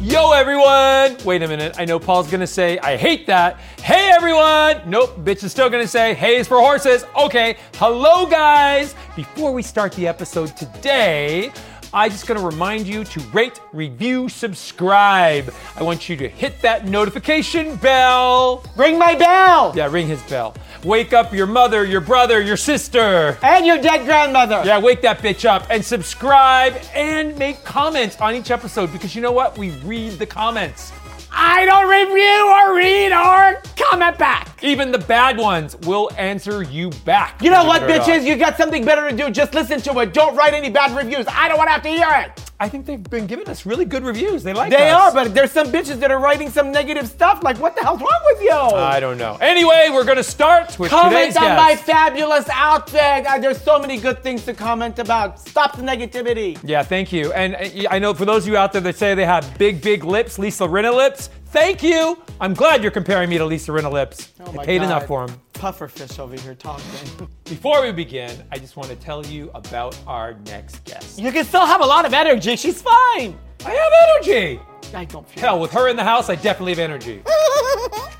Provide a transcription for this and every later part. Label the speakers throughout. Speaker 1: Yo, everyone! Wait a minute. I know Paul's gonna say, I hate that. Hey, everyone! Nope, bitch is still gonna say, hey is for horses. Okay, hello, guys! Before we start the episode today, I just gonna remind you to rate, review, subscribe. I want you to hit that notification bell.
Speaker 2: Ring my bell!
Speaker 1: Yeah, ring his bell. Wake up your mother, your brother, your sister.
Speaker 2: And your dead grandmother!
Speaker 1: Yeah, wake that bitch up and subscribe and make comments on each episode because you know what? We read the comments.
Speaker 2: I don't review or read or comment back!
Speaker 1: Even the bad ones will answer you back.
Speaker 2: You know what,
Speaker 1: Believe it or
Speaker 2: bitches?
Speaker 1: not.
Speaker 2: You got something better to do. Just listen to it. Don't write any bad reviews. I don't want to have to hear it.
Speaker 1: I think they've been giving us really good reviews. They like
Speaker 2: They are,
Speaker 1: us.
Speaker 2: but there's some bitches that are writing some negative stuff. Like, what the hell's wrong with you?
Speaker 1: I don't know. Anyway, we're gonna start with
Speaker 2: comment
Speaker 1: today's
Speaker 2: on
Speaker 1: guest.
Speaker 2: my fabulous outfit. Uh, there's so many good things to comment about. Stop the negativity.
Speaker 1: yeah, thank you. And uh, I know for those of you out there that say they have big, big lips, Lisa Rinna lips. Thank you. I'm glad you're comparing me to Lisa Rinna lips.
Speaker 2: Oh my
Speaker 1: I paid
Speaker 2: God.
Speaker 1: enough for them.
Speaker 2: Pufferfish over here talking.
Speaker 1: Before we begin, I just want to tell you about our next guest.
Speaker 2: you can still have a lot of energy. She's fine.
Speaker 1: I have energy.
Speaker 2: I don't feel.
Speaker 1: Hell, with her in the house, I definitely have energy.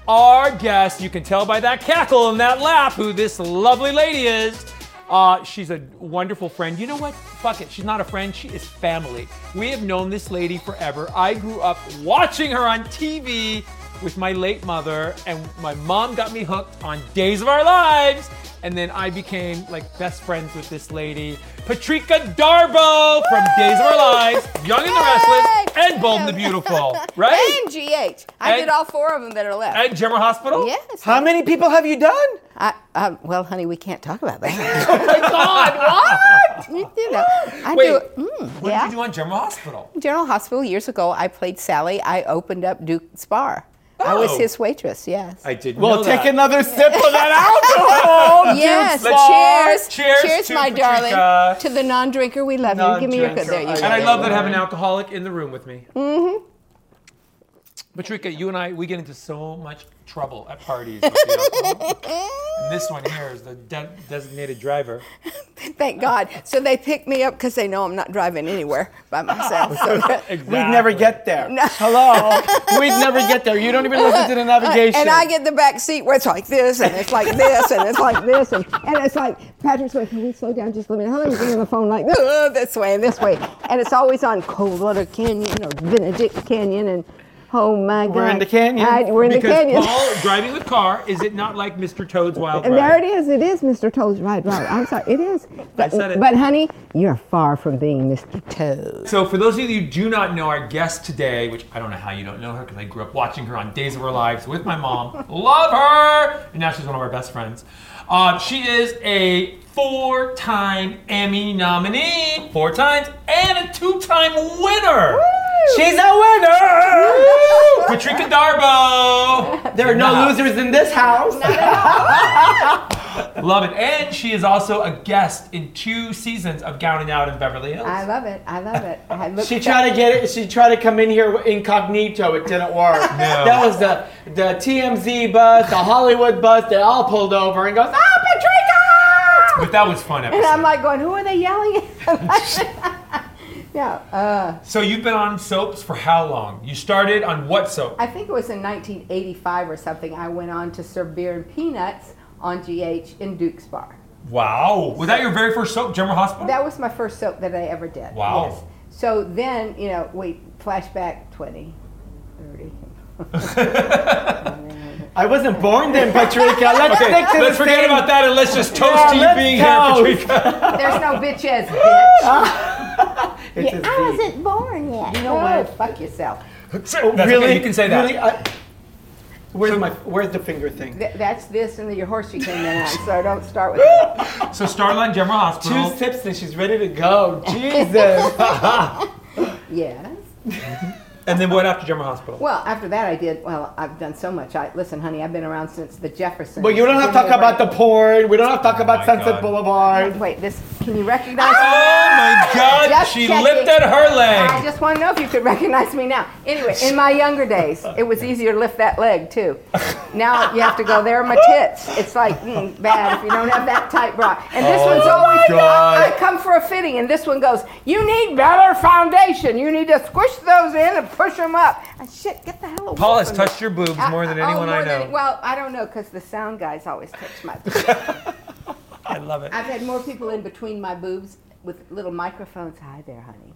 Speaker 1: Our guest, you can tell by that cackle and that laugh who this lovely lady is. Uh, she's a wonderful friend. You know what? Fuck it. She's not a friend. She is family. We have known this lady forever. I grew up watching her on TV with my late mother, and my mom got me hooked on Days of Our Lives. And then I became like best friends with this lady, Patrika Darbo from Days of Our Lives, Young and the Restless,
Speaker 3: Yay!
Speaker 1: and Bold and the Beautiful, right?
Speaker 3: And GH. I
Speaker 1: And-
Speaker 3: did all four of them that are left.
Speaker 1: At Gemmer Hospital?
Speaker 3: yes.
Speaker 2: How many people have you done?
Speaker 3: I, I, well, honey, we can't talk about that.
Speaker 1: Oh
Speaker 3: you know, I
Speaker 1: Wait,
Speaker 3: do. Mm,
Speaker 1: what
Speaker 3: yeah.
Speaker 1: did you do on General Hospital?
Speaker 3: General Hospital years ago, I played Sally. I opened up Duke's Bar. I was
Speaker 1: Oh.
Speaker 3: his waitress. Yes.
Speaker 1: I didn't
Speaker 2: Well,
Speaker 1: know
Speaker 2: take
Speaker 1: that.
Speaker 2: another sip of that alcohol.
Speaker 3: yes.
Speaker 1: Duke's Bar.
Speaker 3: Cheers.
Speaker 1: Cheers to
Speaker 3: my
Speaker 1: Patricia.
Speaker 3: darling. To the non-drinker, we love you. Give me your cup. There you go.
Speaker 1: And I love that I have an alcoholic in the room with me. Mm-hmm. Patrika, you and I, we get into so much trouble at parties. with the alcohol. and this one here is the de- designated driver.
Speaker 3: Thank God. So they picked me up because they know I'm not driving anywhere by myself. So
Speaker 1: Exactly.
Speaker 2: We'd never get there. Hello. We'd never get there. You don't even listen to the navigation.
Speaker 3: And I get the back seat where it's like this, and it's like this, and it's like this, and, and it's like, Patrick's like, can we slow down just a little bit? How long you been on the phone like "Uh, this way and this way? And it's always on Coldwater Canyon or Benedict Canyon, and oh my God.
Speaker 2: We're in the canyon.
Speaker 3: I- we're in
Speaker 1: because
Speaker 3: the canyon.
Speaker 1: Paul driving the car, is it not like Mr. Toad's Wild
Speaker 3: And
Speaker 1: Ride?
Speaker 3: there it is. It is Mr. Toad's right, right. I'm sorry. It is. But,
Speaker 1: said it.
Speaker 3: but honey, you're far from being Mr. Toad.
Speaker 1: So, for those of you who do not know, our guest today, which I don't know how you don't know her because I grew up watching her on Days of Our Lives with my mom, love her, and now she's one of our best friends. Um, she is a four time Emmy nominee, four times, and a two time winner.
Speaker 2: She's a winner.
Speaker 1: Patrika Darbo!
Speaker 2: There are no losers in this house.
Speaker 1: Love it. And she is also a guest in two seasons of Gowning Out in Beverly Hills.
Speaker 3: I love it. I love it. I look
Speaker 2: She tried to get it. She tried to come in here incognito. It didn't work.
Speaker 1: No.
Speaker 2: That was the the TMZ bus, the Hollywood bus. They all pulled over and goes, ah, Patricia!
Speaker 1: but that was fun episode.
Speaker 3: And I'm like going, who are they yelling at? yeah, uh,
Speaker 1: so, you've been on soaps for how long? You started on what soap?
Speaker 3: I think it was in 1985 or something. I went on to serve beer and peanuts on GH in Duke's Bar.
Speaker 1: Wow. Was that your very first soap, General Hospital?
Speaker 3: That was my first soap that I ever did.
Speaker 1: Wow.
Speaker 3: Yes. So then, you know, we flashback 20, 30.
Speaker 2: I wasn't born then, Patricia. Let's stick to
Speaker 1: Let's
Speaker 2: the
Speaker 1: forget
Speaker 2: same-
Speaker 1: about that and let's just toast
Speaker 2: Yeah,
Speaker 1: to you
Speaker 2: let's
Speaker 1: being
Speaker 2: toast.
Speaker 1: here, Patrika.
Speaker 3: There's no bitches, bitch.
Speaker 2: It's a Z.
Speaker 3: wasn't born yet. You know what? Fuck yourself.
Speaker 1: That's
Speaker 2: really?
Speaker 1: okay, you can say that.
Speaker 2: Really? I- where's my where's the finger thing?
Speaker 3: Th- that's this and your horseshoe thing then on, so don't start with that.
Speaker 1: So Starline General
Speaker 2: Two
Speaker 1: Hospital.
Speaker 2: sips and she's ready to go. Jesus.
Speaker 3: Yes.
Speaker 1: and then what after General Hospital?
Speaker 3: Well, after that, I did. Well, I've done so much. I listen, honey. I've been around since the Jefferson.
Speaker 2: but you don't have to talk about the porn. We don't have to talk
Speaker 1: my
Speaker 2: about Sunset
Speaker 1: God.
Speaker 2: Boulevard.
Speaker 3: Wait, this
Speaker 4: Can you recognize
Speaker 1: Oh my God!
Speaker 4: Just
Speaker 1: she
Speaker 4: checking.
Speaker 1: lifted her
Speaker 4: me?
Speaker 1: leg.
Speaker 4: I just want to know if you could recognize me now. Anyway, in my younger days, it was easier to lift that leg too. Now you have to go, there are my tits. It's like, mm, bad if you don't have that tight bra. And this
Speaker 1: Oh
Speaker 4: one's
Speaker 1: my
Speaker 4: always,
Speaker 1: God.
Speaker 4: I come for a fitting, and this one goes, you need better foundation. You need to squish those in and push them up. And shit, get the hell away
Speaker 1: Paul has
Speaker 4: from me.
Speaker 1: touched your boobs more than
Speaker 4: Uh, oh,
Speaker 1: anyone I
Speaker 4: more
Speaker 1: know.
Speaker 4: than- well, I don't know because the sound guys always touch my.
Speaker 1: I love it.
Speaker 4: I've had more people in between my boobs with little microphones. Hi there, honey.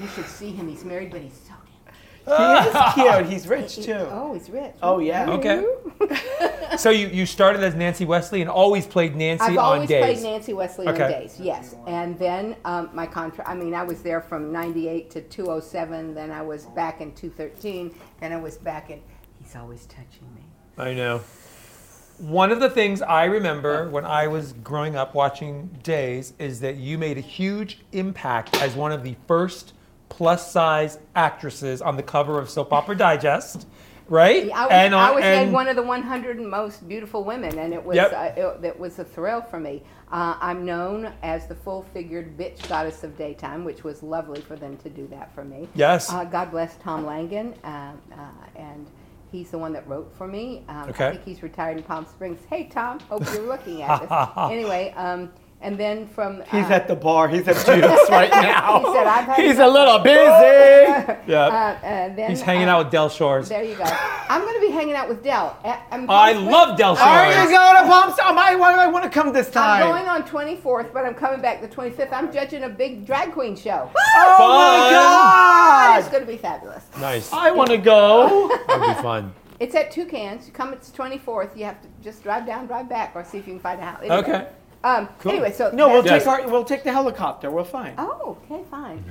Speaker 4: You should see him. He's married, but he's so damn.
Speaker 2: He is cute. He's rich
Speaker 4: cute.
Speaker 2: too.
Speaker 4: Oh, he's rich.
Speaker 2: Oh yeah.
Speaker 1: Okay. so you, you started as Nancy Wesley and always played Nancy
Speaker 4: I've
Speaker 1: on
Speaker 4: always
Speaker 1: days.
Speaker 4: played Nancy Wesley
Speaker 1: Okay.
Speaker 4: on days, yes. And then um, my contract, I mean, I was there from 98 to 207, then I was back in 213, then I was back in, he's always touching me.
Speaker 1: I know. One of the things I remember when I was growing up watching Days is that you made a huge impact as one of the first plus size actresses on the cover of Soap Opera Digest, right?
Speaker 4: I was,
Speaker 1: and on,
Speaker 4: I was
Speaker 1: and
Speaker 4: named one of the 100 most beautiful women, and it was
Speaker 1: Yep.
Speaker 4: uh, it, it was a thrill for me. Uh, I'm known as the full-figured bitch goddess of daytime, which was lovely for them to do that for me.
Speaker 1: Yes.
Speaker 4: Uh, God bless Tom Langan, um, uh, and he's the one that wrote for me. Um,
Speaker 1: Okay.
Speaker 4: I think he's retired in Palm Springs. Hey, Tom, hope you're looking at this. Anyway, um, and then from
Speaker 2: He's
Speaker 4: uh,
Speaker 2: at the bar. He's at Judas right now.
Speaker 4: He said, "I've had
Speaker 2: He's a
Speaker 4: enough."
Speaker 2: little busy.
Speaker 4: uh,
Speaker 1: yeah,
Speaker 4: uh, then,
Speaker 1: he's hanging
Speaker 4: uh,
Speaker 1: out with Del Shores.
Speaker 4: There you go. I'm going to be hanging out with Dell. I, I'm-
Speaker 1: I love Del Shores.
Speaker 2: Are you going to Palm Springs? Why do I want to come this time?
Speaker 4: I'm going on 24th, but I'm coming back the 25th. I'm judging a big drag queen show.
Speaker 2: oh
Speaker 1: Fun.
Speaker 2: my
Speaker 4: That is
Speaker 2: God!
Speaker 4: going to be fabulous.
Speaker 1: nice.
Speaker 2: I want to go.
Speaker 1: That'd be fun.
Speaker 4: It's at Toucans. You come, it's 24th. You have to just drive down, drive back, or see if you can find out. Anyway.
Speaker 1: Okay.
Speaker 4: Um,
Speaker 1: Cool.
Speaker 4: Anyway, so.
Speaker 2: No, we'll
Speaker 1: Yes.
Speaker 2: take our, we'll take the helicopter. We're fine.
Speaker 4: Oh, okay, fine.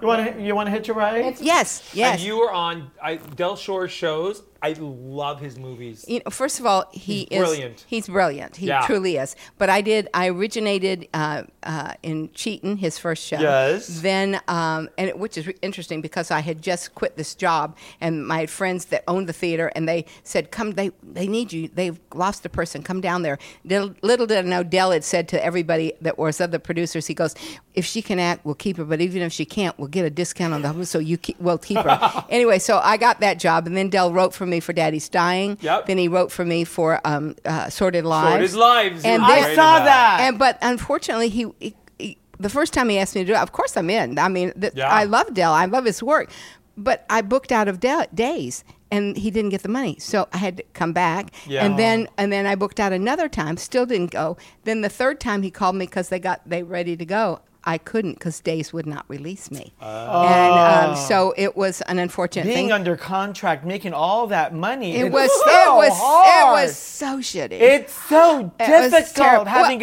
Speaker 2: You want to you want to hitch a ride?
Speaker 4: It's-
Speaker 3: Yes, yes.
Speaker 1: And you were on I, Del Shore shows. I love his movies.
Speaker 3: you know, first of all,
Speaker 1: He's
Speaker 3: he is
Speaker 1: brilliant.
Speaker 3: He's brilliant. He
Speaker 1: Yeah.
Speaker 3: truly is. But I did. I originated uh, uh, in Cheaton, his first show.
Speaker 1: Yes.
Speaker 3: Then, um, and it, which is re- interesting because I had just quit this job, and my friends that owned the theater, and they said, "Come, they they need you. They've lost a person. Come down there." Little, little did I know, Dell had said to everybody that was other producers, he goes, "If she can act, we'll keep her. But even if she can't, we'll get a discount on the whole. So you keep, we'll keep her." anyway, so I got that job, and then Dell wrote for me for Daddy's Dying.
Speaker 1: Yep.
Speaker 3: Then he wrote for me for um, uh, Sorted
Speaker 1: Sorted
Speaker 3: Lives.
Speaker 1: Lives.
Speaker 3: And
Speaker 1: You're
Speaker 3: then-
Speaker 1: right
Speaker 2: I saw
Speaker 1: about-
Speaker 2: that.
Speaker 3: and but unfortunately, he, he- he- the first time he asked me to do it, of course I'm in. I mean, th-
Speaker 1: Yeah.
Speaker 3: I love Dell. I love his work, but I booked out of Dell days, and he didn't get the money, so I had to come back.
Speaker 1: Yeah.
Speaker 3: And then and then I booked out another time, still didn't go. Then the third time he called me because they got they ready to go. I couldn't because Days would not release me, and um, so it was an unfortunate
Speaker 2: Being
Speaker 3: thing.
Speaker 2: under contract, making all that money.
Speaker 3: it
Speaker 2: it's
Speaker 3: was
Speaker 2: so
Speaker 3: it was
Speaker 2: hard.
Speaker 3: it was so shitty.
Speaker 2: It's so
Speaker 3: It was
Speaker 2: difficult
Speaker 3: terrible.
Speaker 2: having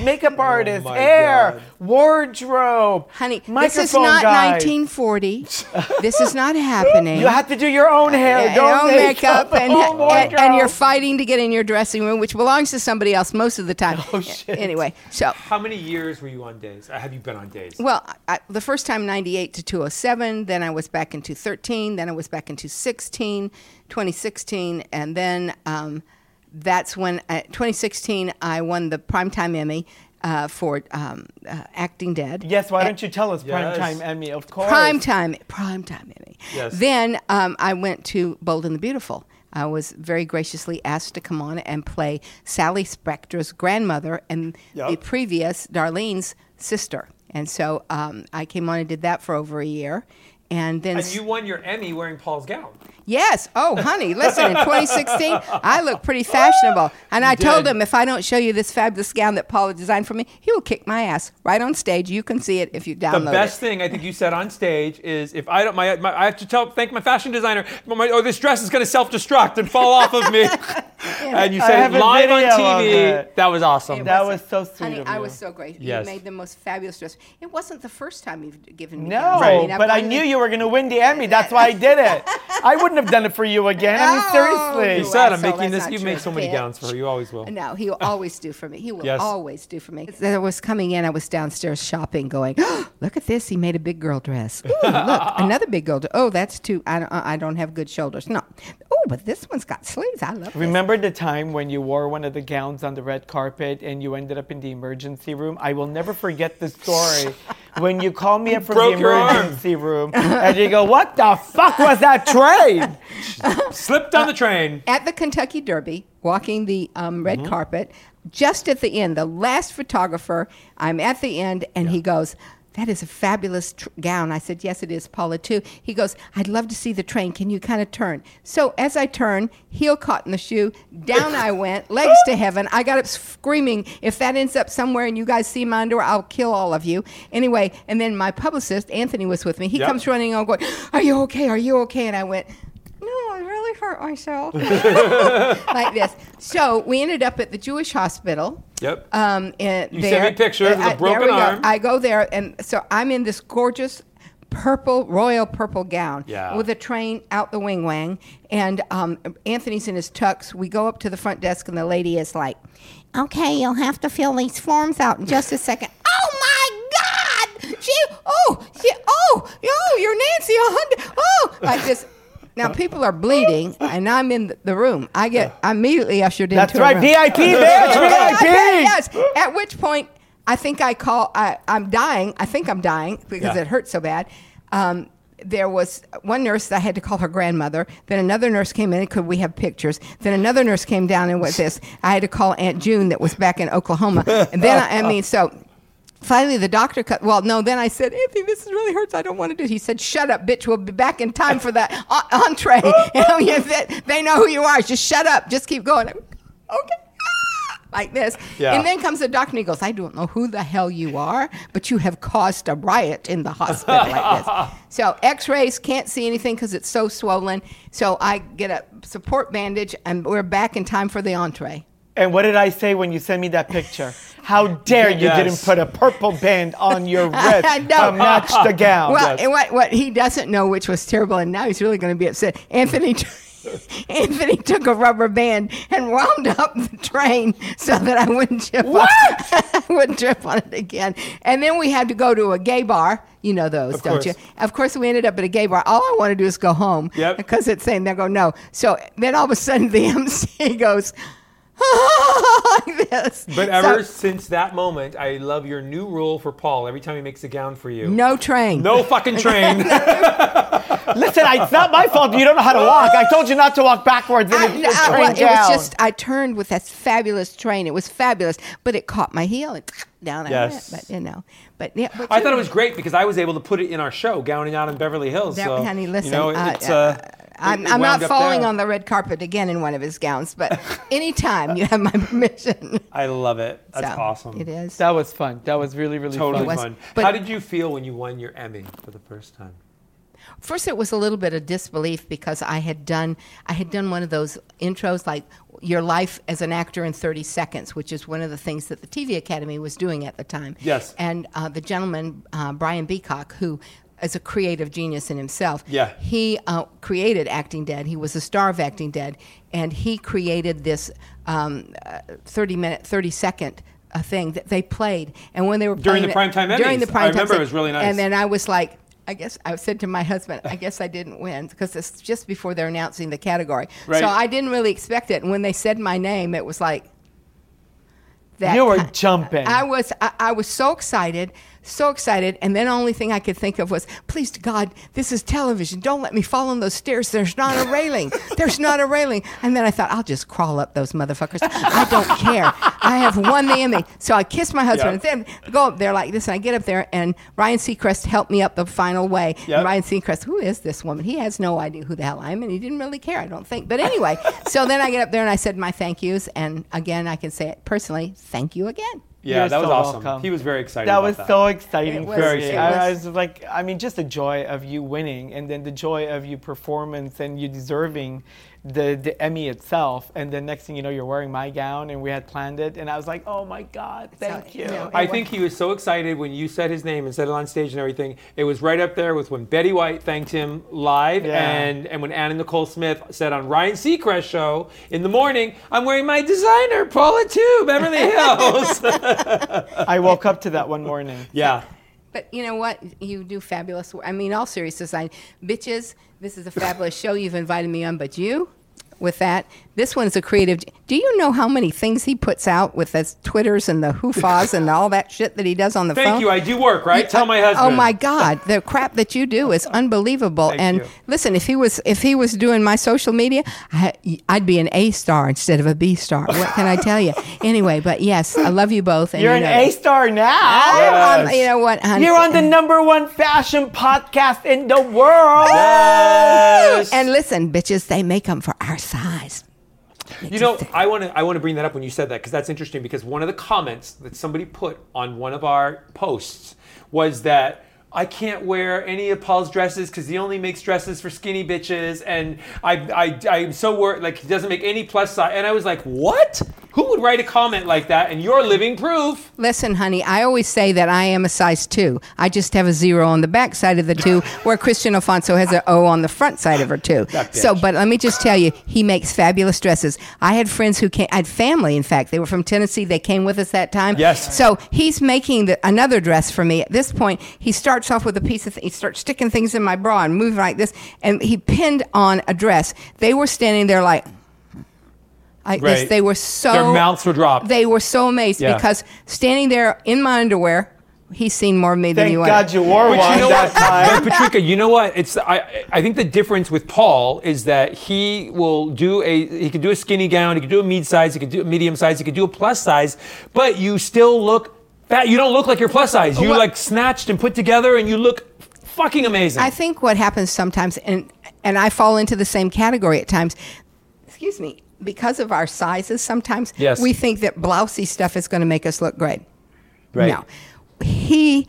Speaker 2: makeup artists,
Speaker 1: Oh my
Speaker 2: hair,
Speaker 1: God.
Speaker 2: wardrobe,
Speaker 3: Honey, this
Speaker 2: microphone
Speaker 3: is not
Speaker 2: guy.
Speaker 3: 1940. this is not happening.
Speaker 2: You have to do your own hair,
Speaker 3: and
Speaker 2: your own
Speaker 3: makeup, and,
Speaker 2: own
Speaker 3: and, and
Speaker 2: wardrobe.
Speaker 3: you're fighting to get in your dressing room, which belongs to somebody else most of the time.
Speaker 2: Oh, shit.
Speaker 3: Anyway, so
Speaker 1: How many years were you on Days? Uh, Have you been on Days?
Speaker 3: well, I, the first time 98 to 207, then I was back in 213, then I was back in 216, 2016, and then um, that's when, uh, 2016, I won the Primetime Emmy uh, for um, uh, Acting Dead.
Speaker 2: Yes, why don't you tell us
Speaker 1: Yes.
Speaker 2: primetime Emmy, of course.
Speaker 3: prime time, prime time Emmy.
Speaker 1: Yes.
Speaker 3: Then um, I went to Bold and the Beautiful. I was very graciously asked to come on and play Sally Spector's grandmother and the previous Darlene's sister. And so um, I came on and did that for over a year. And then,
Speaker 1: And you won your Emmy wearing Paul's gown.
Speaker 3: yes, oh, honey, listen, in 2016, I look pretty fashionable. And I told
Speaker 1: did.
Speaker 3: him if I don't show you this fabulous gown that Paula designed for me, he will kick my ass right on stage. You can see it if you
Speaker 1: The
Speaker 3: download
Speaker 1: best
Speaker 3: it.
Speaker 1: thing I think you said on stage is if I don't, my, my I have to tell, thank my fashion designer, or, my, or this dress is going to self destruct and fall off of me. and you
Speaker 2: I
Speaker 1: said
Speaker 2: have
Speaker 1: it
Speaker 2: a
Speaker 1: live on
Speaker 2: video of
Speaker 1: TV.
Speaker 2: it.
Speaker 1: That was awesome.
Speaker 2: that was so sweet
Speaker 3: Honey,
Speaker 2: of
Speaker 3: I
Speaker 2: you.
Speaker 3: was so great.
Speaker 1: Yes.
Speaker 3: You made the most fabulous dress. It wasn't the first time you've given me.
Speaker 2: No,
Speaker 3: gowns. mean, I've
Speaker 2: but I
Speaker 3: gotten-
Speaker 2: knew you were going to win the Emmy. That's why I did it. I wouldn't have done it for you again. I mean,
Speaker 3: No.
Speaker 1: You
Speaker 2: seriously.
Speaker 3: Wow,
Speaker 1: said I'm
Speaker 3: so
Speaker 1: making this.
Speaker 3: that's not
Speaker 1: You
Speaker 3: true.
Speaker 1: make so many
Speaker 3: Yeah.
Speaker 1: gowns for her. You always will.
Speaker 3: No, he will always do for me. He will
Speaker 1: Yes.
Speaker 3: always do for me. As I was coming in, I was downstairs shopping, going, "Look at this! He made a big girl dress. Ooh, look, another big girl. dr- Oh, that's too. I don't, I don't have good shoulders. No. Oh, but this one's got sleeves. I love. this."
Speaker 2: Remember the time when you wore one of the gowns on the red carpet and you ended up in the emergency room. I will never forget the story when you called me up from the
Speaker 1: broke your arm.
Speaker 2: emergency room and you go, "What the fuck was that train?"
Speaker 1: Slipped on the train.
Speaker 3: at the Kentucky Derby, walking the um, red carpet, just at the end, the last photographer, I'm at the end, and he goes, that is a fabulous tr- gown. I said, Yes, it is, Paula, too. He goes, I'd love to see the train. Can you kind of turn? So as I turn, heel caught in the shoe, down I went, legs to heaven. I got up screaming, If that ends up somewhere and you guys see my underwear, I'll kill all of you. Anyway, and then my publicist, Anthony, was with me. He
Speaker 1: Yep.
Speaker 3: comes running on, going, Are you okay? Are you okay? And I went, No, I really hurt myself like this. So we ended up at the Jewish hospital.
Speaker 1: Yep.
Speaker 3: Um, and
Speaker 1: You
Speaker 3: there,
Speaker 1: sent me pictures of the
Speaker 3: I- there
Speaker 1: broken
Speaker 3: we go.
Speaker 1: arm.
Speaker 2: Uh-huh.
Speaker 3: I go there, and so I'm in this gorgeous purple, royal purple gown
Speaker 1: Yeah.
Speaker 3: with a train out the wing wang. And um, Anthony's in his tux. We go up to the front desk, and the lady is like, Okay, you'll have to fill these forms out in just a second. Oh my God! She, oh, she, oh, oh, you're Nancy, a hundred, oh, like this. Now people are bleeding, and I'm in th- the room. I get I'm immediately ushered
Speaker 2: That's
Speaker 3: into a
Speaker 2: right,
Speaker 3: room.
Speaker 2: VIP,
Speaker 3: Yeah,
Speaker 2: bitch,
Speaker 3: I bet,
Speaker 2: VIP.
Speaker 3: yes. At which point, I think I call. I, I'm dying. I think I'm dying because
Speaker 1: Yeah.
Speaker 3: it hurts so bad. Um, there was one nurse that I had to call her grandmother. Then another nurse came in and could we have pictures? Then another nurse came down and was this. I had to call Aunt June that was back in Oklahoma. And then I, I mean, so finally the doctor cut. Well, no. Then I said, Anthony, this really hurts. I don't want to do. it." He said, Shut up, bitch. We'll be back in time for that en- entree. You know, you- they- they know who you are. Just shut up. Just keep going. I'm, okay like this.
Speaker 1: Yeah.
Speaker 3: And then comes the doctor and he goes, I don't know who the hell you are, but you have caused a riot in the hospital like this. So x rays, can't see anything because it's so swollen. So I get a support bandage and we're back in time for the entree.
Speaker 2: And what did I say when you sent me that picture? How dare you
Speaker 1: Yes.
Speaker 2: didn't put a purple band on your wrist
Speaker 3: I
Speaker 2: to
Speaker 3: know.
Speaker 2: match the gown?
Speaker 3: Well, and what, what he doesn't know, which was terrible, and now he's really going to be upset. Anthony, t- Anthony took a rubber band and wound up the train so that I wouldn't trip. What? I wouldn't trip on it again. And then we had to go to a gay bar. You know those, don't
Speaker 1: course.
Speaker 3: you? Of course, we ended up at a gay bar. All I want to do is go home.
Speaker 1: Yep.
Speaker 3: Because it's saying they're going no. So then all of a sudden the MC goes. like this.
Speaker 1: But ever
Speaker 3: So,
Speaker 1: since that moment, I love your new rule for Paul. Every time he makes a gown for you,
Speaker 3: no train.
Speaker 1: no fucking train.
Speaker 2: Listen, I- it's not my fault. You don't know how to walk. I told you not to walk backwards. And
Speaker 3: I-
Speaker 2: it's
Speaker 3: I- well,
Speaker 2: train
Speaker 3: it was
Speaker 2: down.
Speaker 3: just I turned with that fabulous train. It was fabulous, but it caught my heel and down
Speaker 1: Yes.
Speaker 3: I went. But you know, but yeah, but
Speaker 1: I
Speaker 3: you
Speaker 1: thought it
Speaker 3: know,
Speaker 1: was great because I was able to put it in our show, Gowning Out in Beverly Hills.
Speaker 3: That,
Speaker 1: so,
Speaker 3: honey,
Speaker 1: you
Speaker 3: listen.
Speaker 1: know,
Speaker 3: uh,
Speaker 1: it's, uh,
Speaker 3: I'm,
Speaker 1: it- it
Speaker 3: I'm not
Speaker 1: wound up
Speaker 3: falling
Speaker 1: there.
Speaker 3: on the red carpet again in one of his gowns, but anytime you have my permission.
Speaker 1: I love it. That's
Speaker 3: So,
Speaker 1: awesome.
Speaker 3: It is.
Speaker 2: that was fun. That was really, really
Speaker 1: Totally
Speaker 2: fun.
Speaker 3: was-
Speaker 1: fun.
Speaker 3: but-
Speaker 1: How did you feel when you won your Emmy for the first time?
Speaker 3: first it was a little bit of disbelief because I had done I had done one of those intros like your life as an actor in 30 seconds, which is one of the things that the TV Academy was doing at the time.
Speaker 1: Yes.
Speaker 3: And uh, the gentleman uh, Brian Beacock, who is a creative genius in himself.
Speaker 1: Yeah.
Speaker 3: He uh, created Acting Dead. He was the star of Acting Dead, and he created this um, uh, 30 minute, 30 second. uh thing that they played, and when they were
Speaker 1: During
Speaker 3: playing
Speaker 1: the primetime
Speaker 3: it, during the
Speaker 1: Emmys.
Speaker 3: prime
Speaker 1: I remember it was really nice.
Speaker 3: And then and I was like, I guess I said to my husband, I guess I didn't win because it's just before they're announcing the category.
Speaker 1: Right.
Speaker 3: So I didn't really expect it. And when they said my name, it was like that.
Speaker 2: You were
Speaker 3: ki-
Speaker 2: jumping.
Speaker 3: I was I, I was so excited, so excited, and then only thing I could think of was, please to God, this is television. Don't let me fall on those stairs. There's not a railing. There's not a railing. And then I thought, I'll just crawl up those motherfuckers. I don't care. I have won the Emmy. So I kissed my husband
Speaker 1: Yeah.
Speaker 3: and then go up there like this. And I get up there and Ryan Seacrest helped me up the final way.
Speaker 1: Yep.
Speaker 3: And Ryan Seacrest, who is this woman? He has no idea who the hell I am, and he didn't really care, I don't think. But anyway, so then I get up there and I said my thank yous, and again I can say it personally, thank you again.
Speaker 1: Yeah,
Speaker 2: You're
Speaker 1: that was
Speaker 2: so
Speaker 1: awesome.
Speaker 2: welcome.
Speaker 1: He was very excited.
Speaker 2: That
Speaker 1: about
Speaker 2: was so exciting
Speaker 3: It was-
Speaker 2: for
Speaker 1: Very
Speaker 2: me.
Speaker 1: exciting.
Speaker 2: I, I
Speaker 3: It was-
Speaker 2: was like, I mean, just the joy of you winning, and then the joy of you performance and you deserving the the Emmy itself. And then next thing you know, you're wearing my gown, and we had planned it, and I was like, oh my god, thank you.
Speaker 3: you know,
Speaker 1: I think he was so excited when you said his name and said it on stage and everything. It was right up there with when Betty White thanked him live
Speaker 2: Yeah.
Speaker 1: and, and when Anna Nicole Smith said on Ryan Seacrest show in the morning, I'm wearing my designer, Paula too, Beverly Hills.
Speaker 2: I woke up to that one morning.
Speaker 1: yeah.
Speaker 3: But you know what? You do fabulous. Work. I mean, all seriousness, I bitches. This is a fabulous show you've invited me on, but you. with that. This one's a creative. Do you know how many things he puts out with his Twitters and the hoofahs and all that shit that he does on the phone?
Speaker 1: Thank you. I do work, right? Tell my
Speaker 3: Oh
Speaker 1: husband.
Speaker 3: my God, the crap that you do is unbelievable.
Speaker 1: Thank
Speaker 3: and
Speaker 1: you.
Speaker 3: listen, if he was if he was doing my social media, I, I'd be an A star instead of a B star. What can I tell you? Anyway, but yes, I love you both. And
Speaker 2: You're
Speaker 3: you
Speaker 2: an
Speaker 3: know
Speaker 2: A
Speaker 3: that.
Speaker 2: star now.
Speaker 3: I'm on- you know what? honey?
Speaker 2: You're on the number one fashion podcast in the world.
Speaker 1: Yes.
Speaker 3: And listen, bitches, they make them for our size.
Speaker 1: You know, I want to I want to bring that up when you said that because that's interesting because one of the comments that somebody put on one of our posts was that I can't wear any of Paul's dresses because he only makes dresses for skinny bitches, and I I I'm so worried like he doesn't make any plus size. And I was like, what? Who would write a comment like that? And you're living proof.
Speaker 3: Listen, honey, I always say that I am a size two. I just have a zero on the back side of the two, where Christian Alfonso has an O on the front side of her two.
Speaker 1: That bitch.
Speaker 3: So, but let me just tell you, he makes fabulous dresses. I had friends who came, I had family, in fact, they were from Tennessee. They came with us that time.
Speaker 1: Yes.
Speaker 3: So he's making the, another dress for me. At this point, he starts off with a piece of, th- he starts sticking things in my bra and moving like this, and he pinned on a dress. They were standing there like, like this.
Speaker 1: Right.
Speaker 3: They were so
Speaker 1: Their mouths were dropped.
Speaker 3: They were so amazed
Speaker 1: Yeah.
Speaker 3: because standing there in my underwear, he's seen more of me than
Speaker 2: Thank
Speaker 3: he wanted.
Speaker 2: God you wore
Speaker 1: But
Speaker 2: one
Speaker 1: you know
Speaker 2: that
Speaker 1: what,
Speaker 2: time.
Speaker 1: but Patricia, you know what? It's I. I think the difference with Paul is that he will do a. He could do a skinny gown. He could do a mid size. He could do a medium size. He could do a plus size. But you still look fat. You don't look like you're plus size. You
Speaker 3: Well-
Speaker 1: like snatched and put together, and you look fucking amazing.
Speaker 3: I think what happens sometimes, and and I fall into the same category at times. Excuse me, because of our sizes, sometimes
Speaker 1: Yes.
Speaker 3: we think that blousy stuff is going to make us look great.
Speaker 1: Right.
Speaker 3: No, he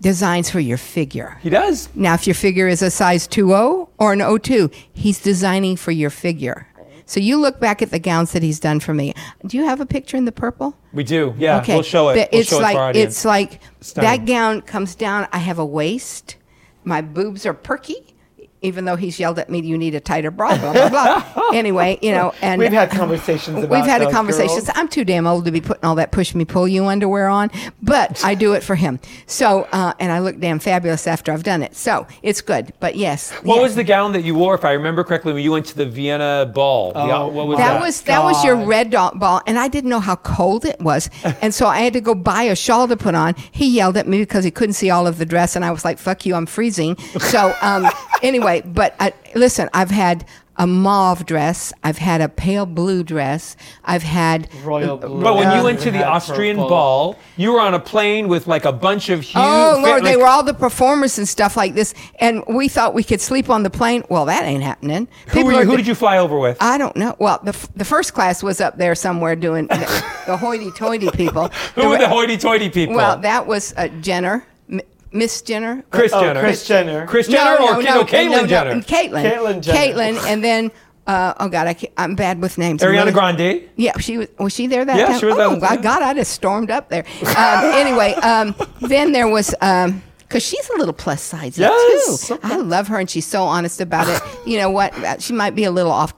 Speaker 3: designs for your figure.
Speaker 1: he does.
Speaker 3: Now, if your figure is a size 2O or an 02, he's designing for your figure. So you look back at the gowns that he's done for me. Do you have a picture in the purple?
Speaker 1: We do. Yeah. We'll show it.
Speaker 3: But
Speaker 1: We'll
Speaker 3: it's
Speaker 1: show it
Speaker 3: like
Speaker 1: for our audience.
Speaker 3: it's like
Speaker 1: Stunning.
Speaker 3: that gown comes down. I have a waist. My boobs are perky, even though he's yelled at me, "You need a tighter bra." Blah blah blah. anyway, you know, and
Speaker 2: We've had conversations about
Speaker 3: We've had a
Speaker 2: those
Speaker 3: conversation.
Speaker 2: girls.
Speaker 3: I'm too damn old to be putting all that push me pull you underwear on, but I do it for him. So, uh, and I look damn fabulous after I've done it. So it's good. But yes,
Speaker 1: What
Speaker 3: yeah.
Speaker 1: was the gown that you wore, if I remember correctly, when you went to the Vienna ball? Yeah,
Speaker 2: Oh,
Speaker 1: what was
Speaker 3: that
Speaker 1: that?
Speaker 3: was that was your
Speaker 2: God.
Speaker 3: red dot ball, and I didn't know how cold it was, and so I had to go buy a shawl to put on. He yelled at me because he couldn't see all of the dress, and I was like, "Fuck you, I'm freezing." So um, anyway, but I, listen, I've had a mauve dress, I've had a pale blue dress, I've had
Speaker 2: Royal blue.
Speaker 1: But when
Speaker 2: Yeah.
Speaker 1: you went to the
Speaker 2: We had
Speaker 1: Austrian
Speaker 2: purple.
Speaker 1: ball, you were on a plane with like a bunch of huge.
Speaker 3: Oh
Speaker 1: fa-
Speaker 3: Lord, they
Speaker 1: like-
Speaker 3: were all the performers and stuff like this, and we thought we could sleep on the plane. Well, that ain't happening.
Speaker 1: Who, were
Speaker 3: are-
Speaker 1: you, who did you fly over with?
Speaker 3: I don't know. Well, the, f- the first class was up there somewhere doing the, the hoity-toity people.
Speaker 1: Who were
Speaker 3: re-
Speaker 1: the hoity-toity people?
Speaker 3: Well, that was uh, Jenner, M- Miss Jenner.
Speaker 1: Chris
Speaker 2: Oh,
Speaker 1: Jenner.
Speaker 2: Kris Jenner.
Speaker 1: Kris Jenner
Speaker 3: no,
Speaker 1: or
Speaker 3: no,
Speaker 1: K-
Speaker 3: no,
Speaker 1: no, Caitlyn
Speaker 3: no, no,
Speaker 1: Jenner.
Speaker 3: Caitlyn.
Speaker 2: Caitlyn Jenner.
Speaker 3: Caitlyn, and then uh, oh God, I can't, I'm bad with names. I'm
Speaker 1: Ariana
Speaker 3: really-
Speaker 1: Grande.
Speaker 3: Yeah, she was. Was she there that
Speaker 1: Yeah,
Speaker 3: time?
Speaker 1: she was
Speaker 3: oh,
Speaker 1: there that time.
Speaker 3: God, God, I just stormed up there. Um, anyway, um, then there was. Um, Cause she's a little plus size
Speaker 1: Yes.
Speaker 3: too. I love her, and she's so honest about it. You know what? Uh, She might be a little off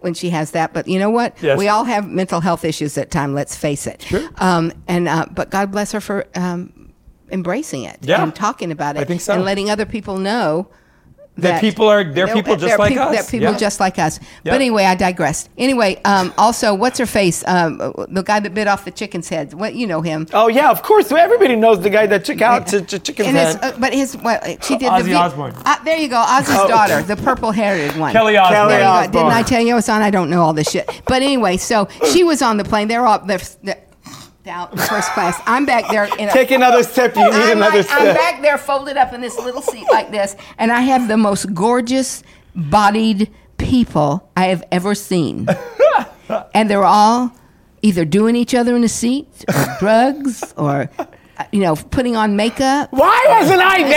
Speaker 3: when she has that, but you know what?
Speaker 1: Yes.
Speaker 3: We all have mental health issues at time. Let's face it.
Speaker 1: Sure.
Speaker 3: Um, and uh, but God bless her for um, embracing it
Speaker 1: Yeah.
Speaker 3: and talking about it
Speaker 1: I think so.
Speaker 3: and letting other people know
Speaker 1: That people are- they're people just like
Speaker 3: peop-
Speaker 1: us.
Speaker 3: They're people
Speaker 1: Yeah.
Speaker 3: just like us.
Speaker 1: Yeah.
Speaker 3: But anyway, I digressed. Anyway, um, also, what's her face? Um, the guy that bit off the chicken's head. What you know him?
Speaker 2: Oh yeah, of course. Everybody knows the guy that took out to, to chicken's
Speaker 3: And his,
Speaker 2: head. Oh.
Speaker 3: uh, but his what she did.
Speaker 1: Ozzy
Speaker 3: the vi-
Speaker 1: Osbourne.
Speaker 3: Uh, there you go, Ozzy's daughter, the purple-haired one.
Speaker 1: Kelly Osbourne.
Speaker 2: Kelly
Speaker 3: There you go.
Speaker 2: Osbourne.
Speaker 3: Didn't I tell you I was on? I don't know all this shit. But anyway, so she was on the plane. They're all they're, they're out in first class. I'm back there in a
Speaker 2: Take another step. You need
Speaker 3: I'm,
Speaker 2: another
Speaker 3: like,
Speaker 2: step.
Speaker 3: I'm back there folded up in this little seat like this, and I have the most gorgeous bodied people I have ever seen. and they're all either doing each other in the seat, or drugs, or, uh, you know, putting on makeup.
Speaker 2: Why wasn't I
Speaker 3: Uh,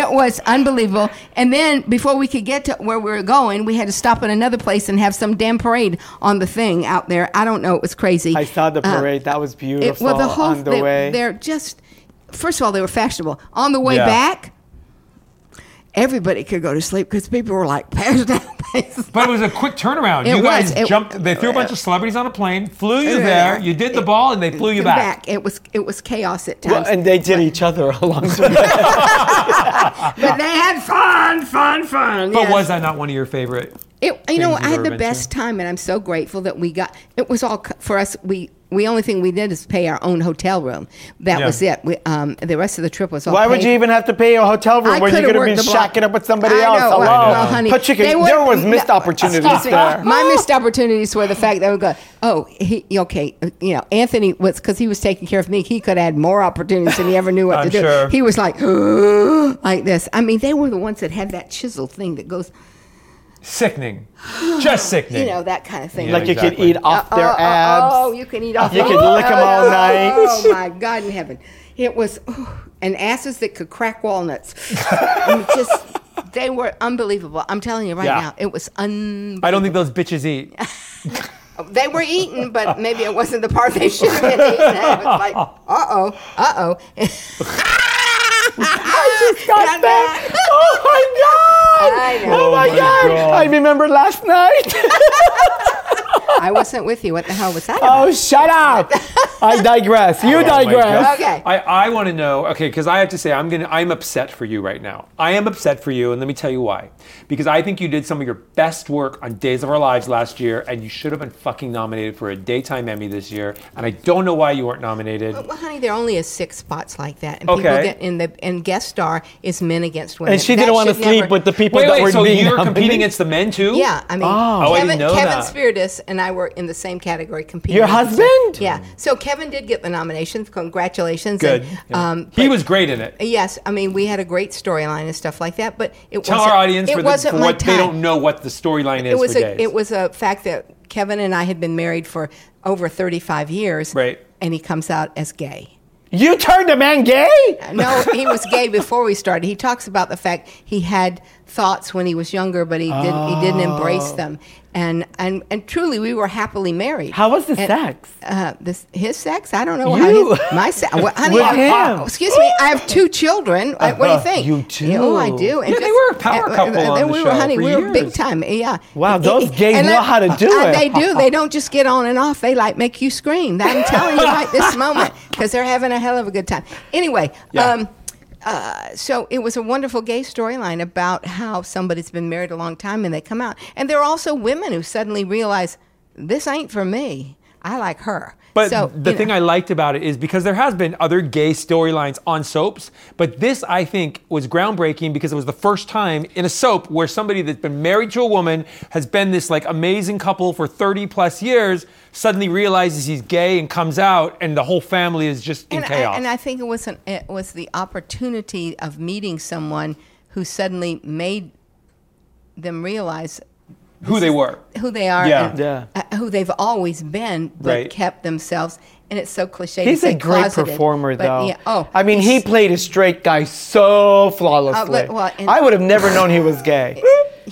Speaker 2: there?
Speaker 3: it was unbelievable. And then before we could get to where we were going, we had to stop at another place and have some damn parade on the thing out there. I don't know. It was crazy.
Speaker 2: I saw the
Speaker 3: Uh,
Speaker 2: parade. that was
Speaker 3: it,
Speaker 2: beautiful.
Speaker 3: well, the whole
Speaker 2: on the
Speaker 3: they,
Speaker 2: way.
Speaker 3: they're just. First of all, they were fashionable. On the way
Speaker 1: Yeah.
Speaker 3: back, everybody could go to sleep because people were like passed out.
Speaker 1: But it was a quick turnaround.
Speaker 3: It
Speaker 1: you guys
Speaker 3: was. It-
Speaker 1: jumped. They threw a bunch of celebrities on a plane, flew you there. You did the
Speaker 3: It-
Speaker 1: ball, and they flew you back.
Speaker 3: It was it was chaos at times.
Speaker 2: Well, and they did each other along the way.
Speaker 3: but they had fun, fun, fun, fun.
Speaker 1: But
Speaker 3: yes.
Speaker 1: was that not one of your favorite?
Speaker 3: It, you know,
Speaker 1: things you've
Speaker 3: I had
Speaker 1: ever
Speaker 3: the
Speaker 1: been
Speaker 3: best time, and I'm so grateful that we got. It was all c- for us. We we only thing we did is pay our own hotel room. That
Speaker 1: Yeah.
Speaker 3: was it. We, um, the rest of the trip was all.
Speaker 2: Why would
Speaker 3: paid.
Speaker 2: you even have to pay a hotel room
Speaker 3: I
Speaker 2: when you
Speaker 3: coulda
Speaker 2: could have been
Speaker 3: worked the block.
Speaker 2: shacking up with somebody
Speaker 3: I
Speaker 2: else?
Speaker 3: know,
Speaker 2: Hello.
Speaker 3: Well, well, honey,
Speaker 2: but you could,
Speaker 3: they were-
Speaker 2: there was
Speaker 3: no,
Speaker 2: missed opportunities
Speaker 3: excuse me. Uh,
Speaker 2: there.
Speaker 3: My missed opportunities were the fact that we go, oh, he, okay, you know, Anthony was because he was taking care of me. He could add more opportunities than he ever knew what
Speaker 1: I'm
Speaker 3: to do.
Speaker 1: sure.
Speaker 3: He was like, like this. I mean, they were the ones that had that chisel thing that goes,
Speaker 1: Sickening. Just sickening.
Speaker 3: you know, that kind of thing.
Speaker 1: Yeah,
Speaker 2: Like you
Speaker 1: exactly.
Speaker 2: could eat off their
Speaker 3: oh,
Speaker 2: abs.
Speaker 3: Oh, you can eat off.
Speaker 2: You
Speaker 3: the-
Speaker 2: could lick 'em all
Speaker 3: Oh,
Speaker 2: night.
Speaker 3: Oh my God in heaven! It was and asses that could crack walnuts. I mean, just they were unbelievable. I'm telling you right
Speaker 1: Yeah.
Speaker 3: now, it was un.
Speaker 1: I don't think those bitches eat.
Speaker 3: They were eating, but maybe it wasn't the part they should have been eating. It was like, uh oh, uh oh. I just got
Speaker 2: that. Oh my god!
Speaker 3: I know.
Speaker 2: Oh, my,
Speaker 1: my
Speaker 2: god.
Speaker 1: God.
Speaker 2: I remember last night.
Speaker 3: I wasn't with you. What the hell was that? about?
Speaker 2: oh, shut up! I digress. You
Speaker 1: Oh my
Speaker 2: digress.
Speaker 1: God.
Speaker 3: Okay.
Speaker 1: I, I want to know. Okay, because I have to say I'm gonna I'm upset for you right now. I am upset for you, and let me tell you why. Because I think you did some of your best work on Days of Our Lives last year, and you should have been fucking nominated for a daytime Emmy this year. And I don't know why you weren't nominated.
Speaker 3: Well, honey, there only is six spots like that, and people
Speaker 1: Okay.
Speaker 3: get in the and guest star is men against women.
Speaker 2: And she
Speaker 3: That
Speaker 2: didn't want to
Speaker 3: should
Speaker 2: sleep
Speaker 3: never-
Speaker 2: with the people
Speaker 1: Wait,
Speaker 2: that
Speaker 1: wait.
Speaker 2: were
Speaker 1: So
Speaker 2: being
Speaker 1: you're competing
Speaker 2: nominated.
Speaker 1: against the men too?
Speaker 3: Yeah, I mean,
Speaker 1: Oh, I didn't
Speaker 3: Kevin,
Speaker 1: know
Speaker 3: Kevin
Speaker 1: that.
Speaker 3: Spiritus and I were in the same category competing.
Speaker 2: Your
Speaker 3: against each
Speaker 2: husband?
Speaker 3: other. Yeah. So Kevin did get the nomination. Congratulations.
Speaker 1: Good.
Speaker 3: And,
Speaker 1: Yeah.
Speaker 3: um,
Speaker 1: he
Speaker 3: but-
Speaker 1: was great in it.
Speaker 3: Yes, I mean we had a great storyline and stuff like that, but it
Speaker 1: Tell
Speaker 3: wasn't,
Speaker 1: our audience
Speaker 3: it
Speaker 1: for, the,
Speaker 3: wasn't
Speaker 1: for
Speaker 3: my
Speaker 1: what
Speaker 3: time.
Speaker 1: they don't know what the storyline is
Speaker 3: It was
Speaker 1: for
Speaker 3: a
Speaker 1: Days.
Speaker 3: it was a fact that Kevin and I had been married for over thirty five years.
Speaker 1: Right.
Speaker 3: And he comes out as gay.
Speaker 2: You turned a man gay?
Speaker 3: No, he was gay before we started. He talks about the fact he had thoughts when he was younger, but he didn't. He didn't embrace them. And and and truly, we were happily married.
Speaker 2: How was the
Speaker 3: And,
Speaker 2: sex?
Speaker 3: Uh, this his sex? I don't know.
Speaker 2: You.
Speaker 3: How his, my sex? Well, honey,
Speaker 2: With
Speaker 3: I-
Speaker 2: him. Uh-huh.
Speaker 3: oh, excuse me. I have two children. I- what do you think?
Speaker 2: You too.
Speaker 3: Oh, I do.
Speaker 1: Yeah, they were a power
Speaker 3: and-
Speaker 1: couple
Speaker 3: and
Speaker 1: on the
Speaker 3: we
Speaker 1: show
Speaker 3: were, honey,
Speaker 1: for
Speaker 3: we were big
Speaker 1: years.
Speaker 3: time. Yeah.
Speaker 2: Wow,
Speaker 3: It-
Speaker 2: those
Speaker 3: it-
Speaker 2: gays
Speaker 3: and
Speaker 2: know how to do
Speaker 3: uh,
Speaker 2: it.
Speaker 3: They do. They don't just get on and off. They like make you scream. I'm telling you right this moment because they're having a hell of a good time. Anyway.
Speaker 1: Yeah.
Speaker 3: Um, uh, so it was a wonderful gay storyline about how somebody's been married a long time and they come out. And there are also women who suddenly realize this ain't for me. I like her.
Speaker 1: But
Speaker 3: so,
Speaker 1: the
Speaker 3: you
Speaker 1: thing
Speaker 3: know,
Speaker 1: I liked about it is because there has been other gay storylines on soaps, but this I think was groundbreaking because it was the first time in a soap where somebody that's been married to a woman has been this like amazing couple for 30 plus years suddenly realizes he's gay and comes out and the whole family is just in
Speaker 3: and
Speaker 1: chaos.
Speaker 3: I, and I think it was an, it was the opportunity of meeting someone who suddenly made them realize
Speaker 1: Who they were.
Speaker 3: who they are
Speaker 1: Yeah.
Speaker 3: and
Speaker 2: Yeah.
Speaker 3: uh, who they've always been, but
Speaker 1: Right.
Speaker 3: kept themselves. And it's so cliche.
Speaker 2: He's
Speaker 3: to say
Speaker 2: a great
Speaker 3: closeted,
Speaker 2: performer,
Speaker 3: but
Speaker 2: though.
Speaker 3: Yeah, oh,
Speaker 2: I mean, he
Speaker 3: he's- Oh,
Speaker 2: played a straight guy so flawlessly.
Speaker 3: well, and-
Speaker 2: I would have never known he was gay.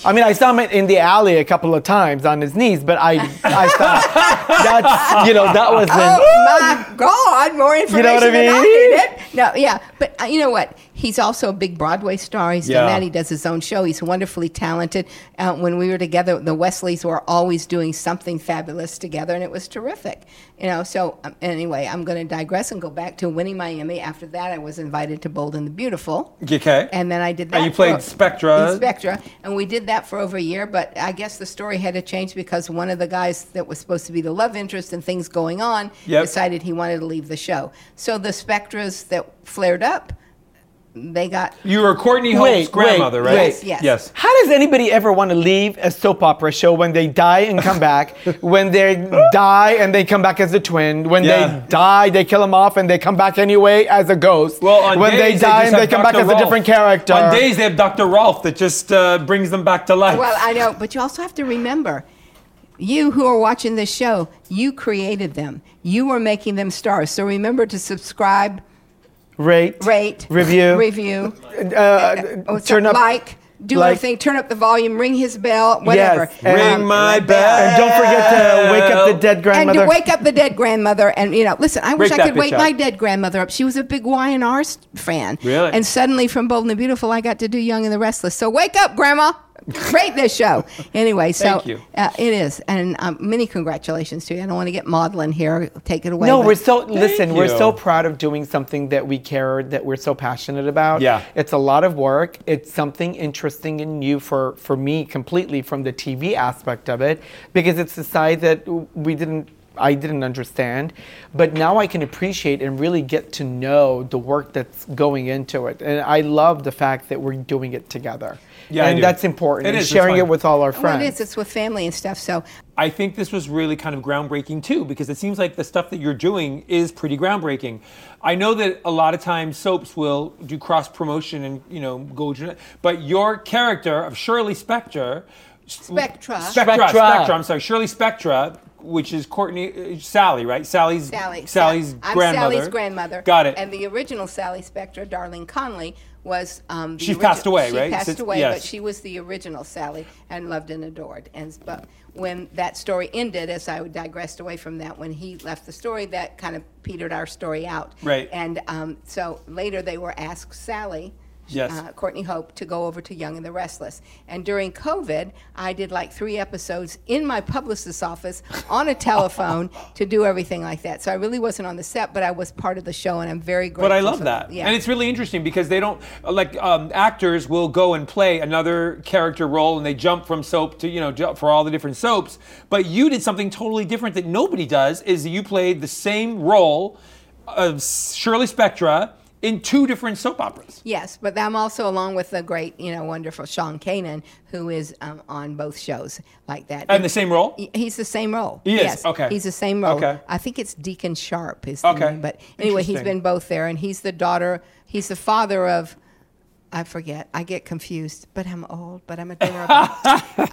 Speaker 2: I mean, I saw him in the alley a couple of times on his knees, but I, I thought that's you know that was not
Speaker 3: Oh my God! More information
Speaker 2: know what I
Speaker 3: than I
Speaker 2: mean?
Speaker 3: needed. No, yeah, but uh, you know what? He's also a big Broadway star. He's
Speaker 1: Yeah.
Speaker 3: done that. He does his own show. He's wonderfully talented. Uh, when we were together, the Wesleys were always doing something fabulous together, and it was terrific. You know. So um, anyway, I'm going to digress and go back to Winnie Miami. After that, I was invited to Bold and the Beautiful.
Speaker 1: Okay.
Speaker 3: And then I did that.
Speaker 1: And you
Speaker 3: for-
Speaker 1: played Spectra.
Speaker 3: in Spectra, and we did that for over a year. But I guess the story had to change because one of the guys that was supposed to be the love interest and things going on
Speaker 1: Yep.
Speaker 3: decided he wanted to leave the show. So the Spectras that flared up, they got
Speaker 1: you were Courtney Hope's
Speaker 2: Wait, wait,
Speaker 1: grandmother, right?
Speaker 2: wait.
Speaker 3: Yes, yes.
Speaker 1: Yes.
Speaker 2: How does anybody ever want to leave a soap opera show when they die and come back? when they die and they come back as a twin. When
Speaker 1: Yeah.
Speaker 2: they die, they kill them off and they come back anyway as a ghost.
Speaker 1: Well, on
Speaker 2: when
Speaker 1: days
Speaker 2: they die
Speaker 1: just
Speaker 2: and they
Speaker 1: have
Speaker 2: come
Speaker 1: Dr.
Speaker 2: back as a
Speaker 1: Rolf.
Speaker 2: different character.
Speaker 1: On days they have Dr. Rolf that just uh, brings them back to life.
Speaker 3: Well, I know, but you also have to remember, you who are watching this show, you created them. You were making them stars. So remember to subscribe,
Speaker 2: rate,
Speaker 3: rate,
Speaker 2: review,
Speaker 3: review,
Speaker 2: uh,
Speaker 3: oh,
Speaker 2: turn up,
Speaker 3: like, do
Speaker 2: like-
Speaker 3: everything, turn up the volume, ring his bell, whatever. Um,
Speaker 2: Yes, and-
Speaker 1: Ring my bell.
Speaker 2: and don't forget to wake up the dead
Speaker 3: and
Speaker 2: grandmother.
Speaker 3: to wake up the dead grandmother and you know listen i wish
Speaker 1: Wake
Speaker 3: i
Speaker 1: that
Speaker 3: could wake
Speaker 1: bitch up.
Speaker 3: my dead grandmother up she was a big y&r s- fan
Speaker 1: Really?
Speaker 3: and suddenly from bold and the beautiful i got to do young and the restless so wake up grandma greatness show. Anyway, so
Speaker 1: Thank you.
Speaker 3: Uh, it is, and um, many congratulations to you. I don't want to get maudlin here. Take it away.
Speaker 2: No,
Speaker 3: but-
Speaker 2: we're so listen. We're so
Speaker 1: you.
Speaker 2: proud of doing something that we care, that we're so passionate about.
Speaker 1: Yeah.
Speaker 2: it's a lot of work. It's something interesting and new for for me completely from the TV aspect of it because it's a side that we didn't. I didn't understand, but now I can appreciate and really get to know the work that's going into it. And I love the fact that we're doing it together.
Speaker 1: Yeah, I
Speaker 2: and
Speaker 1: do.
Speaker 2: that's important.
Speaker 1: It
Speaker 2: and
Speaker 1: is, it's
Speaker 2: sharing
Speaker 1: fun.
Speaker 2: it with all our
Speaker 3: Well,
Speaker 2: friends.
Speaker 3: it is. It's with family and stuff. So
Speaker 1: I think this was really kind of groundbreaking too, because it seems like the stuff that you're doing is pretty groundbreaking. I know that a lot of times soaps will do cross promotion and you know go, gen- but your character of Shirley Spector,
Speaker 3: Spectra.
Speaker 1: Spectra,
Speaker 2: Spectra.
Speaker 1: Spectra. I'm sorry, Shirley Spectra, which is Courtney uh, Sally, right? Sally's
Speaker 3: Sally.
Speaker 1: Sally's
Speaker 3: Sa- I'm
Speaker 1: grandmother.
Speaker 3: Sally's grandmother.
Speaker 1: Got it.
Speaker 3: And the original Sally Spectre, Darlene Conley, was. Um, the
Speaker 1: She's passed away,
Speaker 3: she
Speaker 1: right?
Speaker 3: passed
Speaker 1: Since-
Speaker 3: away,
Speaker 1: yes.
Speaker 3: but she was the original Sally and loved and adored. And but when that story ended, as I digressed away from that, when he left the story, that kind of petered our story out.
Speaker 1: Right.
Speaker 3: And um, so later they were asked Sally.
Speaker 1: Yes.
Speaker 3: uh, Courtney Hope to go over to Young and the Restless. And during COVID, I did like three episodes in my publicist's office on a telephone to do everything like that. So I really wasn't on the set, but I was part of the show, and I'm very grateful.
Speaker 1: But I love
Speaker 3: for-
Speaker 1: that.
Speaker 3: Yeah.
Speaker 1: And it's really interesting because they don't, like, um, actors will go and play another character role and they jump from soap to, you know, ju- for all the different soaps. But you did something totally different that nobody does is you played the same role of Shirley Spectra in two different soap operas.
Speaker 3: Yes, but I'm also along with the great, you know, wonderful Sean Kanan, who is um, on both shows like that.
Speaker 1: And the same role?
Speaker 3: He- He's the same role.
Speaker 1: He is,
Speaker 3: Yes.
Speaker 1: okay.
Speaker 3: He's the same role.
Speaker 1: Okay.
Speaker 3: I think it's Deacon Sharp is the
Speaker 1: Okay.
Speaker 3: name, but anyway, he's
Speaker 2: Interesting.
Speaker 3: been both there, and he's the daughter. He's the father of. I forget. I get confused, but I'm old, but I'm adorable.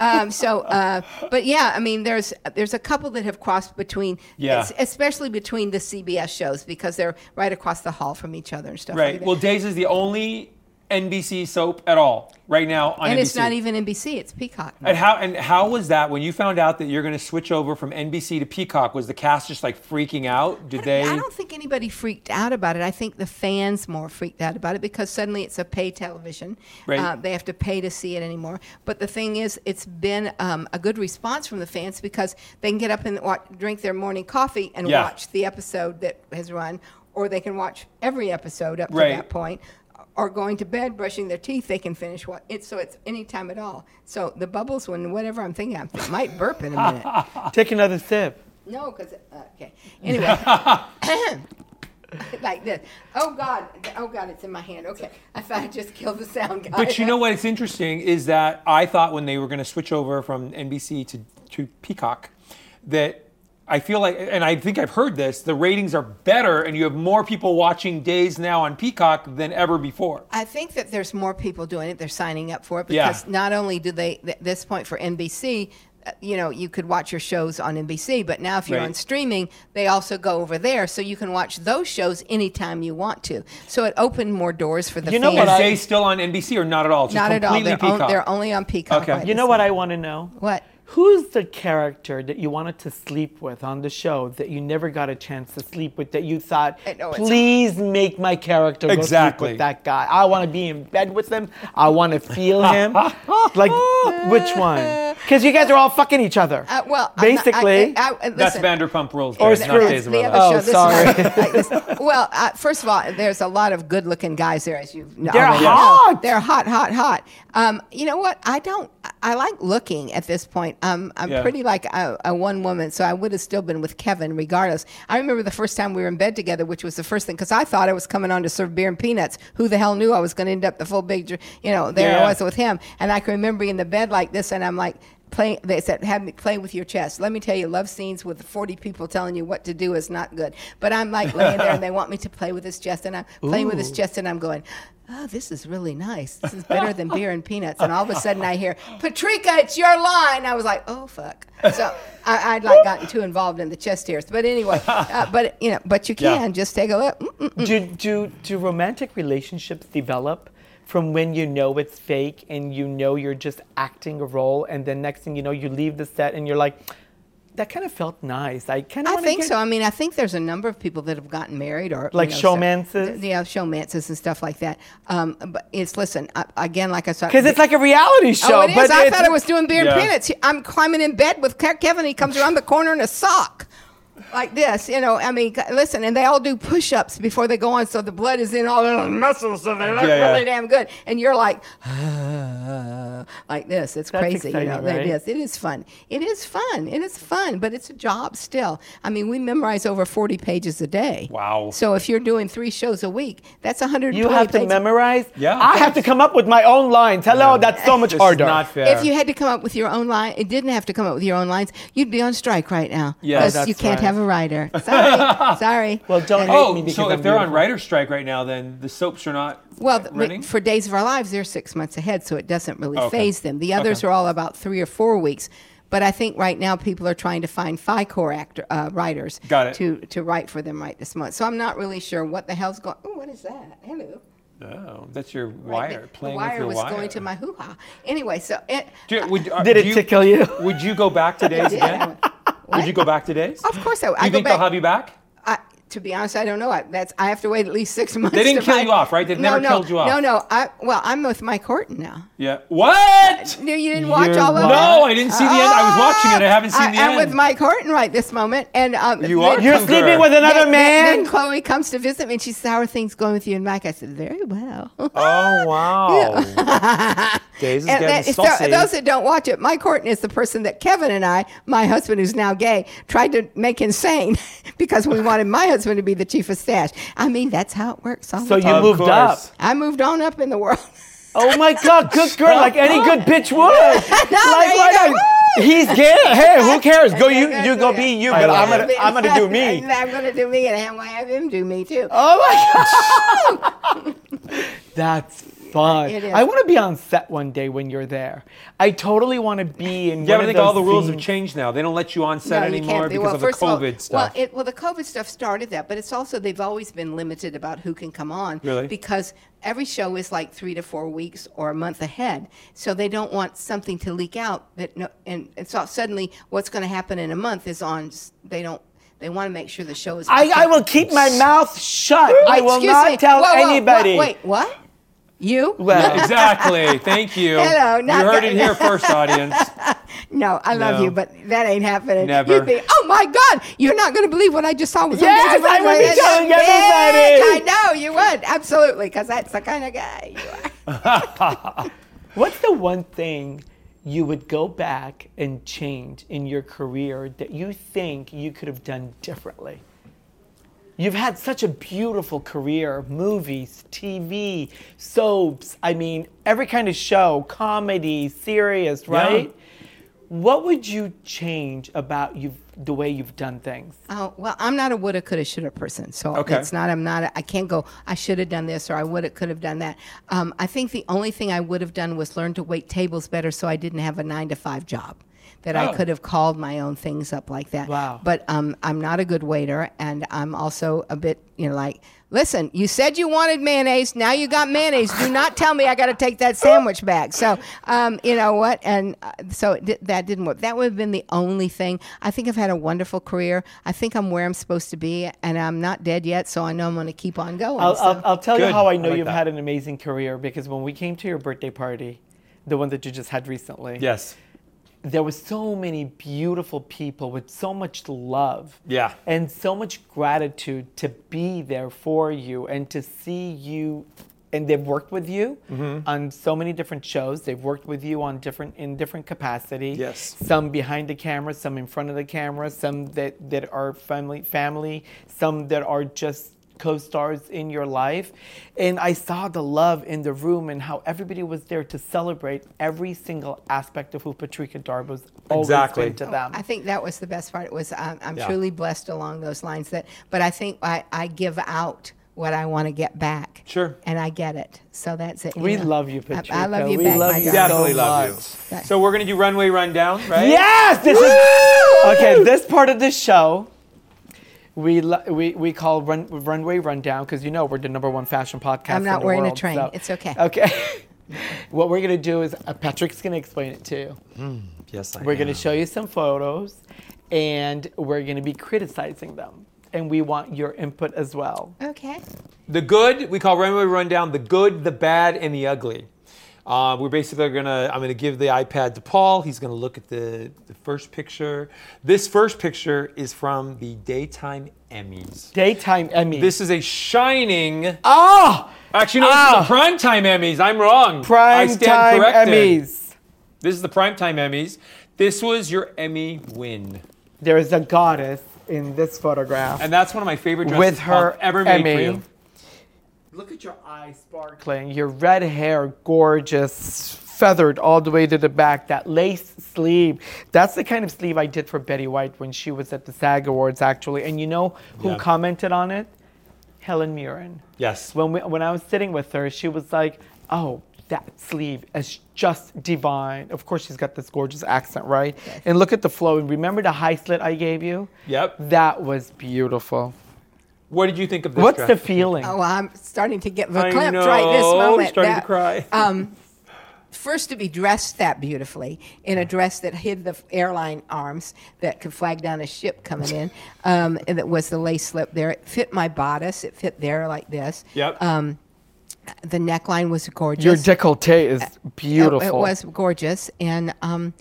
Speaker 3: um, so, uh, but yeah, I mean, there's there's a couple that have crossed between,
Speaker 1: Yeah.
Speaker 3: es- especially between the CBS shows because they're right across the hall from each other and stuff. Like
Speaker 1: Right.
Speaker 3: that.
Speaker 1: Well, Days is the only NBC soap at all right now on
Speaker 3: and
Speaker 1: NBC.
Speaker 3: it's not even NBC; it's Peacock.
Speaker 1: And how and how was that when you found out that you're going to switch over from NBC to Peacock? Was the cast just like freaking out? Did they?
Speaker 3: I don't think anybody freaked out about it. I think the fans more freaked out about it because suddenly it's a pay television.
Speaker 1: Right.
Speaker 3: Uh, they have to pay to see it anymore. But the thing is, it's been um, a good response from the fans because they can get up and wa- drink their morning coffee and
Speaker 1: Yeah.
Speaker 3: watch the episode that has run, or they can watch every episode up
Speaker 1: Right.
Speaker 3: to that point. uh, Or going to bed, brushing their teeth, they can finish what it's so it's any time at all. So the bubbles, when whatever I'm thinking, I'm, I might burp in a minute.
Speaker 2: Take another sip.
Speaker 3: No, because okay. Anyway, like this. Oh God! Oh God! It's in my hand. Okay, I thought I just killed the sound guy.
Speaker 1: But you know what's interesting is that I thought when they were going to switch over from NBC to, to Peacock that I feel like, and I think I've heard this, the ratings are better and you have more people watching Days now on Peacock than ever before.
Speaker 3: I think that there's more people doing it. They're signing up for it
Speaker 1: Yeah.
Speaker 3: because not only do they at this point for NBC. uh, You know, you could watch your shows on NBC, but now if you're
Speaker 1: Right.
Speaker 3: on streaming, they also go over there, so you can watch those shows anytime you want to. So it opened more doors for the
Speaker 2: You know
Speaker 3: fans.
Speaker 2: what
Speaker 1: Is
Speaker 2: I-
Speaker 1: Days still on NBC or not at all? Just
Speaker 3: Not at all.
Speaker 1: completely
Speaker 3: They're, on,
Speaker 1: Peacock.
Speaker 3: they're only on Peacock.
Speaker 1: Okay.
Speaker 3: right
Speaker 1: I
Speaker 2: You know
Speaker 3: this
Speaker 2: what I want to know?
Speaker 3: What?
Speaker 2: Who's the character that you wanted to sleep with on the show that you never got a chance to sleep with that you thought,
Speaker 3: I know it's-
Speaker 2: please make my character go
Speaker 1: Exactly.
Speaker 2: sleep with that guy? I want to be in bed with him. I want to feel him. like, which one? Because you guys are all fucking each other.
Speaker 3: Uh, well, I'm not- I-
Speaker 2: basically.
Speaker 3: I- I-
Speaker 1: That's
Speaker 3: listen.
Speaker 1: Vanderpump Rules.
Speaker 2: Or
Speaker 1: Days, not
Speaker 2: Scrooge.
Speaker 1: Days of
Speaker 3: The
Speaker 1: Our
Speaker 3: other
Speaker 1: Lives.
Speaker 2: Oh,
Speaker 3: show, this is
Speaker 2: sorry.
Speaker 3: like- like this. Well, uh, first of all, there's a lot of good-looking guys there, as you know. Oh,
Speaker 2: They're hot.
Speaker 3: They're hot, hot, hot. Um, you know what? I don't. I- I like looking at this point. Um, I'm
Speaker 1: Yeah.
Speaker 3: pretty like a, a one woman, so I would have still been with Kevin regardless. I remember the first time we were in bed together, which was the first thing because I thought I was coming on to serve beer and peanuts. Who the hell knew I was going to end up the full big? dr- You know, there
Speaker 1: Yeah.
Speaker 3: I was with him, and I can remember being in the bed like this, and I'm like. Play, they said, have me play with your chest. Let me tell you, love scenes with 40 people telling you what to do is not good. But I'm like laying there and they want me to play with his chest, and I'm playing with his chest, and I'm going, oh, this is really nice. This is better than beer and peanuts. And all of a sudden I hear, Patrika, it's your line. I was like, oh, fuck. So I, I'd like gotten too involved in the chest hairs. But anyway, uh, but you know, but you
Speaker 1: Yeah.
Speaker 3: can just take a look. Mm. Mm-mm.
Speaker 2: do, do, do romantic relationships develop from when you know it's fake and you know you're just acting a role and then next thing you know you leave the set and you're like that kind of felt nice. I kind of
Speaker 3: I think so. I mean, I think there's a number of people that have gotten married or
Speaker 2: Like
Speaker 3: so-
Speaker 2: showmances?
Speaker 3: yeah, showmances and stuff like that. Um, but it's listen I, again, like I said,
Speaker 2: because it's like a reality show.
Speaker 3: Oh, it is.
Speaker 2: but
Speaker 3: I
Speaker 2: it's-
Speaker 3: thought I was doing beer
Speaker 1: Yeah.
Speaker 3: and peanuts. I'm climbing in bed with Ke- Kevin. He comes around the corner in a sock. Like this, you know. I mean, g- listen, and they all do push-ups before they go on, so the blood is in all their little muscles, so they look
Speaker 1: Yeah, yeah.
Speaker 3: really damn good. And you're like, like this. It's
Speaker 2: That's
Speaker 3: crazy, you know.
Speaker 2: exciting,
Speaker 3: It
Speaker 2: right?
Speaker 3: is. It is fun. It is fun. It is fun, but it's a job still. I mean, we memorize over 40 pages a day.
Speaker 1: Wow.
Speaker 3: So if you're doing three shows a week, that's 120
Speaker 2: You have to
Speaker 3: pages.
Speaker 2: memorize.
Speaker 1: Yeah.
Speaker 2: I have to come up with my own lines. Hello, that's so much
Speaker 1: This is
Speaker 2: harder.
Speaker 1: not fair.
Speaker 3: If you had to come up with your own line, it didn't have to come up with your own lines. You'd be on strike right now.
Speaker 1: Yeah,
Speaker 3: because
Speaker 2: that's
Speaker 3: you can't
Speaker 2: right.
Speaker 3: have a writer. Sorry, sorry.
Speaker 2: Well, don't hate me
Speaker 1: Oh,
Speaker 2: because
Speaker 1: so
Speaker 2: I'm
Speaker 1: if they're on
Speaker 2: beautiful.
Speaker 1: writer's strike right now, then the soaps are not
Speaker 3: Well, th-
Speaker 1: Oh, running.
Speaker 3: for Days of Our Lives, they're six months ahead, so it doesn't really
Speaker 1: Okay.
Speaker 3: phase them. The others
Speaker 1: Okay.
Speaker 3: are all about three or four weeks. But I think right now people are trying to find FICOR actor, uh, writers
Speaker 1: Got it.
Speaker 3: to to write for them right this month. So I'm not really sure what the hell's going. Oh, what is that? Hello.
Speaker 1: oh, that's your
Speaker 3: Right,
Speaker 1: wire
Speaker 3: the-
Speaker 1: playing
Speaker 3: the wire
Speaker 1: with your
Speaker 3: was
Speaker 1: wire.
Speaker 3: going to my hoo ha. Anyway, so it,
Speaker 1: Do you- would- are-
Speaker 2: Did
Speaker 1: do
Speaker 2: it tickle you?
Speaker 1: Would you go back to days
Speaker 3: did.
Speaker 1: again? Would you go back to days?
Speaker 3: Of course I would.
Speaker 1: Do
Speaker 3: I
Speaker 1: you
Speaker 3: go
Speaker 1: think they'll
Speaker 3: back-
Speaker 1: have you back?
Speaker 3: I, to be honest, I don't know. I, that's I have to wait at least six months.
Speaker 1: They didn't
Speaker 3: to
Speaker 1: kill
Speaker 3: find-
Speaker 1: you off, right? They've
Speaker 3: no,
Speaker 1: never
Speaker 3: no,
Speaker 1: killed you off.
Speaker 3: No, no. I, well, I'm with Mike Horton now.
Speaker 1: Yeah. What?
Speaker 3: No, you didn't watch
Speaker 2: You're
Speaker 3: all of
Speaker 2: lying.
Speaker 3: it. Oh,
Speaker 1: No, I didn't see the end. I was watching it. I haven't seen
Speaker 3: I,
Speaker 1: the
Speaker 3: I'm
Speaker 1: end.
Speaker 3: with Mike Horton right this moment, and um,
Speaker 1: You
Speaker 3: then-
Speaker 1: are?
Speaker 2: You're
Speaker 1: Hunger.
Speaker 2: sleeping with
Speaker 3: Then,
Speaker 2: another
Speaker 3: then-
Speaker 2: man.
Speaker 3: then Chloe comes to visit me, and she says, "How are things going with you and Mike?" I said, "Very well."
Speaker 1: Oh wow. Days is
Speaker 3: And
Speaker 1: getting
Speaker 3: that, so
Speaker 1: saucy.
Speaker 3: those that don't watch it, Mike Horton is the person that Kevin and I, my husband who's now gay, tried to make insane because we wanted my husband to be the chief of staff. I mean, that's how it works. All
Speaker 2: So
Speaker 3: the
Speaker 2: you
Speaker 3: time.
Speaker 1: Of
Speaker 2: moved up.
Speaker 1: course.
Speaker 3: I moved on up in the world.
Speaker 2: Oh my God, good girl, like any good bitch would. like,
Speaker 3: there you
Speaker 2: why
Speaker 3: go.
Speaker 2: not? He's gay. Hey, who cares? Go, you,
Speaker 3: Okay,
Speaker 2: you
Speaker 3: good,
Speaker 2: go
Speaker 3: good.
Speaker 2: be you,
Speaker 1: I
Speaker 2: but
Speaker 1: love
Speaker 2: I'm gonna,
Speaker 1: it.
Speaker 2: I'm gonna do me.
Speaker 3: I'm gonna do me, and I'm gonna have him do me too.
Speaker 2: Oh my God. That's fun.
Speaker 3: It is.
Speaker 2: I want to be on set one day when you're there. I totally want to be in.
Speaker 1: Yeah, but
Speaker 2: one
Speaker 1: I
Speaker 2: of
Speaker 1: think all the
Speaker 2: those
Speaker 1: rules have
Speaker 2: scenes.
Speaker 1: changed now. They don't let you on set
Speaker 3: No, you
Speaker 1: anymore
Speaker 3: can't be.
Speaker 1: because
Speaker 3: well,
Speaker 1: of the
Speaker 3: first of
Speaker 1: COVID
Speaker 3: all,
Speaker 1: stuff.
Speaker 3: Well, it, well, the COVID stuff started that, but it's also they've always been limited about who can come on.
Speaker 1: Really?
Speaker 3: Because every show is like three to four weeks or a month ahead, so they don't want something to leak out. That no, and, and so suddenly, what's going to happen in a month is on. s- They don't. They want to make sure the show is.
Speaker 2: I, I will keep my mouth shut. I
Speaker 3: Wait,
Speaker 2: will
Speaker 3: excuse
Speaker 2: not
Speaker 3: me.
Speaker 2: tell
Speaker 3: Whoa, whoa, wha-
Speaker 2: anybody.
Speaker 3: Wait, what? You?
Speaker 2: Well,
Speaker 1: exactly. Thank you.
Speaker 3: Hello,
Speaker 1: You
Speaker 3: not
Speaker 1: heard
Speaker 3: that-
Speaker 1: it here first, audience.
Speaker 3: No, I love
Speaker 1: No.
Speaker 3: you, but that ain't happening.
Speaker 1: Never.
Speaker 3: You'd be, oh my God, you're not going to believe what I just saw with
Speaker 2: Yes,
Speaker 3: some days of
Speaker 2: I would be
Speaker 3: Runaway.
Speaker 2: telling
Speaker 3: Yes,
Speaker 2: everybody.
Speaker 3: I know you would absolutely, because that's the kind of guy you are.
Speaker 2: What's the one thing you would go back and change in your career that you think you could have done differently? You've had such a beautiful career movies, TV, soaps, I mean, every kind of show, comedy, serious, right? What would you change about you the way you've done things?
Speaker 3: Oh well, I'm not a woulda, coulda, shoulda person, so
Speaker 1: Okay.
Speaker 3: it's not. I'm not. A, I can't go. I should have done this, or I woulda, could have done that. Um, I think the only thing I would have done was learn to wait tables better, so I didn't have a nine to five job. That
Speaker 1: Oh.
Speaker 3: I could have called my own things up like that.
Speaker 2: Wow.
Speaker 3: But um, I'm not a good waiter, and I'm also a bit, you know, like, listen, you said you wanted mayonnaise, now you got mayonnaise. Do not tell me I got to take that sandwich back. So, um, you know what? And uh, so it di- that didn't work. That would have been the only thing. I think I've had a wonderful career. I think I'm where I'm supposed to be, and I'm not dead yet, so I know I'm going to keep on going.
Speaker 2: I'll,
Speaker 3: so.
Speaker 2: I'll, I'll tell
Speaker 1: Good.
Speaker 2: you how I
Speaker 1: I
Speaker 2: know
Speaker 1: like
Speaker 2: you've
Speaker 1: that.
Speaker 2: had an amazing career because when we came to your birthday party, the one that you just had recently,
Speaker 1: Yes.
Speaker 2: there were so many beautiful people with so much love
Speaker 1: Yeah.
Speaker 2: and so much gratitude to be there for you and to see you and they've worked with you
Speaker 1: Mm-hmm.
Speaker 2: on so many different shows they've worked with you on different in different capacity
Speaker 1: Yes.
Speaker 2: some behind the camera some in front of the camera some that that are family family some that are just co-stars in your life and i saw the love in the room and how everybody was there to celebrate every single aspect of who patricia darbo's always
Speaker 1: Exactly.
Speaker 2: been to them
Speaker 3: Oh, I think that was the best part. It was um, I'm
Speaker 1: Yeah.
Speaker 3: truly blessed along those lines. That, but I think I, I give out what I want to get back.
Speaker 1: Sure.
Speaker 3: And I get it. So that's it.
Speaker 2: we
Speaker 3: know.
Speaker 2: love you
Speaker 3: I-
Speaker 2: patricia
Speaker 3: I, love you
Speaker 2: we
Speaker 3: back.
Speaker 2: love
Speaker 3: Oh my
Speaker 2: you
Speaker 3: darling.
Speaker 1: Definitely
Speaker 2: so
Speaker 1: love
Speaker 2: much.
Speaker 1: you. So we're gonna do runway rundown, right?
Speaker 2: Yes, this is okay. This part of the show, we lo- we we call run, runway rundown because you know we're the number one fashion podcast.
Speaker 3: I'm not
Speaker 2: in the
Speaker 3: wearing a
Speaker 2: world,
Speaker 3: train.
Speaker 2: so-
Speaker 3: It's okay.
Speaker 2: Okay. what we're gonna do is uh, Patrick's gonna explain it to you.
Speaker 1: Yes, I
Speaker 2: We're gonna
Speaker 1: am.
Speaker 2: show you some photos, and we're going to be criticizing them. And we want your input as well.
Speaker 3: Okay.
Speaker 1: The good we call runway rundown. The good, the bad, and the ugly. Uh, we're basically gonna. I'm gonna give the iPad to Paul. He's gonna look at the, the first picture. This first picture is from the daytime Emmys.
Speaker 2: Daytime Emmy.
Speaker 1: This is a shining.
Speaker 2: oh,
Speaker 1: Actually, no,
Speaker 2: Ah.
Speaker 1: this is the primetime Emmys. I'm wrong. I
Speaker 2: prime
Speaker 1: stand
Speaker 2: time
Speaker 1: corrected.
Speaker 2: Emmys.
Speaker 1: This is the primetime Emmys. This was your Emmy win.
Speaker 2: There is a goddess in this photograph
Speaker 1: And that's one of my favorite dresses
Speaker 2: with her
Speaker 1: Paul, ever made
Speaker 2: Emmy.
Speaker 1: for you.
Speaker 2: Look at your eyes sparkling. Your red hair, gorgeous, feathered all the way to the back. That lace sleeve. That's the kind of sleeve I did for Betty White when she was at the SAG Awards, actually. And you know who
Speaker 1: Yeah.
Speaker 2: commented on it? Helen Mirren.
Speaker 1: Yes.
Speaker 2: When we, when I was sitting with her, she was like, "Oh, that sleeve is just divine." Of course, she's got this gorgeous accent, right? And look at the flow. And remember the high slit I gave you?
Speaker 1: Yep.
Speaker 2: That was beautiful.
Speaker 1: What did you think of this?
Speaker 2: What's
Speaker 1: dress?
Speaker 2: the feeling?
Speaker 3: Oh, well, I'm starting to get
Speaker 1: I
Speaker 3: verklempt right this
Speaker 1: know, I'm
Speaker 3: moment.
Speaker 1: starting
Speaker 3: That-
Speaker 1: to cry.
Speaker 3: Um, first to be dressed that beautifully in a dress that hid the airline arms that could flag down a ship coming in, um, and that was the lace slip there. It fit my bodice. It fit there like this.
Speaker 2: Uh,
Speaker 1: Yep.
Speaker 3: Um, the neckline was gorgeous.
Speaker 2: Your
Speaker 3: It-
Speaker 2: décolleté is beautiful.
Speaker 3: It, was gorgeous, and um,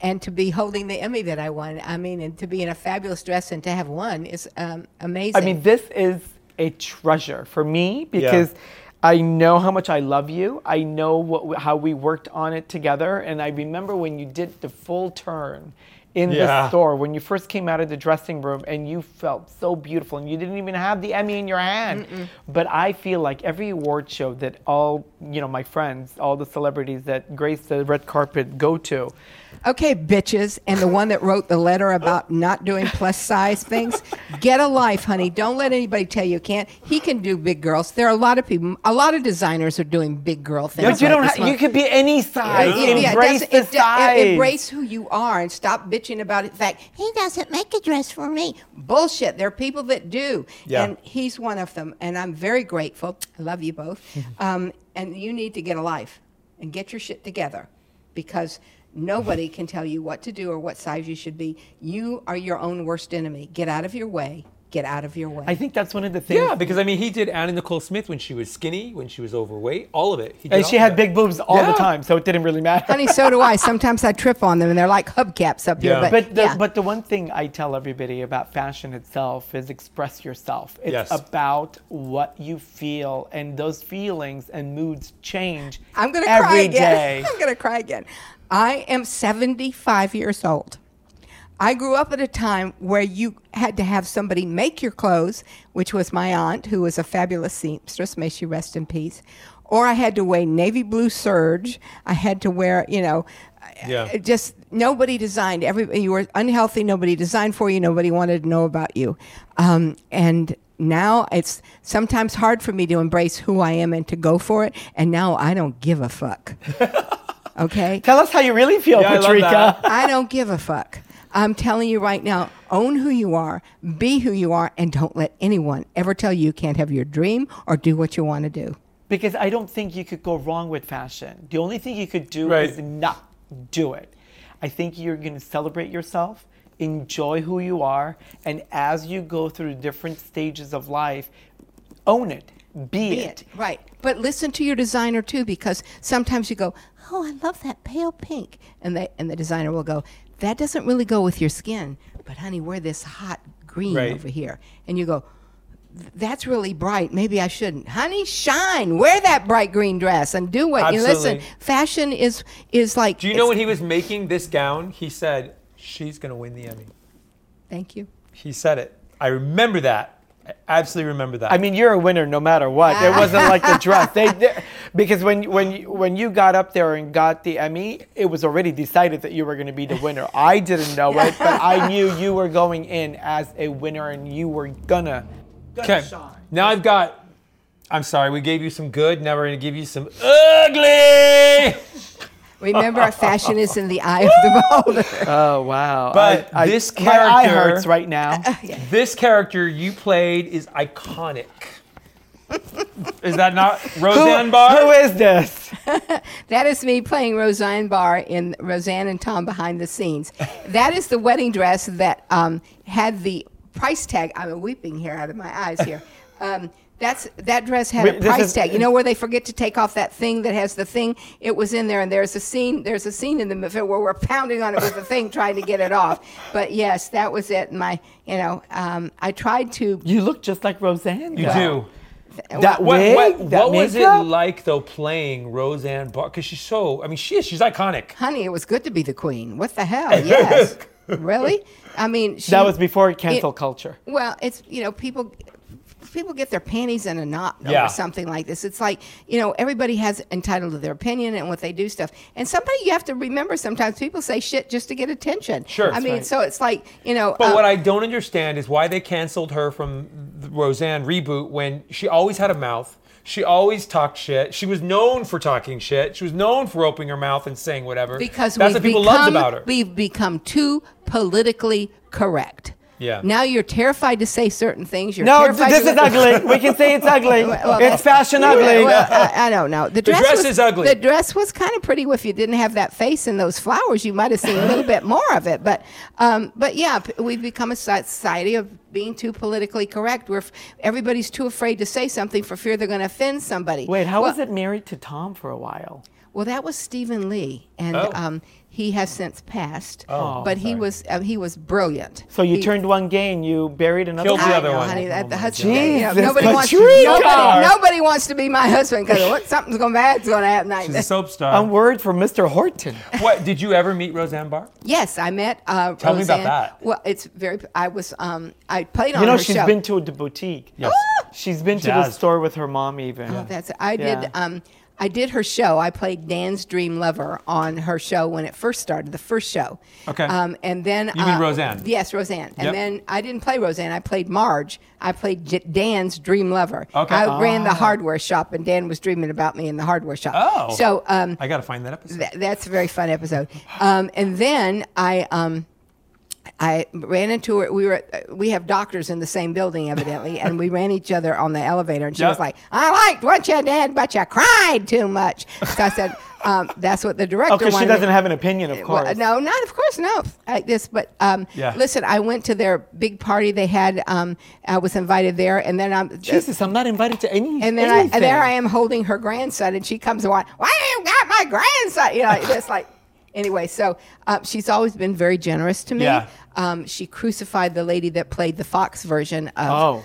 Speaker 3: and to be holding the Emmy that I won. I mean, and to be in a fabulous dress and to have won is um, amazing.
Speaker 2: I mean, this is a treasure for me because I know how much I love you. I know what, how we worked on it together, and I remember when you did the full turn in
Speaker 1: Yeah.
Speaker 2: the store when you first came out of the dressing room and you felt so beautiful and you didn't even have the Emmy in your hand. But I feel like every award show that all, you know, my friends, all the celebrities that grace the red carpet go to,
Speaker 3: Okay, bitches, and the one that wrote the letter about not doing plus size things, get a life, honey. Don't let anybody tell you can't. He can do big girls. There are a lot of people, a lot of designers are doing big girl things.
Speaker 2: but you
Speaker 3: right
Speaker 2: don't
Speaker 3: this
Speaker 2: have,
Speaker 3: month.
Speaker 2: you could be any size.
Speaker 3: Yeah, it
Speaker 2: embrace
Speaker 3: doesn't-
Speaker 2: the
Speaker 3: it do-
Speaker 2: size.
Speaker 3: Embrace who you are and stop bitching about it. Fact, he doesn't make a dress for me. Bullshit. There are people that do,
Speaker 1: Yeah.
Speaker 3: and he's one of them. And I'm very grateful. I love you both. um, and you need to get a life and get your shit together, because nobody can tell you what to do or what size you should be. You are your own worst enemy. Get out of your way. Get out of your way.
Speaker 2: I think that's one of the things.
Speaker 1: Yeah, because I mean, he did Anna Nicole Smith when she was skinny, when she was overweight, all of it. He did
Speaker 2: and
Speaker 1: all
Speaker 2: she
Speaker 1: of
Speaker 2: had
Speaker 1: it.
Speaker 2: big boobs all
Speaker 1: Yeah.
Speaker 2: the time, so it didn't really matter.
Speaker 3: Honey, so do I. Sometimes I trip on them, and they're like hubcaps up
Speaker 1: Yeah.
Speaker 3: here. But,
Speaker 2: But the,
Speaker 3: yeah.
Speaker 2: but the one thing I tell everybody about fashion itself is express yourself. It's
Speaker 1: Yes.
Speaker 2: about what you feel, and those feelings and moods change.
Speaker 3: I'm gonna cry
Speaker 2: every
Speaker 3: again.
Speaker 2: day.
Speaker 3: I'm gonna cry again. I am 75 years old. I grew up at a time where you had to have somebody make your clothes, which was my aunt, who was a fabulous seamstress. May she rest in peace. Or I had to wear navy blue serge. I had to wear, you know,
Speaker 1: Yeah.
Speaker 3: uh, just nobody designed. Everybody, you were unhealthy. Nobody designed for you. Nobody wanted to know about you. Um, and now it's sometimes hard for me to embrace who I am and to go for it. And now I don't give a fuck. Okay.
Speaker 2: Tell us how you really feel,
Speaker 1: Yeah, I love
Speaker 2: Patrika.
Speaker 3: I don't give a fuck. I'm telling you right now, own who you are, be who you are, and don't let anyone ever tell you you can't have your dream or do what you want to do.
Speaker 2: Because I don't think you could go wrong with fashion. The only thing you could do
Speaker 1: Right.
Speaker 2: is not do it. I think you're going to celebrate yourself, enjoy who you are, and as you go through different stages of life, own it, be,
Speaker 3: Be it. Right. But listen to your designer too, because sometimes you go, Oh, I love that pale pink. And they and the designer will go, That doesn't really go with your skin, but honey, wear this hot green
Speaker 1: Right.
Speaker 3: over here. And you go, "Th- that's really bright. Maybe I shouldn't. Honey, shine. Wear that bright green dress and do what you listen.
Speaker 1: Absolutely.
Speaker 3: Fashion is is like
Speaker 1: Do you know
Speaker 3: it's-
Speaker 1: when he was making this gown, he said, "She's gonna win the Emmy."
Speaker 3: Thank you.
Speaker 1: He said it. I remember that. I absolutely remember that.
Speaker 2: I mean, you're a winner no matter what. It wasn't like the dress. They, they- because when when you- when you got up there and got the Emmy, it was already decided that you were going to be the winner. I didn't know it, but I knew you were going in as a winner and you were gonna.
Speaker 1: okay. Now I've got. I'm sorry, we gave you some good. Now we're gonna give you some ugly.
Speaker 3: Remember, our fashion is in the eye of the beholder.
Speaker 2: Oh wow!
Speaker 1: But this
Speaker 2: my eye
Speaker 1: character-
Speaker 2: hurts right now.
Speaker 1: This character you played is iconic. Is that not
Speaker 2: Who-
Speaker 1: Roseanne Barr?
Speaker 2: Who is this?
Speaker 3: That is me playing Roseanne Barr in Roseanne and Tom Behind the Scenes. That is the wedding dress that um, had the price tag. I'm weeping here out of my eyes here. Um, that's that dress had
Speaker 2: Wait,
Speaker 3: a
Speaker 2: this
Speaker 3: price
Speaker 2: is-
Speaker 3: tag. You know where they forget to take off that thing that has the thing. It was in there, and there's a scene. There's a scene in the movie where we're pounding on it with the thing, trying to get it off. But yes, that was it. My, you know, um, I tried to.
Speaker 2: You look just like Roseanne.
Speaker 1: You
Speaker 2: though.
Speaker 1: do.
Speaker 2: That
Speaker 1: What,
Speaker 2: wig.
Speaker 1: what,
Speaker 2: that
Speaker 1: what was it
Speaker 2: makeup?
Speaker 1: like though playing Roseanne Barr? Because she's so, I mean, she is, she's iconic.
Speaker 3: Honey, it was good to be the queen. What the hell? Yes. really? I mean, she,
Speaker 2: That was before cancel
Speaker 3: It-
Speaker 2: culture.
Speaker 3: Well, it's you know people people get their panties in a knot
Speaker 1: Yeah.
Speaker 3: over something like this. It's like you know everybody has entitled to their opinion and what they do stuff. And somebody you have to remember sometimes people say shit just to get attention.
Speaker 1: Sure.
Speaker 3: I
Speaker 1: That's
Speaker 3: mean,
Speaker 1: right.
Speaker 3: so it's like you know.
Speaker 1: But
Speaker 3: um,
Speaker 1: what I don't understand is why they canceled her from the Roseanne reboot when she always had a mouth. She always talked shit. She was known for talking shit. She was known for opening her mouth and saying whatever.
Speaker 3: because
Speaker 1: that's
Speaker 3: we've
Speaker 1: what people
Speaker 3: become,
Speaker 1: loved about her.
Speaker 3: We've become too politically correct.
Speaker 1: Yeah.
Speaker 3: Now you're terrified to say certain things. You're
Speaker 2: No,
Speaker 3: terrified
Speaker 2: this
Speaker 3: to
Speaker 2: is
Speaker 3: look-
Speaker 2: ugly. We can say it's ugly.
Speaker 3: Well,
Speaker 2: it's
Speaker 3: that's-
Speaker 2: fashion ugly.
Speaker 3: Yeah, well, I, I don't know. The dress,
Speaker 1: dress
Speaker 3: was-
Speaker 1: is ugly.
Speaker 3: The dress was kind of pretty. If you didn't have that face and those flowers, you might have seen a little bit more of it. But, um, but yeah, p- we've become a soci- society of being too politically correct. Where f- everybody's too afraid to say something for fear they're going to offend somebody.
Speaker 2: Wait, how
Speaker 3: well,
Speaker 2: was it married to Tom for a while?
Speaker 3: Well, that was Stephen Lee, and
Speaker 1: Oh.
Speaker 3: um, he has since passed.
Speaker 1: Oh,
Speaker 3: but he was uh, he was brilliant.
Speaker 2: So you
Speaker 3: He-
Speaker 2: turned one gay and you buried another
Speaker 1: Killed the
Speaker 2: one? Oh
Speaker 1: other
Speaker 3: I know,
Speaker 1: one.
Speaker 3: honey. That, the husband,
Speaker 2: God.
Speaker 3: you know,
Speaker 2: Jesus,
Speaker 3: nobody, wants,
Speaker 2: Patrice!
Speaker 3: nobody, nobody wants to be my husband because what something's going bad's going to happen. Like
Speaker 1: She's a
Speaker 3: this.
Speaker 1: soap star.
Speaker 2: I'm worried for Mr. Horton.
Speaker 1: what did you ever meet Roseanne Barr?
Speaker 3: yes, I met. Uh,
Speaker 1: Tell me about
Speaker 3: Roseanne.
Speaker 1: that.
Speaker 3: Well, it's very. I was. Um, I played on
Speaker 2: You know,
Speaker 3: her
Speaker 2: she's
Speaker 3: show.
Speaker 2: been to the boutique.
Speaker 1: Yes.
Speaker 2: She's been to the
Speaker 1: Jazzed.
Speaker 2: store with her mom, even.
Speaker 3: Oh, that's. I
Speaker 2: Yeah.
Speaker 3: did. Um, I did her show. I played Dan's Dream Lover on her show when it first started, the first show.
Speaker 1: Okay.
Speaker 3: Um, and then
Speaker 1: You mean Roseanne?
Speaker 3: Yes, Roseanne. And
Speaker 1: Yep.
Speaker 3: then I didn't play Roseanne. I played Marge. I played J- Dan's Dream Lover.
Speaker 1: Okay. Ah.
Speaker 3: I ran the hardware shop, and Dan was dreaming about me in the hardware shop.
Speaker 1: Oh.
Speaker 3: So um,
Speaker 1: I got to find that episode.
Speaker 3: Th- that's a very fun episode. Um, and then I. Um, I ran into her. We were uh, we have doctors in the same building, evidently, and we ran each other on the elevator. And she
Speaker 1: Yep.
Speaker 3: was like, "I liked what you did, but you cried too much." So I said, um, "That's what the director."
Speaker 2: Okay, Oh, she
Speaker 3: wanted.
Speaker 2: doesn't have an opinion, of
Speaker 3: Well,
Speaker 2: course.
Speaker 3: no, not of course, no, like this. But um,
Speaker 1: Yeah.
Speaker 3: listen, I went to their big party they had. Um, I was invited there, and then I'm
Speaker 2: Jesus, I'm not invited to any.
Speaker 3: and then I, and there I am holding her grandson, and she comes and wants, why you got my grandson? You know, it's just like, anyway, so uh, she's always been very generous to me.
Speaker 1: Yeah.
Speaker 3: Um, she crucified the lady that played the Fox version of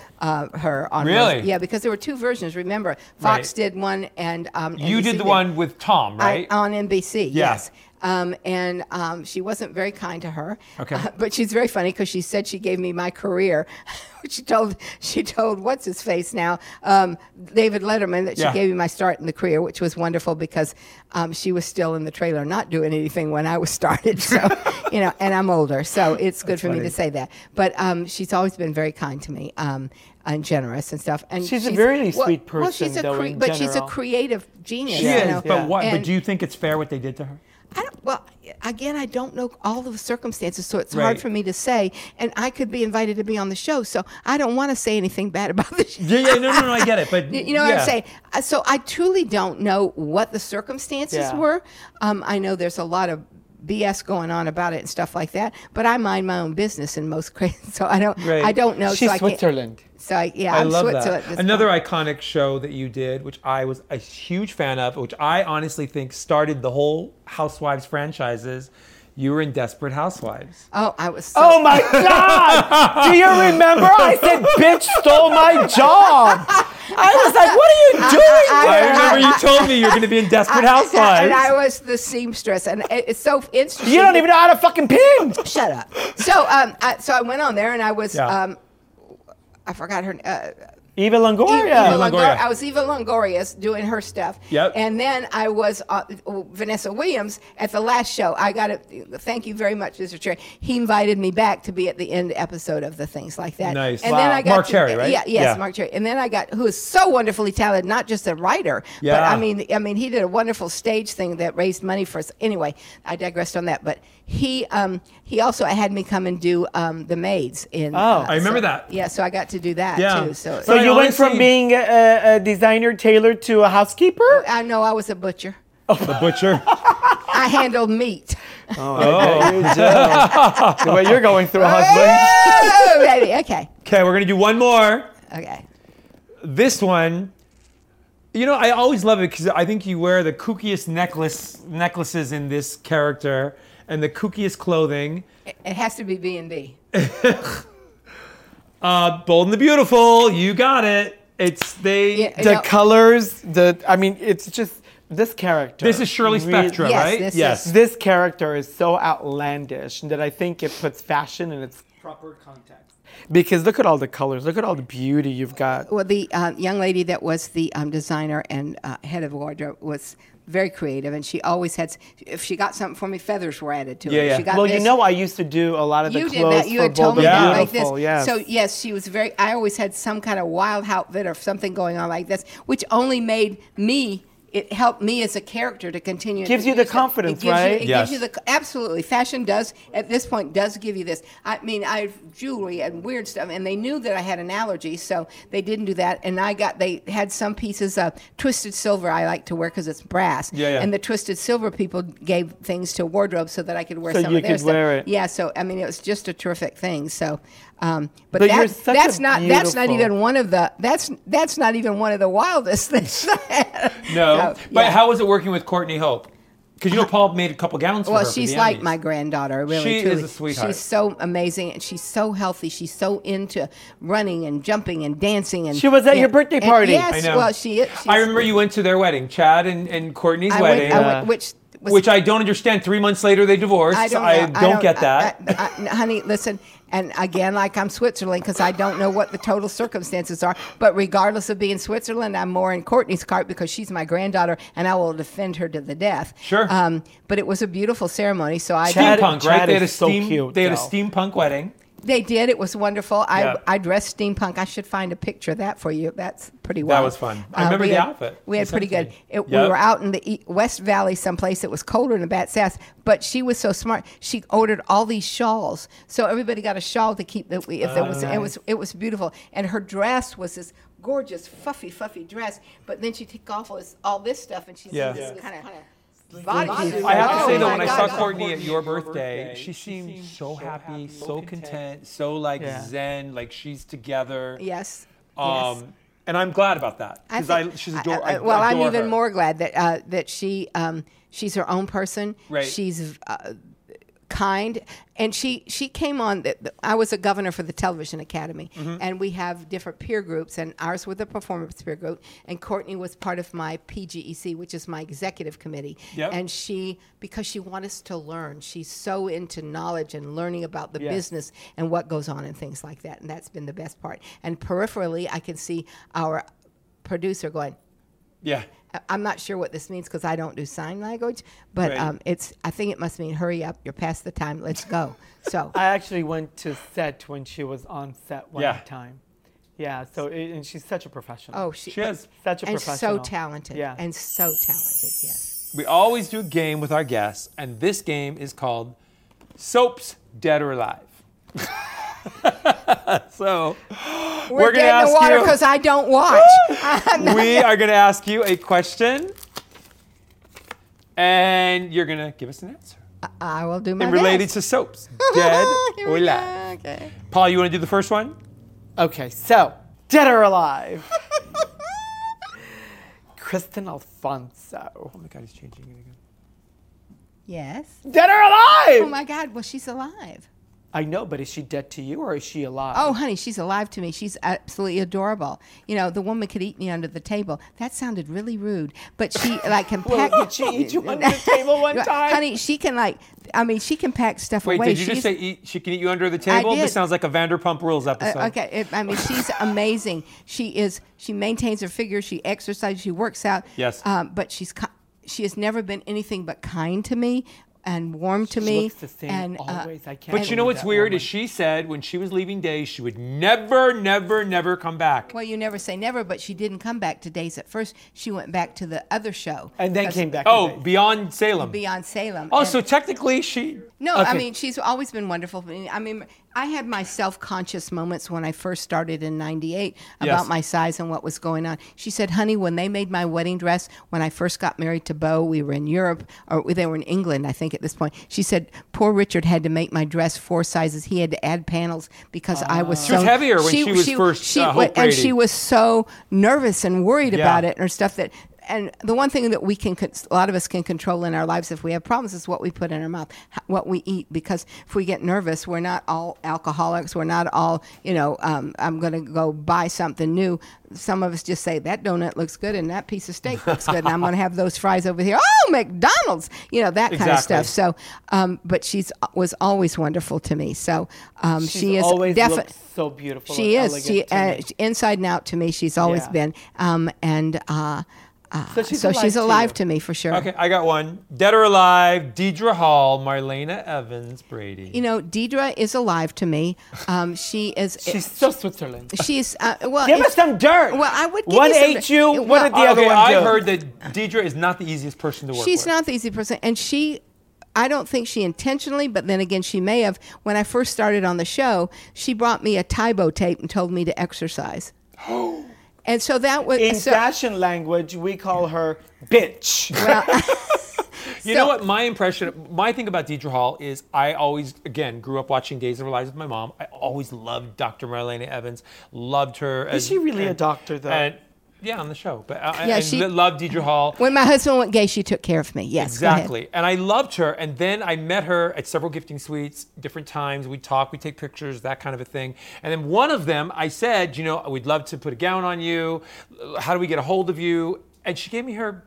Speaker 2: Oh.
Speaker 3: uh, her on
Speaker 1: Really?
Speaker 3: yeah, because there were two versions. Remember, Fox
Speaker 1: Right.
Speaker 3: did one, and um,
Speaker 1: you
Speaker 3: NBC
Speaker 1: did the one with Tom,
Speaker 3: I- um,
Speaker 1: right?
Speaker 3: on NBC,
Speaker 1: Yeah.
Speaker 3: yes. Um, and um, she wasn't very kind to her.
Speaker 1: Okay.
Speaker 3: Uh, but she's very funny because she said she gave me my career. she told she told what's his face now, um, David Letterman, that she
Speaker 1: Yeah.
Speaker 3: gave me my start in the career, which was wonderful because um, she was still in the trailer, not doing anything when I was started. So you know, and I'm older, so it's good for me to say that. But um, she's always been very kind to me. Um, and generous and stuff. And
Speaker 2: She's a very sweet
Speaker 3: Well, she's
Speaker 2: person,
Speaker 3: a
Speaker 2: though,
Speaker 3: crea-
Speaker 2: in
Speaker 3: but she's a
Speaker 2: general.
Speaker 3: creative genius.
Speaker 1: she
Speaker 3: you
Speaker 1: is,
Speaker 3: know?
Speaker 1: but what?
Speaker 3: And-
Speaker 1: But do you think it's fair what they did to her?
Speaker 3: I don't, well, again, I don't know all of the circumstances, so it's hard
Speaker 1: Right.
Speaker 3: for me to say. And I could be invited to be on the show, so I don't want to say anything bad about the show.
Speaker 1: Yeah, yeah, no, no, no, I get it, but
Speaker 3: You know what
Speaker 1: yeah.
Speaker 3: I'm saying? Uh, So I truly don't know what the circumstances
Speaker 2: Yeah.
Speaker 3: were. Um, I know there's a lot of BS going on about it and stuff like that, but I mind my own business in most cases, so I don't.
Speaker 1: Right.
Speaker 3: I don't know.
Speaker 2: She's
Speaker 3: so I can't-
Speaker 2: Switzerland.
Speaker 3: So I, yeah,
Speaker 1: I
Speaker 3: am
Speaker 1: love
Speaker 3: Switzerland. at
Speaker 1: that.
Speaker 3: this
Speaker 1: Another
Speaker 3: point.
Speaker 1: iconic show that you did, which I was a huge fan of, which I honestly think started the whole Housewives franchises. You were in Desperate Housewives.
Speaker 3: Oh, I was. So
Speaker 2: Oh my God! Do you remember? I said, bitch stole my job. I was like, what are you doing?
Speaker 3: I-
Speaker 1: I
Speaker 2: there?"
Speaker 1: remember you told me you were going to be in Desperate
Speaker 3: and I
Speaker 1: Housewives.
Speaker 3: was the seamstress, and it- it's so interesting.
Speaker 2: you don't even know how to fucking pin.
Speaker 3: Shut up. So, um, I, so I went on there and I was,
Speaker 1: Yeah.
Speaker 3: um, I forgot her. Uh,
Speaker 2: Eva Longoria.
Speaker 3: Eva
Speaker 1: Longoria.
Speaker 3: Longoria. I was Eva Longoria's doing her stuff.
Speaker 1: Yep.
Speaker 3: And then I was uh, Vanessa Williams at the last show. I got to thank you very much, Mr. Chair. He invited me back to be at the end episode of the things like that.
Speaker 1: Nice.
Speaker 3: And
Speaker 1: Wow.
Speaker 3: then I got
Speaker 1: Mark
Speaker 3: to-
Speaker 1: Cherry, right?
Speaker 3: Yeah. Yes,
Speaker 1: Yeah.
Speaker 3: Mark Cherry. And then I got who is so wonderfully talented, not just a writer, but
Speaker 1: Yeah.
Speaker 3: I mean, I mean, he did a wonderful stage thing that raised money for us. Anyway, I digressed on that, but he um, he also had me come and do um, the maids in.
Speaker 2: Oh.
Speaker 1: I remember
Speaker 3: so-
Speaker 1: that.
Speaker 3: Yeah, so I got to do that
Speaker 1: Yeah.
Speaker 3: too. So,
Speaker 1: So
Speaker 2: So
Speaker 1: I
Speaker 2: you went from
Speaker 1: honestly-
Speaker 2: being a, a designer tailor to a housekeeper?
Speaker 3: I know I was a butcher.
Speaker 1: Oh, the butcher.
Speaker 3: I handled meat.
Speaker 2: Oh, Well, you're going through, husband.
Speaker 3: Oh, baby. Okay.
Speaker 1: Okay, we're gonna do one more.
Speaker 3: Okay.
Speaker 1: This one, you know, I always love it because I think you wear the kookiest necklace necklaces in this character and the kookiest clothing.
Speaker 3: It has to be B and D.
Speaker 1: Uh, Bold and the Beautiful, you got it. It's they.
Speaker 3: Yeah.
Speaker 2: The
Speaker 3: No.
Speaker 2: colors, the I mean, it's just this character.
Speaker 1: This is Shirley
Speaker 2: really-
Speaker 1: Spectra,
Speaker 3: Yes,
Speaker 1: right?
Speaker 3: this is-
Speaker 2: This character is so outlandish that I think it puts fashion in its proper context. Because look at all the colors, look at all the beauty you've got.
Speaker 3: Well, the uh, young lady that was the um, designer and uh, head of wardrobe was very creative, and she always had. s- If she got something for me, feathers were added to
Speaker 1: Yeah,
Speaker 3: it.
Speaker 1: yeah.
Speaker 3: She got
Speaker 2: Well, you
Speaker 3: this.
Speaker 2: know, I used to do a lot of the
Speaker 3: you did
Speaker 2: clothes
Speaker 3: that. You
Speaker 2: for
Speaker 3: had told
Speaker 2: Bold
Speaker 3: me
Speaker 2: and
Speaker 3: that
Speaker 1: Yeah.
Speaker 3: like this.
Speaker 2: Beautiful. Yes.
Speaker 3: So yes, she was very. I always had some kind of wild outfit or something going on like this, which only made me. It helped me as a character to continue. to
Speaker 2: Gives you the
Speaker 3: use it. It
Speaker 2: confidence,
Speaker 3: gives you-
Speaker 2: right?
Speaker 3: it
Speaker 1: Yes.
Speaker 3: gives you the absolutely. Fashion does at this point does give you this. I mean, I have jewelry and weird stuff, and they knew that I had an allergy, so they didn't do that. And I got they had some pieces of twisted silver I like to wear because it's brass.
Speaker 1: Yeah, yeah.
Speaker 3: And the twisted silver people gave things to wardrobe so that I could wear
Speaker 2: So
Speaker 3: some
Speaker 2: you
Speaker 3: of their
Speaker 2: could
Speaker 3: stuff.
Speaker 2: wear it.
Speaker 3: Yeah, so I mean, it was just a terrific thing. So, um, but,
Speaker 2: But you're
Speaker 3: that,
Speaker 2: such a
Speaker 3: that's not that's not
Speaker 2: beautiful-
Speaker 3: even one of the that's that's not even one of the wildest things.
Speaker 1: No.
Speaker 3: So,
Speaker 1: But
Speaker 3: yeah.
Speaker 1: how was it working with Courtney Hope? Because you know Paul made a couple gowns for
Speaker 3: Well,
Speaker 1: her. for
Speaker 3: she's
Speaker 1: the
Speaker 3: like
Speaker 1: Emmys.
Speaker 3: my granddaughter. Really,
Speaker 1: She is
Speaker 3: truly.
Speaker 1: a sweetheart.
Speaker 3: She's so amazing, and she's so healthy. She's so into running and jumping and dancing. And
Speaker 2: She was at
Speaker 3: yeah.
Speaker 2: your birthday
Speaker 3: And
Speaker 2: party.
Speaker 3: yes,
Speaker 1: I know.
Speaker 3: well, she is.
Speaker 1: I
Speaker 3: she's-
Speaker 1: remember you went to their wedding, Chad and, and Courtney's
Speaker 3: I
Speaker 1: wedding,
Speaker 3: went, I went, which was
Speaker 1: which I don't understand. Three months later, they divorced.
Speaker 3: I don't, know.
Speaker 1: get that.
Speaker 3: I- I- I- honey, listen, and again, like I'm Switzerland because I don't know what the total circumstances are. But regardless of being Switzerland, I'm more in Courtney's cart because she's my granddaughter and I will defend her to the death.
Speaker 1: Sure.
Speaker 3: Um, but it was a beautiful ceremony. So I
Speaker 2: Chad-
Speaker 1: steampunk,
Speaker 2: Chad
Speaker 1: right? They had a
Speaker 2: is so
Speaker 1: steam.
Speaker 2: cute,
Speaker 1: they had a
Speaker 2: though.
Speaker 1: steampunk wedding.
Speaker 3: they did. It was wonderful. I,
Speaker 1: Yeah.
Speaker 3: I dressed steampunk. I should find a picture of that for you. That's pretty
Speaker 1: That
Speaker 3: wild. Uh,
Speaker 1: was fun. I remember
Speaker 3: we
Speaker 1: the
Speaker 3: had-
Speaker 1: outfit.
Speaker 3: We had pretty good.
Speaker 1: Essentially.
Speaker 3: It,
Speaker 1: Yep.
Speaker 3: We were out in the e- West Valley someplace that was colder than a bat's ass, but she was so smart. She ordered all these shawls. So everybody got a shawl to keep that we if
Speaker 1: Oh,
Speaker 3: there was it was it was beautiful. And her dress was this gorgeous fluffy fluffy dress, but then she took off all this, all this stuff and she's
Speaker 1: Yeah.
Speaker 3: in
Speaker 1: Yeah.
Speaker 3: this kind of body.
Speaker 1: I have to
Speaker 3: Oh
Speaker 1: say though,
Speaker 3: my
Speaker 1: when I
Speaker 3: God,
Speaker 1: saw
Speaker 3: God.
Speaker 1: Courtney at your birthday, she seemed, so happy, so content, so like
Speaker 2: Yeah.
Speaker 1: zen, like she's together.
Speaker 3: Yes.
Speaker 1: Um,
Speaker 3: yes.
Speaker 1: and I'm glad about that because I,
Speaker 3: think-
Speaker 1: she's
Speaker 3: I-
Speaker 1: adorable.
Speaker 3: I- well, I'm even more glad that uh, that she um, she's her own person.
Speaker 1: Right.
Speaker 3: She's uh, kind, and she she came on. The, the- I was a governor for the Television Academy, and we have different peer groups, and ours was a performance peer group, and Courtney was part of my PGEC, which is my executive committee,
Speaker 1: Yep.
Speaker 3: and she because she wanted us to learn. She's so into knowledge and learning about the
Speaker 2: Yes.
Speaker 3: business and what goes on and things like that, and that's been the best part. And peripherally, I can see our producer going,
Speaker 1: Yeah.
Speaker 3: I- I'm not sure what this means because I don't do sign language, but
Speaker 1: Right.
Speaker 3: um, it's. I think it must mean hurry up. You're past the time. Let's go. So
Speaker 2: I actually went to set when she was on set one
Speaker 1: Yeah.
Speaker 2: time. Yeah, so it, and she's such a professional.
Speaker 3: oh, she,
Speaker 1: She has-
Speaker 2: such a
Speaker 3: and
Speaker 2: professional.
Speaker 3: so talented.
Speaker 2: Yeah.
Speaker 3: and so talented. Yes.
Speaker 1: We always do a game with our guests, and this game is called Soaps Dead or Alive. so
Speaker 3: We're,
Speaker 1: gonna
Speaker 3: dead in
Speaker 1: ask
Speaker 3: the water
Speaker 1: you-
Speaker 3: because I don't watch. I'm not-
Speaker 1: we are going to ask you a question, and you're going to give us an answer
Speaker 3: I will do my best.
Speaker 1: related to soaps, dead
Speaker 3: Here
Speaker 1: or
Speaker 3: we go.
Speaker 1: alive.
Speaker 3: Okay.
Speaker 1: Paul, you want to do the first one?
Speaker 2: Okay, so dead or alive. Kristen Alfonso.
Speaker 1: Oh my God, he's changing it again.
Speaker 3: Yes.
Speaker 2: Dead or alive!
Speaker 3: Oh my God. Well, she's alive.
Speaker 2: I know, but is she dead to you or is she alive?
Speaker 3: Oh, honey, she's alive to me. She's absolutely adorable. You know, the woman could eat me under the table. That sounded really rude, but she like can
Speaker 2: Well,
Speaker 3: pack.
Speaker 2: did she eat you under the table one time?
Speaker 3: Honey, she can like. I mean, she can pack stuff
Speaker 1: Wait,
Speaker 3: away.
Speaker 1: did you
Speaker 3: She's-
Speaker 1: just say eat, she can eat you under the table? This
Speaker 3: did.
Speaker 1: sounds like a Vanderpump Rules episode.
Speaker 3: Uh, okay, it, I mean she's amazing. She is. She maintains her figure. She exercises. She works out.
Speaker 1: Yes.
Speaker 3: Um, but she's ki- she has never been anything but kind to me and warm to
Speaker 2: She
Speaker 3: me.
Speaker 2: looks the same
Speaker 3: and, uh,
Speaker 2: always. I can't
Speaker 1: But you know
Speaker 2: believe
Speaker 1: what's
Speaker 2: that
Speaker 1: weird
Speaker 2: woman.
Speaker 1: is she said when she was leaving Days she would never, never, never come back.
Speaker 3: well, you never say never, but she didn't come back to Days. At first, she went back to the other show.
Speaker 2: and then
Speaker 3: That's
Speaker 2: came back.
Speaker 1: Oh,
Speaker 2: today.
Speaker 1: beyond Salem.
Speaker 3: Beyond Salem.
Speaker 1: Oh,
Speaker 3: And-
Speaker 1: so technically she.
Speaker 3: No, I
Speaker 1: Okay.
Speaker 3: mean she's always been wonderful. I mean, I mean, I had my self conscious moments when I first started in 98 about
Speaker 1: Yes.
Speaker 3: my size and what was going on. She said, honey, when they made my wedding dress, when I first got married to Bo, we were in Europe, or they were in England, I think, at this point. She said, poor Richard had to make my dress four sizes. He had to add panels because I was so.
Speaker 1: was heavier when Ah. she was first, uh, Hope
Speaker 3: And
Speaker 1: Brady.
Speaker 3: she was so nervous and worried
Speaker 1: Yeah.
Speaker 3: about it and her stuff that and the one thing that we can con- a lot of us can control in our lives if we have problems is what we put in our mouth h- what we eat because if we get nervous we're not all alcoholics we're not all you know um, i'm going to go buy something new some of us just say that donut looks good and that piece of steak looks good and i'm going to have those fries over here oh mcdonald's you know that kind of
Speaker 1: Exactly.
Speaker 3: stuff so um, but she's was always wonderful to me so um, she is
Speaker 2: always
Speaker 3: defi-
Speaker 2: looked so beautiful.
Speaker 3: she
Speaker 2: and
Speaker 3: is.
Speaker 2: elegant
Speaker 3: She
Speaker 2: to
Speaker 3: uh,
Speaker 2: me.
Speaker 3: she- inside and out to me. She's always
Speaker 2: Yeah.
Speaker 3: been. Um, and uh, uh,
Speaker 2: So she's alive to
Speaker 3: alive
Speaker 2: you.
Speaker 3: to me for sure.
Speaker 1: Okay, I got one. Dead or alive, Deidre Hall, Marlena Evans Brady.
Speaker 3: You know, Deidre is alive to me. Um, she is.
Speaker 2: She's so Switzerland.
Speaker 3: she's uh, well.
Speaker 2: Give
Speaker 3: it-
Speaker 2: us some dirt.
Speaker 3: Well, I would. Give
Speaker 2: One
Speaker 3: you some-
Speaker 2: ate you,
Speaker 3: Well,
Speaker 2: one at the
Speaker 1: Uh,
Speaker 2: other
Speaker 1: okay,
Speaker 2: one
Speaker 1: I've
Speaker 2: did.
Speaker 1: heard that Deidre is not the easiest person to work
Speaker 3: She's
Speaker 1: with.
Speaker 3: not the easy person, and she. I don't think she intentionally, but then again, she may have. When I first started on the show, she brought me a Tybo tape and told me to exercise. and so that was
Speaker 2: In
Speaker 3: so,
Speaker 2: fashion language, we call her bitch.
Speaker 1: You
Speaker 3: So-
Speaker 1: know what? My impression, my thing about Deidre Hall is I always, again, grew up watching Days of Our Lives with my mom. I always loved Dr. Marlena Evans, loved her. Is
Speaker 2: she really a doctor, though?
Speaker 1: And, yeah, on the show. But I,
Speaker 3: Yeah,
Speaker 1: and
Speaker 3: she-
Speaker 1: loved Deidre Hall.
Speaker 3: When my husband went gay, she took care of me. Yes, go ahead.
Speaker 1: Exactly. And I loved her. And then I met her at several gifting suites, different times. We talk, we take pictures, that kind of a thing. And then one of them, I said, you know, we'd love to put a gown on you. How do we get a hold of you? And she gave me her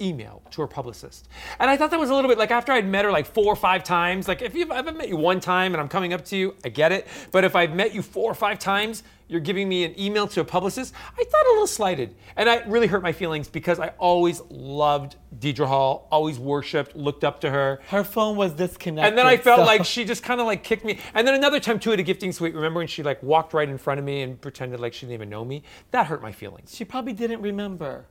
Speaker 1: email to her publicist. And I thought that was a little bit like after I'd met her like four or five times, like if you've, I haven't met you one time and I'm coming up to you, I get it. But if I've met you four or five times, you're giving me an email to a publicist, I thought a little slighted. And I really hurt my feelings because I always loved Deidre Hall, always worshipped, looked up to her.
Speaker 2: Her phone was disconnected.
Speaker 1: And then I felt
Speaker 2: so-
Speaker 1: like she just kind of like kicked me. And then another time too at a gifting suite, remember when she like walked right in front of me and pretended like she didn't even know me? That hurt my feelings.
Speaker 2: she probably didn't remember.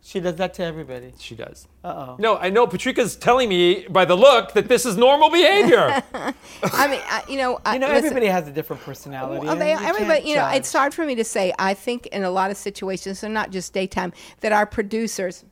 Speaker 2: She does that to everybody.
Speaker 1: She does.
Speaker 2: Uh-oh.
Speaker 1: No, I know Patrika's telling me by the look that this is normal behavior.
Speaker 3: I mean, I, you know, I,
Speaker 2: You know,
Speaker 3: listen-
Speaker 2: everybody has a different personality.
Speaker 3: Well,
Speaker 2: and
Speaker 3: they,
Speaker 2: you can't
Speaker 3: everybody, you know,
Speaker 2: judge.
Speaker 3: it's hard for me to say. I think in a lot of situations, and not just daytime, that our producers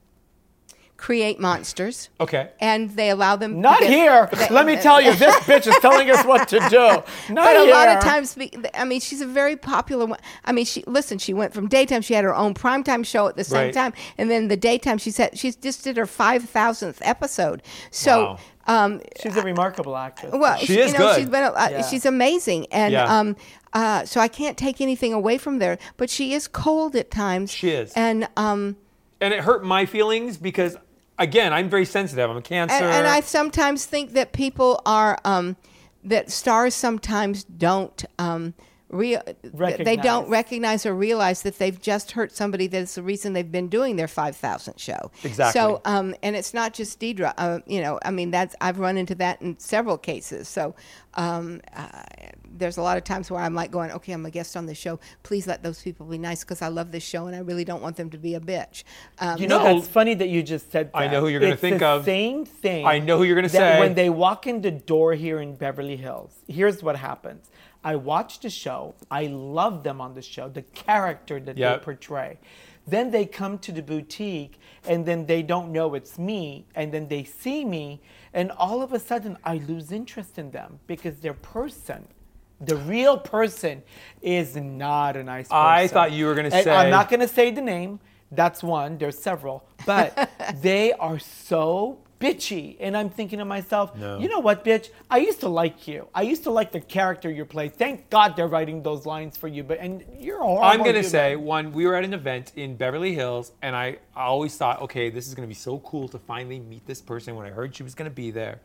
Speaker 3: create monsters.
Speaker 1: Okay.
Speaker 3: And they allow them. to
Speaker 2: Not
Speaker 3: get-
Speaker 2: here.
Speaker 3: they-
Speaker 2: Let me tell you, this bitch is telling us what to do. Not
Speaker 3: But a
Speaker 2: here.
Speaker 3: lot of times, be- I mean, she's a very popular one. I mean, she listen. She went from daytime. She had her own primetime show at the same
Speaker 1: Right.
Speaker 3: time, and then the daytime. She said she just did her five thousandth episode. So, um,
Speaker 2: she's a remarkable actress.
Speaker 3: Well,
Speaker 1: She
Speaker 3: she-
Speaker 1: is
Speaker 3: you know,
Speaker 1: good.
Speaker 3: She's been a, uh,
Speaker 2: Yeah.
Speaker 3: she's amazing, and
Speaker 1: Yeah.
Speaker 3: um, uh, so I can't take anything away from there. But she is cold at times.
Speaker 1: She is.
Speaker 3: and um,
Speaker 1: And it hurt my feelings because, again, I'm very sensitive. I'm a cancer.
Speaker 3: and, and I sometimes think that people are um, that stars sometimes don't. Um, Real, th- they
Speaker 2: Recognize.
Speaker 3: don't recognize or realize that they've just hurt somebody. That's the reason they've been doing their five thousand show.
Speaker 1: Exactly.
Speaker 3: So, um, and it's not just Deidre. Uh, you know, I mean, that's I've run into that in several cases. So, um, uh, there's a lot of times where I'm like going, okay, I'm a guest on the show. Please let those people be nice because I love this show and I really don't want them to be a bitch. Um,
Speaker 2: You know,
Speaker 1: No.
Speaker 2: that's funny that you just said that.
Speaker 1: I know who you're gonna
Speaker 2: It's
Speaker 1: think
Speaker 2: the
Speaker 1: of.
Speaker 2: Same thing.
Speaker 1: I know who you're gonna
Speaker 2: that
Speaker 1: say.
Speaker 2: When they walk in the door here in Beverly Hills, here's what happens. I watch the show. I love them on the show, the character
Speaker 1: Yep.
Speaker 2: that they portray. Then they come to the boutique and then they don't know it's me. And then they see me. And all of a sudden, I lose interest in them because their person, the real person, is not a nice person.
Speaker 1: I thought you were gonna
Speaker 2: And
Speaker 1: say-
Speaker 2: I'm not going to say the name. That's one. There's several, but they are so bitchy, and I'm thinking to myself, you know what, bitch? I used to like you. I used to like the character you played. Thank God they're writing those lines for you. But and you're a horrible.
Speaker 1: I'm gonna
Speaker 2: human.
Speaker 1: say one. We were at an event in Beverly Hills, and I, I always thought, okay, this is gonna be so cool to finally meet this person. When I heard she was gonna be there,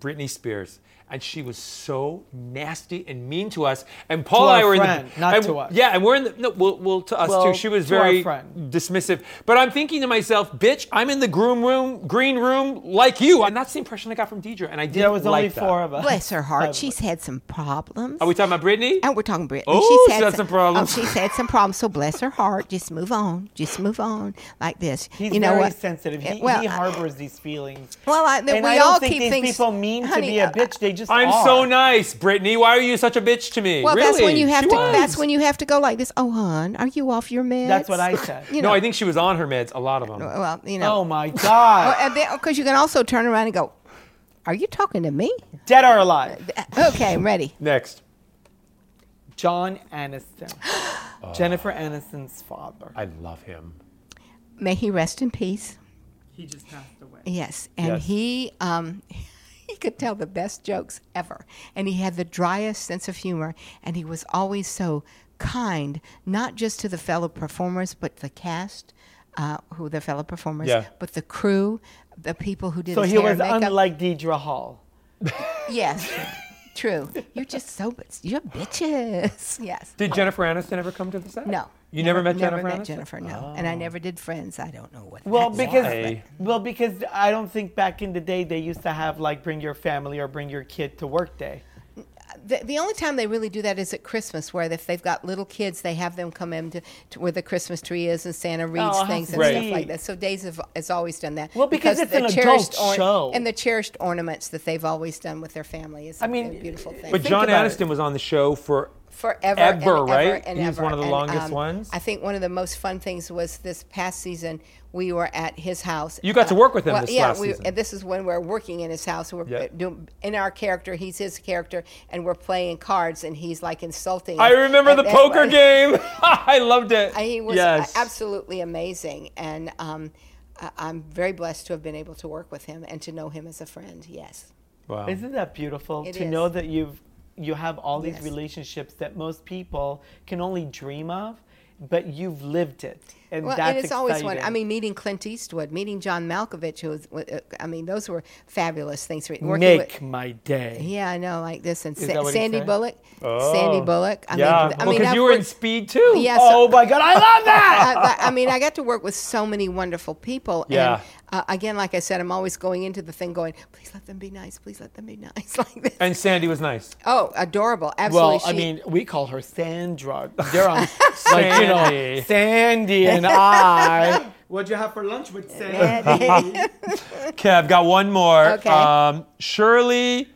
Speaker 1: Britney Spears, and she was so nasty and mean to us. And Paul
Speaker 2: To
Speaker 1: and I
Speaker 2: our
Speaker 1: were in
Speaker 2: friend,
Speaker 1: the,
Speaker 2: not
Speaker 1: and-
Speaker 2: to us.
Speaker 1: Yeah, and we're in the no, well, well to us
Speaker 2: Well,
Speaker 1: too. She was
Speaker 2: to our
Speaker 1: very
Speaker 2: friend.
Speaker 1: dismissive. But I'm thinking to myself, bitch, I'm in the groom room, green room, like you. And that's the impression I got from Deidre. And I didn't
Speaker 2: There was
Speaker 1: like
Speaker 2: only
Speaker 1: that.
Speaker 2: four of us.
Speaker 3: Bless her heart. She's had some problems.
Speaker 1: Are we talking about Brittany?
Speaker 3: and we're talking Brittany.
Speaker 1: Oh,
Speaker 3: she's
Speaker 1: she
Speaker 3: had
Speaker 1: had some problems.
Speaker 3: Oh, she's had some problems. So bless her heart. Just move on. Just move on. Like this.
Speaker 2: He's
Speaker 3: you know
Speaker 2: very
Speaker 3: what?
Speaker 2: sensitive. He,
Speaker 3: Yeah, well,
Speaker 2: he
Speaker 3: I-
Speaker 2: harbors these feelings.
Speaker 3: Well, I-
Speaker 2: and
Speaker 3: we
Speaker 2: I don't
Speaker 3: all
Speaker 2: think
Speaker 3: keep
Speaker 2: these
Speaker 3: things-
Speaker 2: people mean
Speaker 3: honey, uh,
Speaker 2: to be a
Speaker 3: I-
Speaker 2: bitch. They just
Speaker 1: I'm
Speaker 2: are.
Speaker 1: so nice, Brittany. Why are you such a bitch to me?
Speaker 3: well,
Speaker 1: really?
Speaker 3: that's when you have
Speaker 1: she
Speaker 3: to.
Speaker 1: Was.
Speaker 3: That's when you have to go like this. Oh, hon, are you off your meds?
Speaker 2: That's what I said.
Speaker 3: You
Speaker 1: No,
Speaker 3: know.
Speaker 1: I think she was on her meds. A lot of them.
Speaker 3: well, you know.
Speaker 2: Oh my God.
Speaker 3: and then, because you can also turn around and go, "Are you talking to me?"
Speaker 2: Dead or alive.
Speaker 3: Okay, I'm ready.
Speaker 1: Next,
Speaker 2: John Aniston. Jennifer Aniston's father.
Speaker 1: I love him.
Speaker 3: May he rest in peace.
Speaker 2: He just passed away.
Speaker 3: Yes, and
Speaker 1: Yes.
Speaker 3: he um, he could tell the best jokes ever, and he had the driest sense of humor, and he was always so kind, not just to the fellow performers, but the cast, uh, who were the fellow performers,
Speaker 1: Yeah.
Speaker 3: but the crew, the people who did
Speaker 2: So
Speaker 3: his
Speaker 2: he
Speaker 3: hair
Speaker 2: was
Speaker 3: and makeup.
Speaker 2: unlike Deidre Hall.
Speaker 3: yes, true. You're just so you're bitches. Yes.
Speaker 1: Did Jennifer Aniston ever come to the set?
Speaker 3: No.
Speaker 1: You never, met
Speaker 3: never
Speaker 1: Jennifer
Speaker 3: met
Speaker 1: Aniston. Oh.
Speaker 3: Jennifer, no. And I never did Friends. I don't know what.
Speaker 2: Well,
Speaker 3: that's
Speaker 2: because
Speaker 1: Why?
Speaker 2: well, because I don't think back in the day they used to have like bring your family or bring your kid to work day.
Speaker 3: The, the only time they really do that is at Christmas, where if they've got little kids, they have them come in to, to where the Christmas tree is and Santa reads
Speaker 2: how
Speaker 3: things and stuff
Speaker 1: sweet.
Speaker 3: like that. So Days of, has always done that.
Speaker 2: Oh, Well, because it's an
Speaker 3: cherished
Speaker 2: adult show.
Speaker 3: and the cherished ornaments that they've always done with their family is
Speaker 2: I mean,
Speaker 3: a beautiful thing.
Speaker 1: But John
Speaker 2: about it.
Speaker 1: Aniston was on the show for
Speaker 3: forever,
Speaker 1: Ever,
Speaker 3: and
Speaker 1: right?
Speaker 3: Ever and
Speaker 1: He was
Speaker 3: ever.
Speaker 1: one of the
Speaker 3: And,
Speaker 1: longest
Speaker 3: um,
Speaker 1: ones.
Speaker 3: I think one of the most fun things was this past season. We were at his house. Uh,
Speaker 1: You got to work with him
Speaker 3: well,
Speaker 1: this
Speaker 3: yeah,
Speaker 1: last
Speaker 3: we,
Speaker 1: season.
Speaker 3: and this is when we're working in his house. We're
Speaker 1: Yeah.
Speaker 3: doing, in our character. He's his character, and we're playing cards, and he's like insulting.
Speaker 1: I
Speaker 3: us.
Speaker 1: remember
Speaker 3: And
Speaker 1: the
Speaker 3: that-
Speaker 1: poker game. I loved it.
Speaker 3: He was
Speaker 1: yes.
Speaker 3: absolutely amazing, and um, I- I'm very blessed to have been able to work with him and to know him as a friend. Yes.
Speaker 1: Wow.
Speaker 2: Isn't that beautiful
Speaker 3: It
Speaker 2: to know
Speaker 3: is.
Speaker 2: that you've you have all these
Speaker 3: Yes.
Speaker 2: relationships that most people can only dream of, but you've lived it, and
Speaker 3: Well,
Speaker 2: that's
Speaker 3: and it's always one. I
Speaker 2: exciting.
Speaker 3: mean, meeting Clint Eastwood, meeting John Malkovich, who was, wa- uh, I mean, those were fabulous things. for- Working
Speaker 2: make
Speaker 3: with,
Speaker 2: my day.
Speaker 3: yeah, I know, like this and
Speaker 2: that
Speaker 3: Sa-
Speaker 2: what he
Speaker 3: Sandy
Speaker 2: said?
Speaker 3: Bullock, Sandy Bullock.
Speaker 1: yeah.
Speaker 3: I mean, I
Speaker 1: well,
Speaker 3: mean,
Speaker 1: because
Speaker 3: I've
Speaker 1: you were in
Speaker 3: worked-
Speaker 1: Speed too.
Speaker 3: Yeah,
Speaker 2: Oh
Speaker 3: so-
Speaker 2: my God, I love that.
Speaker 3: I, I- I mean, I got to work with so many wonderful people.
Speaker 1: Yeah.
Speaker 3: And uh, again, like I said, I'm always going into the thing going, please let them be nice. Please let them be nice. Like this.
Speaker 1: And Sandy was nice.
Speaker 3: oh, adorable. Absolutely.
Speaker 2: Well, I
Speaker 3: She-
Speaker 2: mean, we call her Sandra. They're on, like, you know,
Speaker 1: Sandy.
Speaker 2: Sandy and I. What'd you have for lunch with Sandy?
Speaker 1: Okay, I've got one more.
Speaker 3: Okay.
Speaker 1: Um, Shirley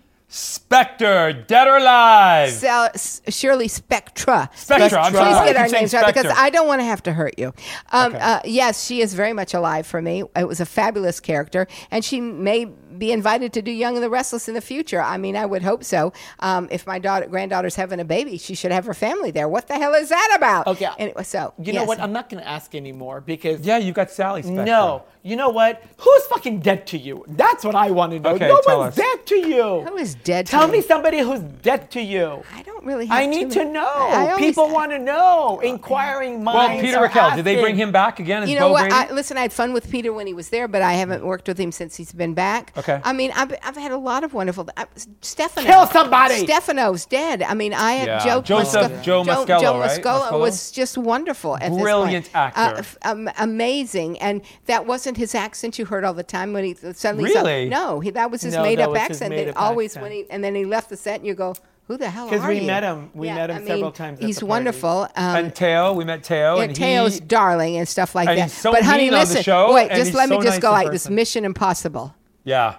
Speaker 1: Specter, dead or alive?
Speaker 3: Sal- S- Shirley Spectra.
Speaker 1: Spectra,
Speaker 3: Please-
Speaker 1: I'm
Speaker 3: Please
Speaker 1: sorry. I
Speaker 3: get
Speaker 1: keep
Speaker 3: our
Speaker 1: saying
Speaker 3: names right because
Speaker 1: Spectra.
Speaker 3: I don't want to have to hurt you. Um,
Speaker 1: Okay.
Speaker 3: uh, yes, she is very much alive for me. It was a fabulous character, and she may be invited to do Young and the Restless in the future. I mean, I would hope so. Um, if my daughter, granddaughter's having a baby, she should have her family there. What the hell is that about?
Speaker 2: Okay.
Speaker 3: Anyway, so
Speaker 2: you know
Speaker 3: yes.
Speaker 2: what? I'm not going to ask anymore because.
Speaker 1: yeah, you got Sally Specter.
Speaker 2: No, you know what? Who's fucking dead to you? That's what I want to know.
Speaker 1: Okay,
Speaker 2: no
Speaker 1: tell
Speaker 2: one's
Speaker 1: us.
Speaker 2: dead to you.
Speaker 3: Who is dead to
Speaker 2: Tell
Speaker 3: me?
Speaker 2: me somebody who's dead to you.
Speaker 3: I don't really. Have
Speaker 2: I need to
Speaker 3: too many-
Speaker 2: know.
Speaker 3: I always-
Speaker 2: People want to know. Inquiring minds.
Speaker 1: Well, Peter
Speaker 2: are
Speaker 1: Raquel, did they
Speaker 2: asking.
Speaker 1: bring him back again as
Speaker 3: You know
Speaker 1: Bo
Speaker 3: what?
Speaker 1: Brady?
Speaker 3: I, listen, I had fun with Peter when he was there, but I haven't worked with him since he's been back.
Speaker 1: Okay.
Speaker 3: I mean, I've, I've had a lot of wonderful. I, Stefano.
Speaker 2: Kill somebody!
Speaker 3: Stefano's dead. I mean, I had
Speaker 1: Yeah.
Speaker 3: Joe.
Speaker 1: Joseph-
Speaker 3: Musca-
Speaker 1: Joe Muscello,
Speaker 3: Joe
Speaker 1: right?
Speaker 3: Muscola
Speaker 1: Muscello?
Speaker 3: was just wonderful. At
Speaker 1: Brilliant
Speaker 3: this point.
Speaker 1: actor.
Speaker 3: Uh, f- um, amazing, and that wasn't his accent you heard all the time when he suddenly. so-
Speaker 1: Really?
Speaker 3: no, he, that was his
Speaker 2: No, that
Speaker 3: made-up
Speaker 2: was his
Speaker 3: accent.
Speaker 2: made-up
Speaker 3: that always
Speaker 2: accent.
Speaker 3: when he and then he left the set, and you go, "Who the hell are you?"
Speaker 2: 'Cause we met him. We met him
Speaker 3: I mean,
Speaker 2: several times at
Speaker 3: He's
Speaker 2: the parties.
Speaker 3: wonderful. Um,
Speaker 1: and Teo, we met Teo.
Speaker 3: yeah,
Speaker 1: Oh, and
Speaker 3: Teo's
Speaker 1: he,
Speaker 3: darling and stuff like
Speaker 1: and
Speaker 3: that.
Speaker 1: he's so
Speaker 3: but honey,
Speaker 1: mean on the
Speaker 3: listen,
Speaker 1: show,
Speaker 3: wait,
Speaker 1: and
Speaker 3: just
Speaker 1: he's
Speaker 3: let me
Speaker 1: so
Speaker 3: just
Speaker 1: nice
Speaker 3: go
Speaker 1: in
Speaker 3: like this:
Speaker 1: person.
Speaker 3: Mission Impossible.
Speaker 1: Yeah.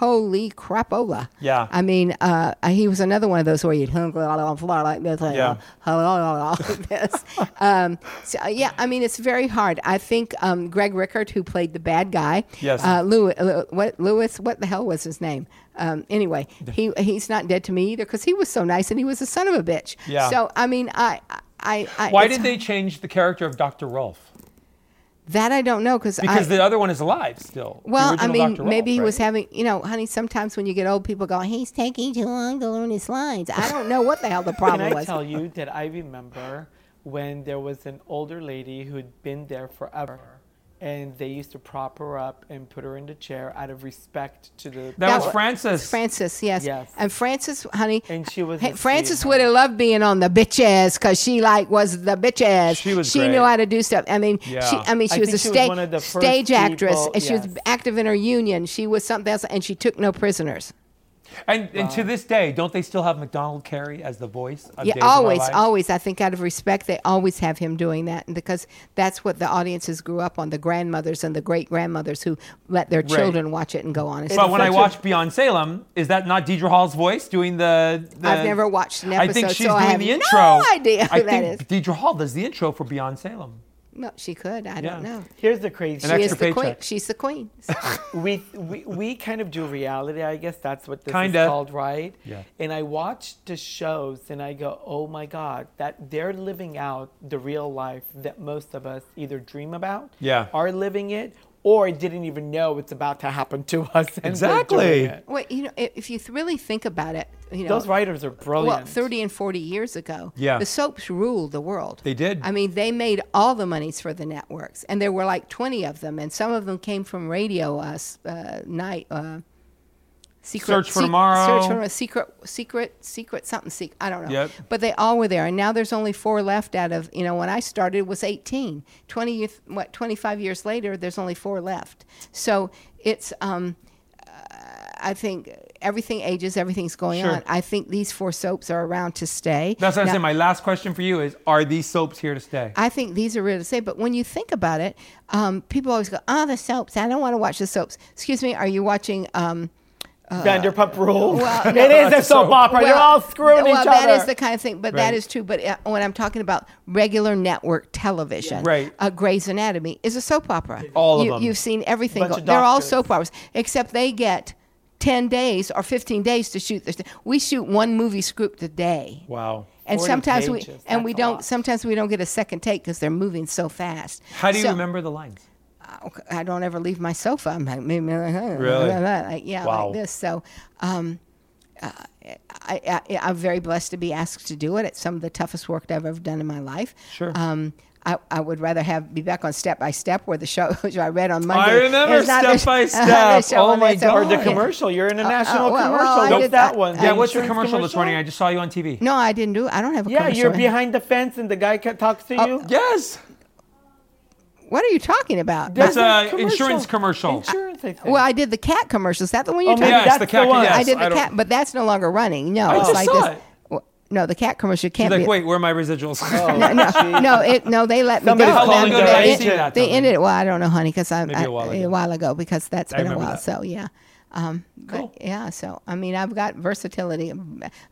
Speaker 3: Holy crapola!
Speaker 1: Yeah.
Speaker 3: I mean, uh, he was another one of those where you'd hung on floor like this, like,
Speaker 1: Yeah.
Speaker 3: uh, like this. um, so, uh, yeah, I mean, it's very hard. I think um, Greg Rickard, who played the bad guy,
Speaker 1: Yes.
Speaker 3: uh, Lewis, what Lewis, what the hell was his name? Um, anyway, he he's not dead to me either because he was so nice and he was a son of a bitch.
Speaker 1: Yeah.
Speaker 3: So I mean, I. I, I
Speaker 1: Why
Speaker 3: it's-
Speaker 1: did they change the character of Dr. Rolf?
Speaker 3: That I don't know because
Speaker 1: Because
Speaker 3: I,
Speaker 1: the other one is alive still. The
Speaker 3: Well, I
Speaker 1: original
Speaker 3: mean,
Speaker 1: Dr. Rolf,
Speaker 3: maybe he was
Speaker 1: right?
Speaker 3: having, you know, honey, sometimes when you get old, people go, he's taking too long to learn his slides. I don't know what the hell the
Speaker 2: Can
Speaker 3: problem
Speaker 2: I
Speaker 3: was.
Speaker 2: tell you that I remember when there was an older lady who'd been there forever and they used to prop her up and put her in the chair out of respect to the.
Speaker 1: That,
Speaker 3: That
Speaker 1: was
Speaker 3: wa-
Speaker 1: Francis.
Speaker 3: Francis, yes.
Speaker 2: Yes.
Speaker 3: And Francis, honey.
Speaker 2: And she was
Speaker 3: Hey,
Speaker 2: a
Speaker 3: Francis
Speaker 2: sweetheart.
Speaker 3: would have loved being on the bitch ass because she like was the bitch ass.
Speaker 1: She was
Speaker 3: She
Speaker 1: great.
Speaker 3: knew how to do stuff. I mean, she.
Speaker 1: Yeah.
Speaker 3: I mean,
Speaker 2: I
Speaker 3: she was
Speaker 2: think
Speaker 3: a
Speaker 2: she was
Speaker 3: stage
Speaker 2: one of the first
Speaker 3: stage actress,
Speaker 2: people-
Speaker 3: and she was
Speaker 2: yes.
Speaker 3: active in her union. She was something else, and she took no prisoners.
Speaker 1: And, and to this day, don't they still have McDonald Carey as the voice of
Speaker 3: Yeah,
Speaker 1: Days of Our
Speaker 3: always,
Speaker 1: Lives?
Speaker 3: always. I think out of respect, they always have him doing that, and because that's what the audiences grew up on—the grandmothers and the great grandmothers who let their children watch it and go on. and
Speaker 1: But
Speaker 3: stuff.
Speaker 1: when I
Speaker 2: such a-
Speaker 1: watch Beyond Salem, is that not Deidre Hall's voice doing the? the
Speaker 3: I've never watched an
Speaker 1: I think
Speaker 3: episode,
Speaker 1: she's
Speaker 3: so I
Speaker 1: doing
Speaker 3: have
Speaker 1: the
Speaker 3: no
Speaker 1: intro.
Speaker 3: idea who
Speaker 1: I
Speaker 3: that
Speaker 1: think
Speaker 3: is.
Speaker 1: Deidre Hall does the intro for Beyond Salem.
Speaker 3: no, she could. I
Speaker 1: Yeah.
Speaker 3: don't know.
Speaker 2: Here's the crazy.
Speaker 1: An extra
Speaker 3: She is the queen.
Speaker 1: paycheck.
Speaker 3: She's the queen.
Speaker 2: we, we we kind of do reality. I guess that's what this
Speaker 1: Kinda.
Speaker 2: is called, right?
Speaker 1: Yeah.
Speaker 2: And I watch the shows, and I go, "Oh my God, that they're living out the real life that most of us either dream about,
Speaker 1: Yeah.
Speaker 2: are living it, or didn't even know it's about to happen to us." and they're
Speaker 1: Exactly.
Speaker 2: doing it.
Speaker 3: Well, you know, i- if you th- really think about it, you know,
Speaker 2: Those writers are brilliant.
Speaker 3: well, thirty and forty years ago,
Speaker 1: Yeah.
Speaker 3: the soaps ruled the world.
Speaker 1: They did.
Speaker 3: I mean, they made all the monies for the networks, and there were like twenty of them, and some of them came from radio. Uh, s- uh, night. Uh, Secret,
Speaker 1: Search for
Speaker 3: Sec-
Speaker 1: Tomorrow.
Speaker 3: Search for a secret, secret, secret something. Secret, I don't know.
Speaker 1: Yep.
Speaker 3: But they all were there, and now there's only four left out of you know when I started it was 18. 20 years- what 25 years later, there's only four left. So it's um, I think everything ages, everything's going
Speaker 1: Sure.
Speaker 3: on. I think these four soaps are around to stay.
Speaker 1: That's what I'm
Speaker 3: Now,
Speaker 1: saying. My last question for you is: Are these soaps here to stay?
Speaker 3: I think these are real to say, but when you think about it, um, people always go, "Ah, the soaps. I don't want to watch the soaps." Excuse me, are you watching? Um,
Speaker 2: Uh, Vanderpump Rules.
Speaker 3: well, no.
Speaker 2: it is a soap opera. They're all screwing
Speaker 3: well,
Speaker 2: each other.
Speaker 3: that is the kind of thing, but
Speaker 1: Right.
Speaker 3: that is true. But uh, when I'm talking about regular network television,
Speaker 1: Right.
Speaker 3: uh, Grey's Anatomy is a soap opera.
Speaker 1: All of
Speaker 3: you,
Speaker 1: them.
Speaker 3: You've seen everything.
Speaker 2: Bunch
Speaker 3: go-
Speaker 2: of
Speaker 3: They're all
Speaker 2: doctors.
Speaker 3: soap operas, except they get 10 days or 15 days to shoot this. We shoot one movie script a day.
Speaker 1: wow.
Speaker 3: And
Speaker 2: 40
Speaker 3: sometimes we
Speaker 2: pages,
Speaker 3: and we
Speaker 2: that's a
Speaker 3: don't
Speaker 2: lot.
Speaker 3: sometimes we don't get a second take because they're moving so fast.
Speaker 1: How do you
Speaker 3: So- uh,
Speaker 1: remember the lines?
Speaker 3: okay, I don't ever leave my sofa. I'm like, maybe, uh,
Speaker 1: Really?
Speaker 3: like, yeah,
Speaker 1: Wow.
Speaker 3: like this. So, um, uh, I, I, I'm very blessed to be asked to do it. It's some of the toughest work I've ever done in my life.
Speaker 1: Sure.
Speaker 3: Um, I, I would rather have be back on Step by Step, where the show which I read on Monday.
Speaker 1: I remember
Speaker 3: is not
Speaker 1: Step
Speaker 3: the-
Speaker 1: by
Speaker 3: the
Speaker 1: Step.
Speaker 3: show
Speaker 1: Oh
Speaker 3: on
Speaker 1: my
Speaker 3: this show.
Speaker 1: God.
Speaker 2: or the
Speaker 1: Oh, yeah.
Speaker 2: commercial. You're in a national
Speaker 3: Uh, well, well,
Speaker 2: commercial.
Speaker 3: I
Speaker 2: What's
Speaker 3: did
Speaker 2: that
Speaker 3: that.
Speaker 2: one?
Speaker 1: yeah. What's the
Speaker 2: insurance
Speaker 1: commercial, this morning? I just saw you on TV.
Speaker 3: No, I didn't do. I don't have a
Speaker 2: Yeah,
Speaker 3: commercial.
Speaker 2: you're behind the fence and the guy ca- talks to
Speaker 1: Uh,
Speaker 2: you.
Speaker 1: Yes.
Speaker 3: What are you talking about?
Speaker 1: That's
Speaker 2: There's
Speaker 1: a insurance commercial.
Speaker 2: Insurance, I think.
Speaker 3: well, I did the cat commercial. Is that the one you're
Speaker 2: Oh,
Speaker 3: talking
Speaker 2: maybe
Speaker 3: about?
Speaker 1: Yes,
Speaker 2: that's
Speaker 1: the
Speaker 2: the
Speaker 1: cat.
Speaker 2: one.
Speaker 1: yes,
Speaker 3: I did the
Speaker 1: don't-
Speaker 3: cat, but that's no longer running. No,
Speaker 1: I
Speaker 3: it's
Speaker 1: just
Speaker 3: like
Speaker 1: saw
Speaker 3: this.
Speaker 1: it.
Speaker 3: w- No, the cat commercial can't
Speaker 1: She's
Speaker 3: be.
Speaker 1: like, wait, where are my residuals?
Speaker 3: no, no, it, no, they let me
Speaker 2: Somebody
Speaker 3: go.
Speaker 2: called
Speaker 3: They-
Speaker 2: and
Speaker 3: they,
Speaker 2: got
Speaker 3: they-
Speaker 2: arrested
Speaker 1: that
Speaker 3: they
Speaker 1: time.
Speaker 3: ended it. Well, I don't know, honey, because I'm
Speaker 1: Maybe a while
Speaker 3: I-
Speaker 1: ago.
Speaker 3: a while ago because that's
Speaker 1: I
Speaker 3: been a
Speaker 1: remember
Speaker 3: while.
Speaker 1: that.
Speaker 3: So yeah. Um, but,
Speaker 1: Cool.
Speaker 3: yeah, so I mean, I've got versatility.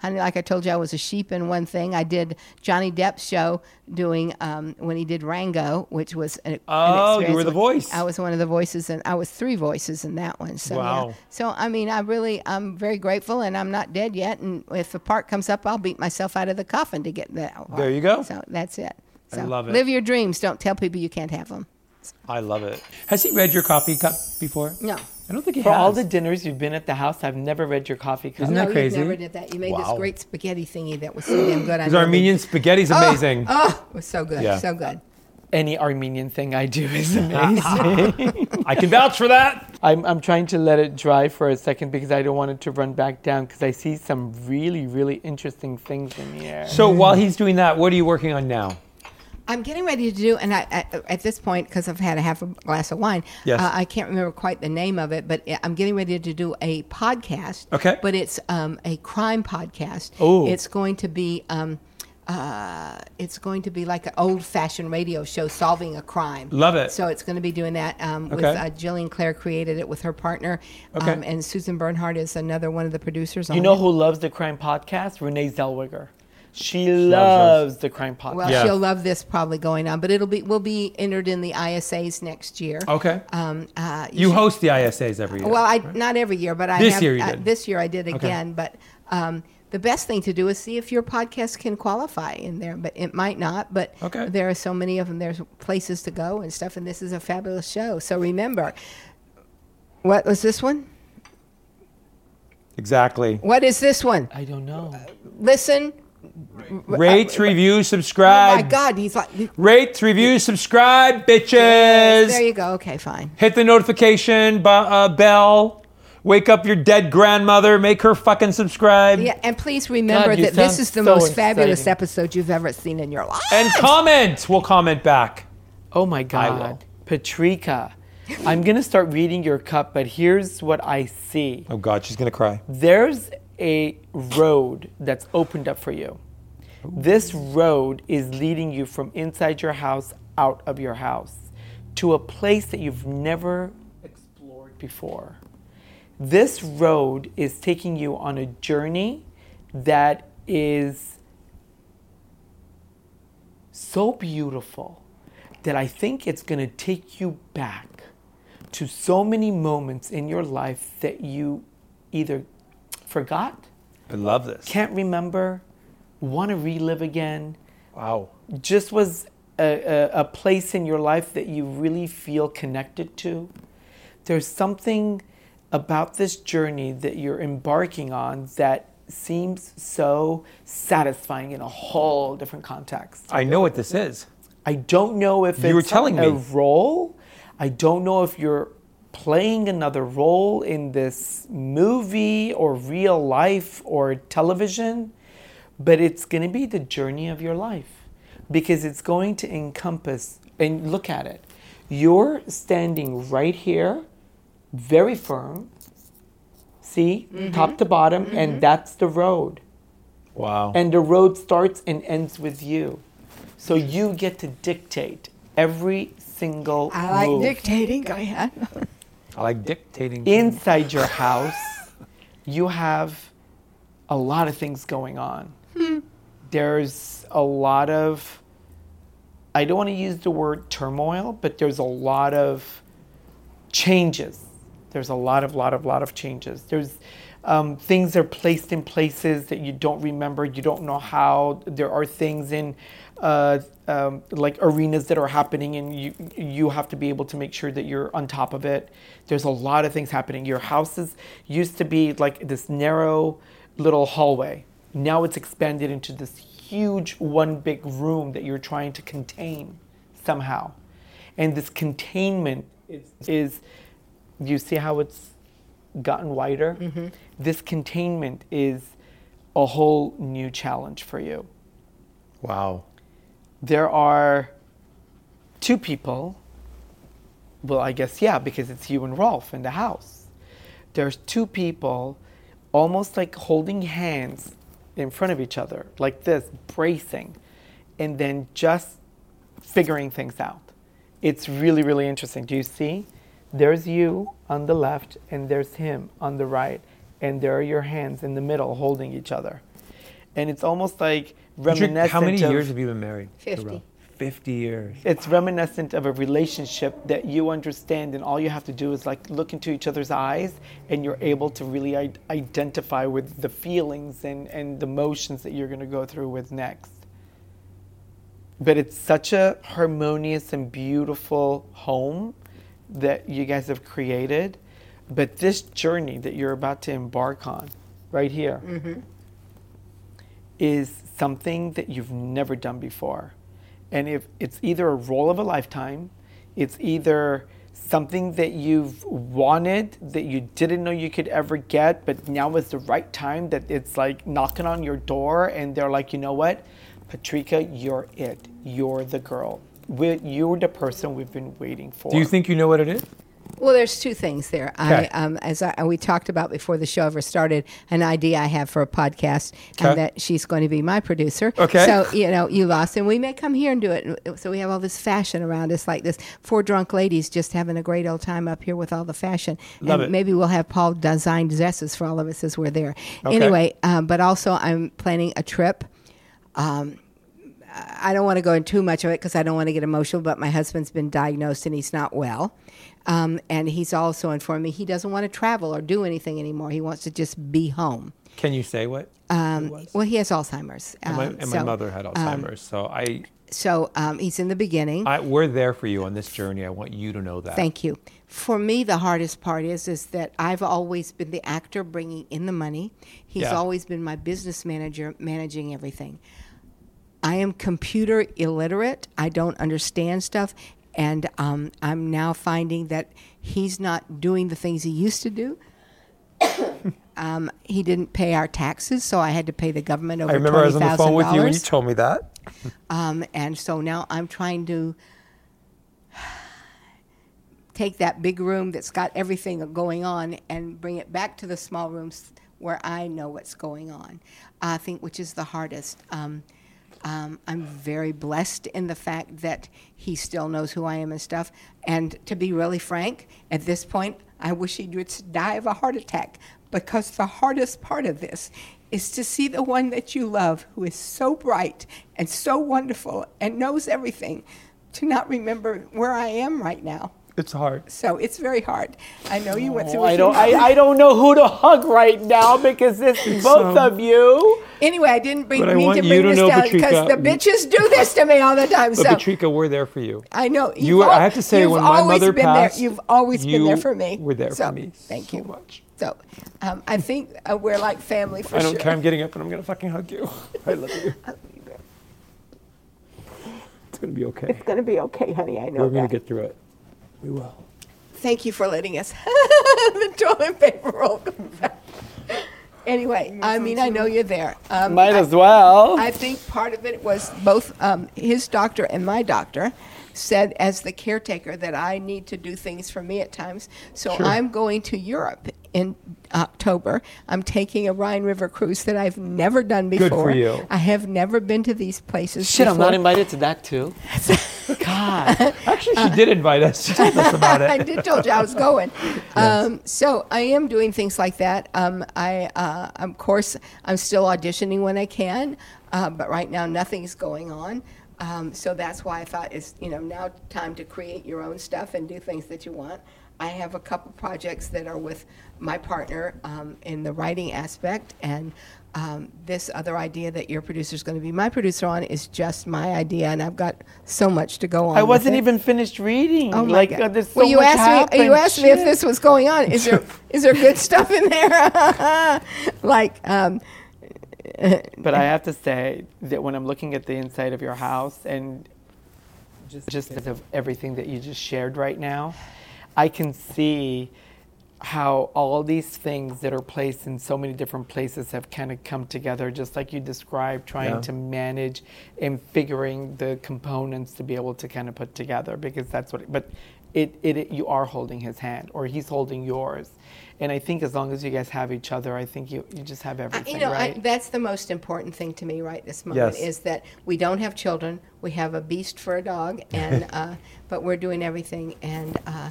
Speaker 3: Honey, like I told you, I was a sheep in one thing. I did Johnny Depp's show doing um, when he did Rango, which was an, an
Speaker 1: Oh, you
Speaker 3: experience
Speaker 1: were the
Speaker 3: with-
Speaker 1: voice.
Speaker 3: I was one of the voices, and I was three voices in that one. So yeah.
Speaker 1: Wow.
Speaker 3: So I mean, I really, I'm very grateful, and I'm not dead yet. And if the part comes up, I'll beat myself out of the coffin to get that. part.
Speaker 1: There you go.
Speaker 3: So that's it.
Speaker 1: I
Speaker 3: So
Speaker 1: love it.
Speaker 3: Live your dreams. Don't tell people you can't have them.
Speaker 1: Oh, I love it. Has he read your coffee cup before?
Speaker 3: No.
Speaker 1: I don't think he
Speaker 2: For
Speaker 1: has.
Speaker 2: all the dinners you've been at the house, I've never read your coffee cup.
Speaker 1: Isn't that
Speaker 3: you
Speaker 1: crazy?
Speaker 3: never did that. You made
Speaker 1: Wow.
Speaker 3: this great spaghetti thingy that was so damn good. I
Speaker 1: His
Speaker 3: know we-
Speaker 1: Armenian spaghetti's amazing.
Speaker 3: Oh, it was so good.
Speaker 1: Yeah.
Speaker 3: So good.
Speaker 2: Any Armenian thing I do is
Speaker 3: oh.
Speaker 2: amazing.
Speaker 1: I can vouch for that.
Speaker 2: I'm, I'm trying to let it dry for a second because I don't want it to run back down because I see some really, really interesting things in the air.
Speaker 1: So while he's doing that, what are you working on now?
Speaker 3: I'm getting ready to do, and I, I at this point because I've had a half a glass of wine.
Speaker 1: Yes.
Speaker 3: uh, I can't remember quite the name of it, but I- I'm getting ready to do a podcast.
Speaker 1: Okay.
Speaker 3: but it's um, a crime podcast.
Speaker 1: Oh.
Speaker 3: it's going to be. Um, uh, it's going to be like an old-fashioned radio show solving a crime.
Speaker 1: Love it.
Speaker 3: So it's going to be doing that. Um, with
Speaker 1: Okay.
Speaker 3: uh, Jillian Claire created it with her partner.
Speaker 1: Okay.
Speaker 3: Um, and Susan Bernhardt is another one of the producers.
Speaker 2: you
Speaker 3: on
Speaker 2: know
Speaker 3: it.
Speaker 2: who loves the crime podcast? Renee Zellweger. She
Speaker 1: loves
Speaker 2: loves the crime podcast.
Speaker 3: Well,
Speaker 1: Yeah.
Speaker 3: she'll love this probably going on, but it'll be we'll be entered in the ISAs next year.
Speaker 1: Okay.
Speaker 3: Um, uh,
Speaker 1: you host the ISAs every year.
Speaker 3: Well, I not every year, but I
Speaker 1: This
Speaker 3: have,
Speaker 1: year you
Speaker 3: uh,
Speaker 1: did.
Speaker 3: this year I did again. But um, the best thing to do is see if your podcast can qualify in there, but it might not. But
Speaker 1: Okay.
Speaker 3: there are so many of them. There's places to go and stuff, and this is a fabulous show. So remember, what was this one?
Speaker 1: exactly.
Speaker 3: What is this one?
Speaker 2: I don't know.
Speaker 3: Listen,
Speaker 1: Rate, review, subscribe.
Speaker 3: uh, oh my God, he's like,
Speaker 1: Rate, review, subscribe, bitches.
Speaker 3: there you go. Okay, fine.
Speaker 1: Hit the notification bu- uh, bell. Wake up your dead grandmother. Make her fucking subscribe.
Speaker 3: Yeah, and please remember
Speaker 2: God, you
Speaker 3: that this
Speaker 2: sound
Speaker 3: is the
Speaker 2: so
Speaker 3: most fabulous
Speaker 2: exciting.
Speaker 3: episode you've ever seen in your life.
Speaker 1: And comment. We'll comment back.
Speaker 2: Oh my
Speaker 1: will.
Speaker 2: God. Patrika, I'm going to start reading your cup, but here's what I see.
Speaker 1: Oh God, she's gonna cry.
Speaker 2: There's a road that's opened up for you. This road is leading you from inside your house, out of your house, to a place that you've never explored before. This road is taking you on a journey that is so beautiful that I think it's going to take you back to so many moments in your life that you either forgot,
Speaker 1: I love this.
Speaker 2: can't remember, want to relive again,
Speaker 1: wow.
Speaker 2: just was a, a, a place in your life that you really feel connected to. There's something about this journey that you're embarking on that seems so satisfying in a whole different context.
Speaker 1: I know what this is.
Speaker 2: I don't know if
Speaker 1: You
Speaker 2: it's
Speaker 1: were telling
Speaker 2: a
Speaker 1: me.
Speaker 2: role. I don't know if you're playing another role in this movie or real life or television, but it's going to be the journey of your life because it's going to encompass and look at it. You're standing right here, very firm. See, top to bottom, and that's the road
Speaker 1: Wow.
Speaker 2: and the road starts and ends with you. So you get to dictate every single
Speaker 3: I like
Speaker 2: move.
Speaker 3: dictating. Go ahead.
Speaker 1: I like dictating.
Speaker 2: Inside your house, you have a lot of things going on.
Speaker 3: Hmm.
Speaker 2: There's a lot of I don't want to use the word turmoil, but there's a lot of changes. There's a lot of, lot of, lot of changes. There's um, things are placed in places that you don't remember, you don't know how. There are things in uh, um, like arenas that are happening, and you you have to be able to make sure that you're on top of it. There's a lot of things happening. Your houses used to be like this narrow little hallway. Now it's expanded into this huge one big room that you're trying to contain somehow. And this containment is, is you see how it's gotten wider? This containment is a whole new challenge for you.
Speaker 1: wow.
Speaker 2: There are two people. Well, I guess, yeah, because it's you and Rolf in the house. There's two people almost like holding hands in front of each other, like this, bracing, and then just figuring things out. It's really, really interesting. Do you see? There's you on the left, and there's him on the right, and there are your hands in the middle holding each other. And it's almost like
Speaker 1: Patrick,
Speaker 2: reminiscent
Speaker 1: how many
Speaker 2: of-
Speaker 1: years have you been married? to
Speaker 3: 50.
Speaker 1: Ralph? Fifty years.
Speaker 2: it's reminiscent of a relationship that you understand and all you have to do is like look into each other's eyes and you're able to really I- identify with the feelings and, and the emotions that you're going to go through with next but it's such a harmonious and beautiful home that you guys have created but this journey that you're about to embark on right here is something that you've never done before and if it's either a role of a lifetime it's either something that you've wanted that you didn't know you could ever get but now is the right time that it's like knocking on your door and they're like you know what Patrika, you're it. You're the girl. We're, you're the person we've been waiting for.
Speaker 1: Do you think you know what it is?
Speaker 3: Well, there's two things there. I,
Speaker 1: Okay.
Speaker 3: um, as I, we talked about before the show ever started, an idea I have for a podcast,
Speaker 1: Okay.
Speaker 3: and that she's going to be my producer.
Speaker 1: Okay.
Speaker 3: So you know, you lost, and we may come here and do it. And So we have all this fashion around us, like this four drunk ladies just having a great old time up here with all the fashion.
Speaker 1: Love
Speaker 3: and
Speaker 1: it.
Speaker 3: Maybe we'll have Paul design dresses for all of us as we're there.
Speaker 1: Okay.
Speaker 3: Anyway, um, but also I'm planning a trip. Um, I don't want to go into too much of it because I don't want to get emotional, but my husband's been diagnosed and he's not well. Um, and he's also informed me he doesn't want to travel or do anything anymore. He wants to just be home.
Speaker 1: Can you say what? it was?
Speaker 3: Um, Well, he has Alzheimer's.
Speaker 1: my,
Speaker 3: um,
Speaker 1: and my
Speaker 3: so,
Speaker 1: mother had
Speaker 3: um,
Speaker 1: Alzheimer's, so I
Speaker 3: So um, he's in the beginning.
Speaker 1: I, we're there for you on this journey. I want you to know that.
Speaker 3: Thank you. For me, the hardest part is is that I've always been the actor bringing in the money. He's
Speaker 1: Yeah.
Speaker 3: always been my business manager managing everything. I am computer illiterate. I don't understand stuff, and um, I'm now finding that he's not doing the things he used to do. um, he didn't pay our taxes, so I had to pay the government over.
Speaker 1: I remember I was on the phone with you and
Speaker 3: $20,000.
Speaker 1: you told me that.
Speaker 3: Um, and so now I'm trying to take that big room that's got everything going on and bring it back to the small rooms where I know what's going on, I think, which is the hardest. Um, um, I'm very blessed in the fact that he still knows who I am and stuff. And to be really frank, at this point, I wish he would die of a heart attack because the hardest part of this is to see the one that you love who is so bright and so wonderful and knows everything to not remember where I am right now.
Speaker 1: It's hard.
Speaker 3: So it's very hard. I know you went through.
Speaker 1: Oh,
Speaker 2: Oh, I
Speaker 3: it.
Speaker 2: don't, I, I don't know who to hug right now because it's both of you.
Speaker 3: anyway, I didn't bring,
Speaker 1: But I
Speaker 3: mean
Speaker 1: want
Speaker 3: to
Speaker 1: you
Speaker 3: bring
Speaker 1: to
Speaker 3: this
Speaker 1: know,
Speaker 3: down
Speaker 1: Patrica,
Speaker 3: because the
Speaker 1: you-
Speaker 3: bitches do this to me all the time.
Speaker 1: But
Speaker 3: So
Speaker 1: Patricia, we're there for you.
Speaker 3: I know
Speaker 1: You
Speaker 3: you've
Speaker 1: were, I
Speaker 3: al-
Speaker 1: have to say,
Speaker 3: you've
Speaker 1: when my
Speaker 3: always
Speaker 1: mother
Speaker 3: been
Speaker 1: passed,
Speaker 3: there, you've always been there
Speaker 1: you
Speaker 3: for me.
Speaker 1: Were there
Speaker 3: So,
Speaker 1: for me.
Speaker 3: Thank
Speaker 1: so
Speaker 3: you.
Speaker 1: Much.
Speaker 3: So, um, I think uh, we're like family for
Speaker 1: I don't
Speaker 3: sure.
Speaker 1: care. I'm getting up and I'm gonna fucking hug you. I love you. It's gonna be okay.
Speaker 3: It's gonna be okay, honey. I know
Speaker 1: We're gonna
Speaker 3: that.
Speaker 1: get through it. We will.
Speaker 3: Thank you for letting us. the toilet paper roll. comes out. anyway, I mean, I know you're there. Um,
Speaker 2: Might
Speaker 3: I-
Speaker 2: as well.
Speaker 3: I think part of it was both um, his doctor and my doctor said, as the caretaker, that I need to do things for me at times. So I'm going to Europe in October. I'm taking a Rhine River cruise that I've never done before.
Speaker 1: for you.
Speaker 3: I have never been to these places.
Speaker 2: Shit, I'm
Speaker 3: before.
Speaker 2: not invited to that too. God.
Speaker 1: Actually, she did invite us. She told us about
Speaker 3: I
Speaker 1: it.
Speaker 3: did told you I was going. Um, so I am doing things like that. Um, I, uh, of course, I'm still auditioning when I can, uh, but right now nothing's going on. Um, so that's why I thought it's you know now time to create your own stuff and do things that you want. I have a couple projects that are with my partner um, in the writing aspect, and um, this other idea that your producer is going to be my producer on is just my idea, and I've got so much to go on.
Speaker 2: I
Speaker 3: with
Speaker 2: wasn't
Speaker 3: it.
Speaker 2: even finished reading.
Speaker 3: Oh my
Speaker 2: like,
Speaker 3: God.
Speaker 2: uh, there's so
Speaker 3: well, you
Speaker 2: much
Speaker 3: asked me. You
Speaker 2: happened.
Speaker 3: asked me if
Speaker 2: Shit.
Speaker 3: this was going on. Is there is there good stuff in there? like, um,
Speaker 2: But I have to say that when I'm looking at the inside of your house and just, just of everything that you just shared right now, I can see how all these things that are placed in so many different places have kind of come together, just like you described, trying
Speaker 1: Yeah.
Speaker 2: to manage and figuring the components to be able to kind of put together because that's what, but it, it, it you are holding his hand or he's holding yours. And I think as long as you guys have each other, I think you, you just have everything,
Speaker 3: you know,
Speaker 2: right?
Speaker 3: I, that's the most important thing to me right this moment
Speaker 1: Yes.
Speaker 3: is that we don't have children. We have a beast for a dog, and uh, but we're doing everything. And uh,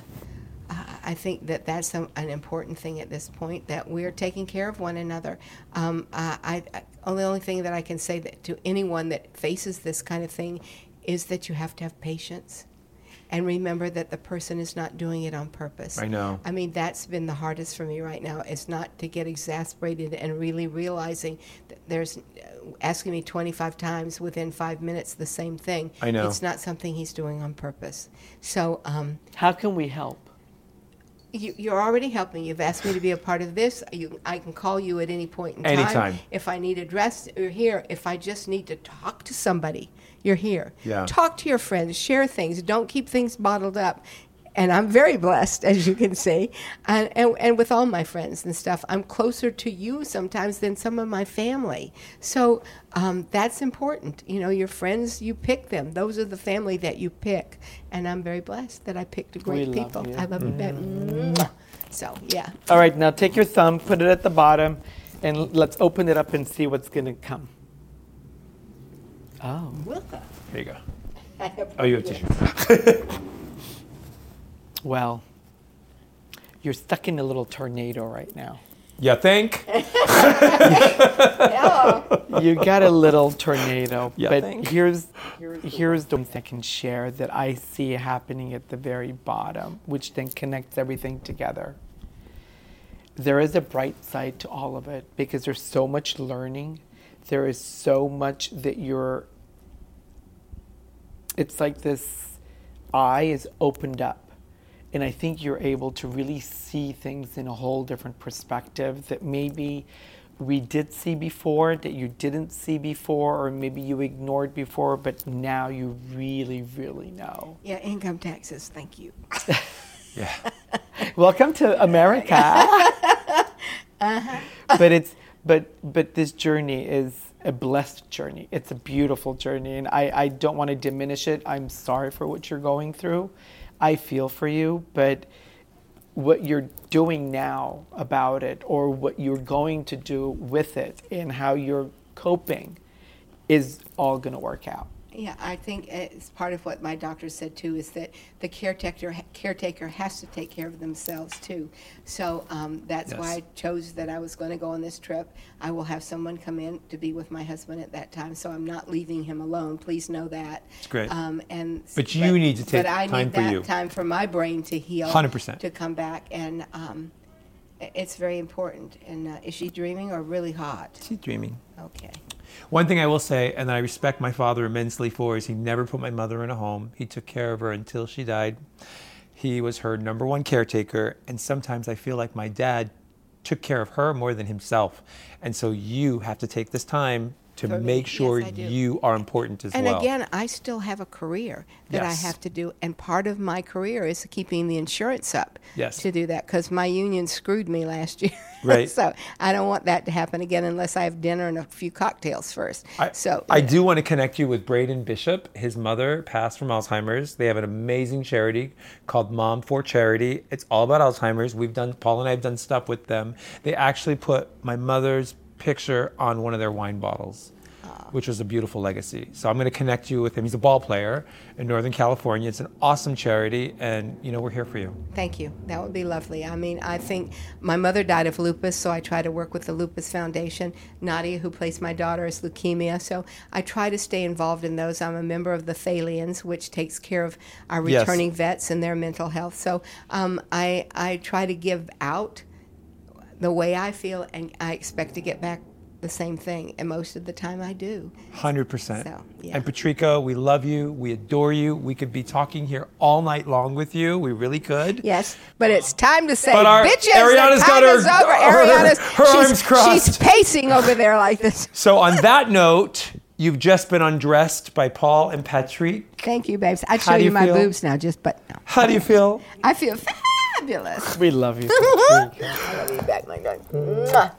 Speaker 3: I- I think that that's a, an important thing at this point that we're taking care of one another. Um, I, I, I, the only thing that I can say that to anyone that faces this kind of thing is that you have to have patience. and remember that the person is not doing it on purpose.
Speaker 1: I know.
Speaker 3: I mean, that's been the hardest for me right now is not to get exasperated and really realizing that there's uh, asking me 25 times within five minutes the same thing.
Speaker 1: I know.
Speaker 3: It's not something he's doing on purpose. So, um,
Speaker 2: How can we help?
Speaker 3: you, you're already helping. You've asked me to be a part of this. You, I can call you at any point in
Speaker 1: Anytime.
Speaker 3: time. If I need address, you're here. If I just need to talk to somebody, you're here.
Speaker 1: Yeah.
Speaker 3: Talk to your friends. Share things. Don't keep things bottled up. And I'm very blessed, as you can see, and, and, and with all my friends and stuff. I'm closer to you sometimes than some of my family. So um, that's important. You know, your friends, you pick them. Those are the family that you pick. And I'm very blessed that I picked a great
Speaker 2: love
Speaker 3: people.
Speaker 2: you.
Speaker 3: I love you back.
Speaker 1: Mm.
Speaker 3: Mwah. So, yeah.
Speaker 2: All right, now take your thumb, put it at the bottom, and l- let's open it up and see what's going to come. Oh.
Speaker 1: There you go. Oh, you have tissue.
Speaker 2: Well, you're stuck in a little tornado right now.
Speaker 1: Yeah, think.
Speaker 2: You got a little tornado,
Speaker 1: Yeah,
Speaker 2: but
Speaker 1: thanks.
Speaker 2: here's here's the one that I can share that I see happening at the very bottom, which then connects everything together. there is a bright side to all of it because there's so much learning. There is so much that you're it's like this eye is opened up. And I think you're able to really see things in a whole different perspective that maybe we did see before, that you didn't see before, or maybe you ignored before, but now you really, really know.
Speaker 3: Yeah, income taxes. Thank you.
Speaker 1: Yeah.
Speaker 2: Welcome to America. Uh-huh. But it's but but this journey is a blessed journey. It's a beautiful journey, and I I don't want to diminish it. I'm sorry for what you're going through. I feel for you, but what you're doing now about it, or what you're going to do with it, and how you're coping, is all going to work out.
Speaker 3: Yeah, I think it's part of what my doctor said too is that the caretaker caretaker has to take care of themselves too. So um, that's why I chose that I was going to go on this trip. I will have someone come in to be with my husband at that time, so I'm not leaving him alone. Please know that. It's
Speaker 1: great.
Speaker 3: Um, and
Speaker 1: But you need to take
Speaker 3: but I
Speaker 1: time
Speaker 3: need
Speaker 1: for
Speaker 3: that
Speaker 1: you.
Speaker 3: time for my brain to heal.
Speaker 1: 100%.
Speaker 3: to come back and. Um, i- it's very important. And uh, is she dreaming or really hot?
Speaker 2: She's dreaming.
Speaker 3: Okay.
Speaker 1: One thing I will say, and I respect my father immensely for, is he never put my mother in a home. He took care of her until she died. He was her number one caretaker. And sometimes I feel like my dad took care of her more than himself. And so you have to take this time to
Speaker 3: Totally.
Speaker 1: make sure
Speaker 3: Yes, I do.
Speaker 1: you are important as
Speaker 3: And
Speaker 1: well.
Speaker 3: again, I still have a career that
Speaker 1: Yes.
Speaker 3: I have to do, and part of my career is keeping the insurance up
Speaker 1: Yes.
Speaker 3: to do that because my union screwed me last year.
Speaker 1: Right.
Speaker 3: so I don't want that to happen again unless I have dinner and a few cocktails first.
Speaker 1: I,
Speaker 3: so
Speaker 1: I do want to connect you with Braden Bishop. His mother passed from Alzheimer's. They have an amazing charity called Mom for Charity. It's all about Alzheimer's. We've done Paul and I have done stuff with them. They actually put my mother's picture on one of their wine bottles.
Speaker 3: Ah.
Speaker 1: Which was a beautiful legacy. So I'm going to connect you with him. He's a ball player in Northern California. It's an awesome charity, and you know we're here for you.
Speaker 3: Thank you. That would be lovely. I mean, I think my mother died of lupus, so I try to work with the Lupus Foundation. Nadia, who plays my daughter, is leukemia, so I try to stay involved in those. I'm a member of the Thalians, which takes care of our
Speaker 1: Yes.
Speaker 3: returning vets and their mental health. So um, I I try to give out the way I feel, and I expect to get back the same thing, and most of the time I do.
Speaker 1: Hundred percent.
Speaker 3: So, yeah.
Speaker 1: And Patrico, we love you. We adore you. We could be talking here all night long with you. We really could.
Speaker 3: Yes, but it's time to say,
Speaker 1: But our-
Speaker 3: bitches,
Speaker 1: Ariana's
Speaker 3: the time
Speaker 1: got her-
Speaker 3: is over.
Speaker 1: her-
Speaker 3: Ariana's,
Speaker 1: her
Speaker 3: she's,
Speaker 1: arms crossed.
Speaker 3: She's pacing over there like this.
Speaker 1: So on that note, you've just been undressed by Paul and Patrick.
Speaker 3: Thank you, babes. I'd
Speaker 1: How
Speaker 3: show
Speaker 1: do
Speaker 3: you,
Speaker 1: you
Speaker 3: my
Speaker 1: feel?
Speaker 3: boobs now, just but no.
Speaker 1: How do you feel?
Speaker 3: I feel fabulous.
Speaker 2: We love you.
Speaker 3: I love you back, my God. Mwah.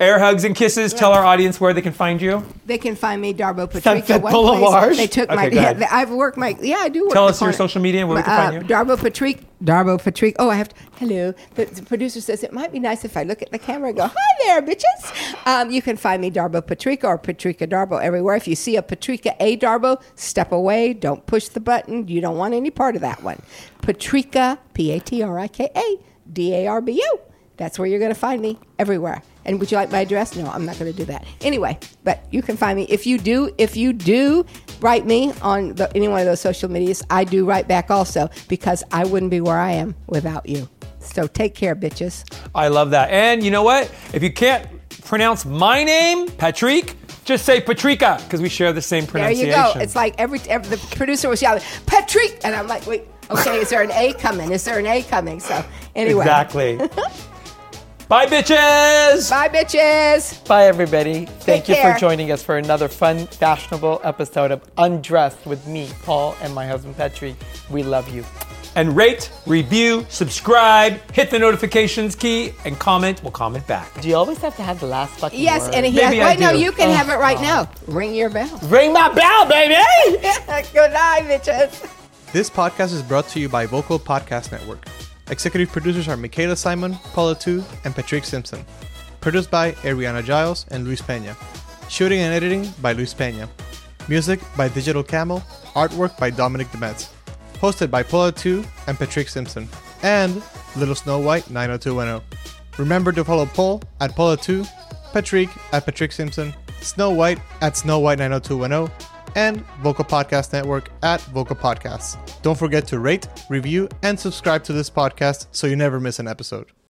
Speaker 1: Air hugs and kisses. Tell our audience where they can find you.
Speaker 3: They can find me Darbo Patrica.
Speaker 2: Sunset
Speaker 3: one
Speaker 2: Boulevard.
Speaker 3: Place. They took
Speaker 1: Okay,
Speaker 3: my.
Speaker 1: go
Speaker 3: Yeah,
Speaker 1: ahead.
Speaker 3: they- I've worked my. Yeah, I do work.
Speaker 1: Tell
Speaker 3: the
Speaker 1: us your
Speaker 3: corner.
Speaker 1: social media and where we can
Speaker 3: Uh,
Speaker 1: find you.
Speaker 3: Darbo Patrick. Darbo Patrick. Oh, I have to. Hello. The, the producer says it might be nice if I look at the camera and go, "Hi there, bitches." Um, you can find me Darbo Patrica or Patrica Darbo everywhere. If you see a Patrica a Darbo, step away. Don't push the button. You don't want any part of that one. Patrica. P A T R I K A D A R B O. That's where you're going to find me everywhere. And would you like my address? No, I'm not going to do that. Anyway, but you can find me if you do. If you do write me on the, any one of those social medias, I do write back also because I wouldn't be where I am without you. So take care, bitches.
Speaker 1: I love that. And you know what? If you can't pronounce my name, Patrick, just say Patrica because we share the same
Speaker 3: There you
Speaker 1: pronunciation.
Speaker 3: go. It's like every, every the producer was yelling, Patrick, and I'm like, wait, okay, is there an A coming? Is there an A coming? So anyway,
Speaker 1: exactly. Bye, bitches.
Speaker 3: bye, bitches.
Speaker 2: Bye, everybody. Thank you
Speaker 3: care.
Speaker 2: for joining us for another fun, fashionable episode of Undressed with me, Paul, and my husband, Patrick. We love you.
Speaker 1: And rate, review, subscribe, hit the notifications key, and comment. We'll comment back.
Speaker 2: Do you always have to have the last fucking
Speaker 3: Yes,
Speaker 2: word?
Speaker 3: and he
Speaker 1: Maybe
Speaker 3: has,
Speaker 1: I
Speaker 3: wait, no,
Speaker 1: do. Oh.
Speaker 3: you can have it right now. Ring your bell.
Speaker 2: Ring my bell, baby!
Speaker 3: Good night, bitches.
Speaker 5: This podcast is brought to you by Vocal Podcast Network. Executive producers are Michaela Simon, Paula Tu, and Patrick Simpson. Produced by Ariana Giles and Luis Pena. Shooting and editing by Luis Pena. Music by Digital Camel. Artwork by Dominic Demetz. Hosted by Paula Tu and Patrick Simpson. And Little Snow White 90210. Remember to follow Paul at Paula Tu, Patrick at Patrick Simpson, Snow White at Snow White 90210 and Vocal Podcast Network at Vocal Podcasts. Don't forget to rate, review, and subscribe to this podcast so you never miss an episode.